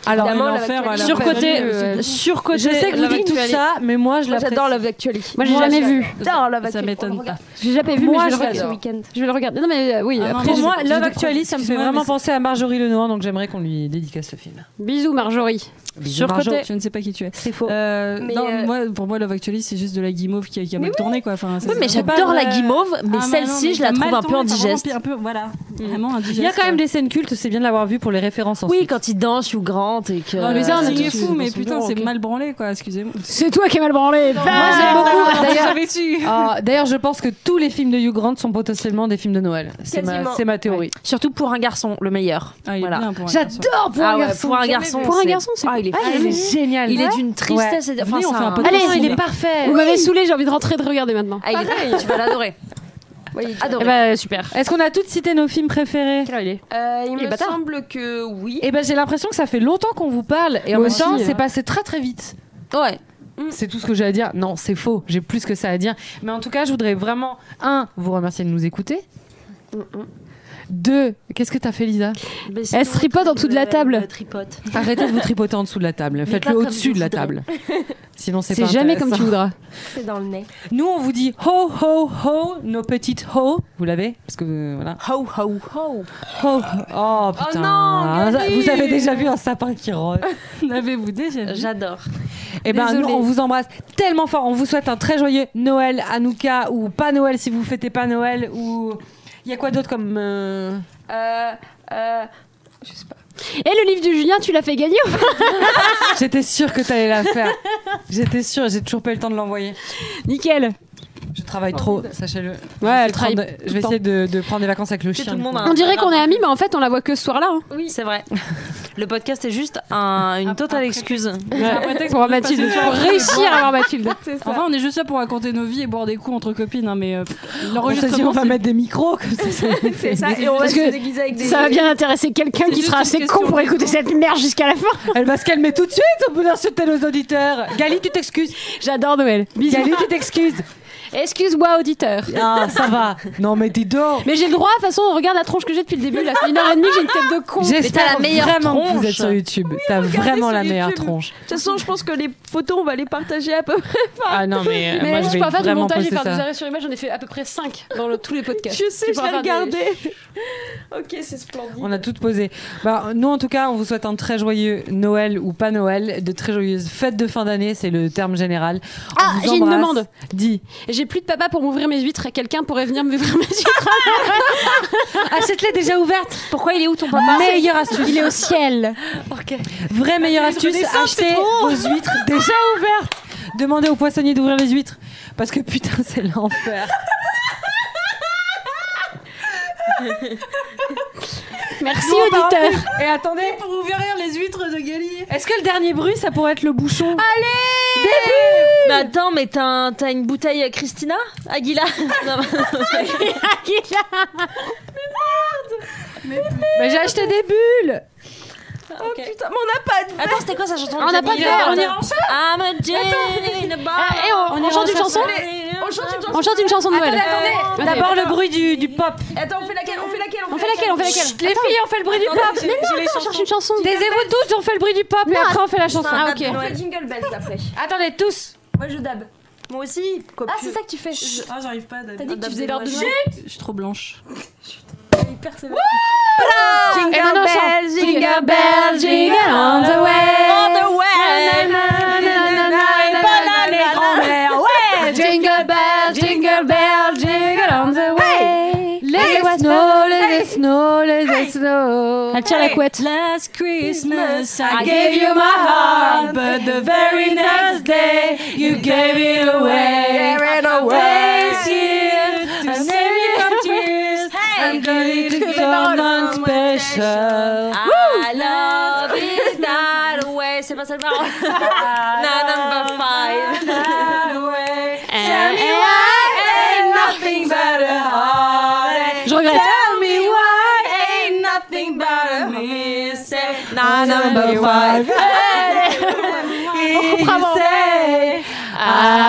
C: Alors,
A: Évidemment, Love
E: l'enfer,
A: Actually.
E: voilà.
C: surcoté,
D: euh,
C: euh, surcoté.
D: Je sais que
C: la
D: vous dites
C: tout
D: Actually.
C: ça, mais moi je
A: Moi,
C: l'apprécie.
A: J'adore Love Actually.
D: Moi, j'ai jamais vu.
A: J'adore Love Actually.
E: Ça m'étonne
A: On regarde.
D: J'ai jamais vu,
C: Moi,
D: mais je
C: je
D: vais le
A: l'adore.
D: regarder. Je vais le regarder. Non, mais euh, oui.
E: Ah, non,
D: après,
C: Pour
E: j'ai-
C: moi,
E: j'ai
C: Love
E: des
C: Actually, ça me fait
E: Excuse-moi,
C: vraiment
E: mais
C: penser à Marjorie Lenoir, donc j'aimerais qu'on lui dédicace ce film.
D: Bisous, Marjorie.
C: Bisous,
E: Marjo,
C: Marjo.
E: je ne sais pas qui tu es.
C: C'est
B: Oh.
C: faux.
E: Euh,
A: Mais
E: non,
A: euh,
E: moi, pour moi, Love Actually, c'est juste de la guimauve qui a, qui a mal tourné, quoi. Enfin, c'est-
L: Oui, mais
E: c'est pas
L: j'adore la
E: vrai.
L: guimauve, mais
E: Ah, non,
L: celle-ci,
E: mais
L: je la
E: ça a
L: trouve
E: mal
L: un peu
E: tourné, ça a vraiment
L: indigeste.
E: pi- Un peu, voilà, vraiment indigeste.
C: Il y a quand même
E: quoi.
C: des scènes cultes, c'est bien de l'avoir vu pour les références ensuite.
L: Oui, quand il danse ou grand et que. euh,
E: Non, mais ça, on est
L: tous
E: Euh, fou, mais
L: dans son
E: putain,
L: bureau,
E: c'est
L: ok.
E: mal branlé, quoi, excusez-moi.
F: C'est toi qui es mal branlé.
O: Moi, j'aime beaucoup. D'ailleurs,
E: J'avais su.
C: Ah, D'ailleurs, je pense que tous les films de Hugh Grant sont potentiellement des films de Noël. C'est ma,
A: Quasiment.
C: c'est ma théorie.
L: Surtout pour un garçon, le meilleur.
E: Ah, il est
L: Voilà.
E: bien pour un garçon.
O: J'adore pour
L: Ah
O: un
L: ouais,
O: garçon.
L: pour un garçon,
O: Pour un
L: c'est-
O: garçon, c'est
L: Ah, il est
O: Ah, il est génial.
L: Il est d'une tristesse. et- Enfin,
E: Venez, on
L: c'est
E: fait un
L: un-
E: podcast.
O: Allez,
D: il
O: il
D: est
O: est parfait.
D: Vous m'avez saoulé, j'ai envie de rentrer et de regarder maintenant.
L: Ah, il est- tu vas l'adorer.
A: Oui,
B: ah,
L: Adoré.
D: Eh ben, super.
C: Est-ce qu'on a toutes cité nos films préférés
A: euh, il me
D: bâtard.
A: semble que oui.
C: Eh ben, j'ai l'impression que ça fait longtemps qu'on vous parle et en
D: Moi
C: même temps,
D: aussi, hein.
C: c'est passé très très vite.
L: Ouais.
C: C'est tout ce que j'ai à dire. Non, c'est faux. J'ai plus que ça à dire. Mais en tout cas, je voudrais vraiment, un, vous remercier de nous écouter. Deux, qu'est-ce que t'as fait, Lisa
D: Elle se tripote en dessous de la table.
L: Tripote.
C: Arrêtez de vous tripoter en dessous de la table.
L: pas
C: Faites-le
L: comme
C: au-dessus
L: je
C: de la
L: voudrais.
C: table. Sinon, c'est
D: C'est
C: pas
D: jamais comme tu
C: intéressant.
D: voudras.
A: C'est dans le nez.
C: Nous, on vous dit ho, ho, ho, nos petites ho. Vous l'avez Parce que euh, voilà. Ho, ho, ho. Ho. Oh putain.
A: non, Gabi
C: vous avez déjà vu un sapin qui rote.
E: N'avez-vous déjà vu
L: J'adore.
C: Eh ben,
L: Désolée.
C: nous, on vous embrasse tellement fort. On vous souhaite un très joyeux Noël, Hanouka, ou pas Noël si vous fêtez pas Noël, ou. Il y a quoi d'autre comme. euh,
A: Euh, euh, je sais pas.
D: Et le livre du Julien, tu l'as fait gagner ou pas
C: J'étais sûre que t'allais la faire. J'étais sûre, j'ai toujours pas eu le temps de l'envoyer.
D: Nickel.
C: Je travaille
L: Oh,
C: trop, sachez-le.
D: Ouais, elle travaille
C: prendre-
D: tout
C: Je
D: le
C: vais essayer de, de prendre des vacances avec le chien.
L: tout le monde a
D: On dirait qu'on est amis, mais en fait, on la voit que ce soir-là. hein.
L: Oui. C'est vrai. Le podcast est juste un- une totale excuse.
D: Pour avoir Mathilde. Pour réussir à avoir Mathilde.
E: Enfin, on est juste là pour raconter nos vies et boire des coups entre copines, hein, mais euh, pff,
C: On s'est dit,
E: l'enregistrement.
C: on va mettre des micros comme ça. ça-
A: C'est ça. Et on va
D: Parce que
A: se déguiser avec des.
F: Ça va bien intéresser quelqu'un qui
E: juste
F: sera
E: une
F: assez
E: question
F: con pour
E: de
F: écouter
E: temps.
F: cette merde jusqu'à la fin.
C: Elle va se calmer tout de suite au bout d'insulter nos auditeurs. Gali, tu t'excuses.
D: J'adore Noël. Bisous.
C: Gali, tu t'excuses.
D: Excuse-moi, auditeur.
C: Ah, ça va. Non, mais dis donc.
D: Mais j'ai le droit, de toute façon, on regarde la tronche que j'ai depuis le début. Là, c'est une heure et demie, j'ai une tête de con.
L: Mais t'as
C: J'espère
L: la meilleure
C: vraiment que
L: tronche.
C: vous êtes sur YouTube. T'as vraiment
A: sur
C: la meilleure
A: YouTube.
C: tronche.
A: De toute façon, je pense que les photos, on va les partager à peu près.
C: Ah non, mais, euh,
D: Mais
C: moi,
D: je
C: je vais
D: pourrais faire du
C: vraiment
D: montage et
C: poster
D: faire des
C: ça.
D: arrêts sur image. J'en ai fait à peu près 5 dans le- tous les podcasts.
A: Je sais,
D: Tu
A: je
D: pourras
A: vais
D: faire des-
A: regarder. ok, c'est splendide.
C: On a toutes posé. Bah, nous, en tout cas, on vous souhaite un très joyeux Noël ou pas Noël, de très joyeuses fêtes de fin d'année, c'est le terme général. On
D: Ah,
C: vous
D: j'ai une
C: embrasse.
D: demande.
C: Dis.
D: J'ai plus de papa pour m'ouvrir mes huîtres. Quelqu'un pourrait venir m'ouvrir mes huîtres.
L: Achète-les déjà ouvertes. Pourquoi il est où ton papa
C: Meilleure astuce.
F: Il est au ciel.
C: Vraie meilleure astuce, achetez vos huîtres déjà ouvertes. Demandez au poissonnier d'ouvrir les huîtres. Parce que putain, c'est l'enfer.
D: Merci,
C: Nous, on va
D: auditeur.
C: remplir. Et attendez.
E: Pour ouvrir les huîtres de Gali.
C: Est-ce que le dernier bruit, ça pourrait être le bouchon
L: Mais attends, mais t'as un- t'as une bouteille à Christina Aguila Non,
C: Mais j'ai acheté des bulles
A: oh, Putain, mais on n'a pas de.
L: Attends, c'était quoi sa chanson
D: On n'a pas de verre, on ira
L: en chant I'm a Jane in a bar.
D: Ah, et on- on chante une chanson
A: On chante une chanson.
D: On chante une chanson de Noël.
A: Attendez,
D: Vas-y.
L: D'abord le bruit du, du pop.
A: Attends, on fait laquelle On fait laquelle
D: On fait laquelle On fait laquelle
L: Chut, les filles, on fait le bruit du pop.
D: Mais non, on cherche une chanson.
C: Taisez-vous toutes, on fait le bruit du pop, et après on fait la chanson.
D: Ah, ok.
A: On fait Jingle Bells après.
C: Attendez, tous
A: Moi, je dab.
L: Moi aussi.
D: Ah, c'est ça que tu fais.
E: Ah, j'arrive pas à T'as
D: dit que tu faisais l'heure de Noël.
E: Je suis trop blanche.
D: Et maintenant, on chante.
A: jingle bells, jingle on the way.
L: the way.
A: Na, na, na, na, na,
D: snow, let it snow, let it snow.
B: Elle tire la couette.
C: Last Christmas, I gave you my heart, but the very next day, you gave it away.
D: Gave it away.
C: This year, to save you from tears, I'm going to give someone special.
B: I love is not away. C'est pas ça le parole. number five. Eh,
C: Tell me why ain't nothing but a heartache.
P: Je regrette.
C: Tell me why ain't nothing but a
B: oh.
C: mistake. Now number five. Hey, you say I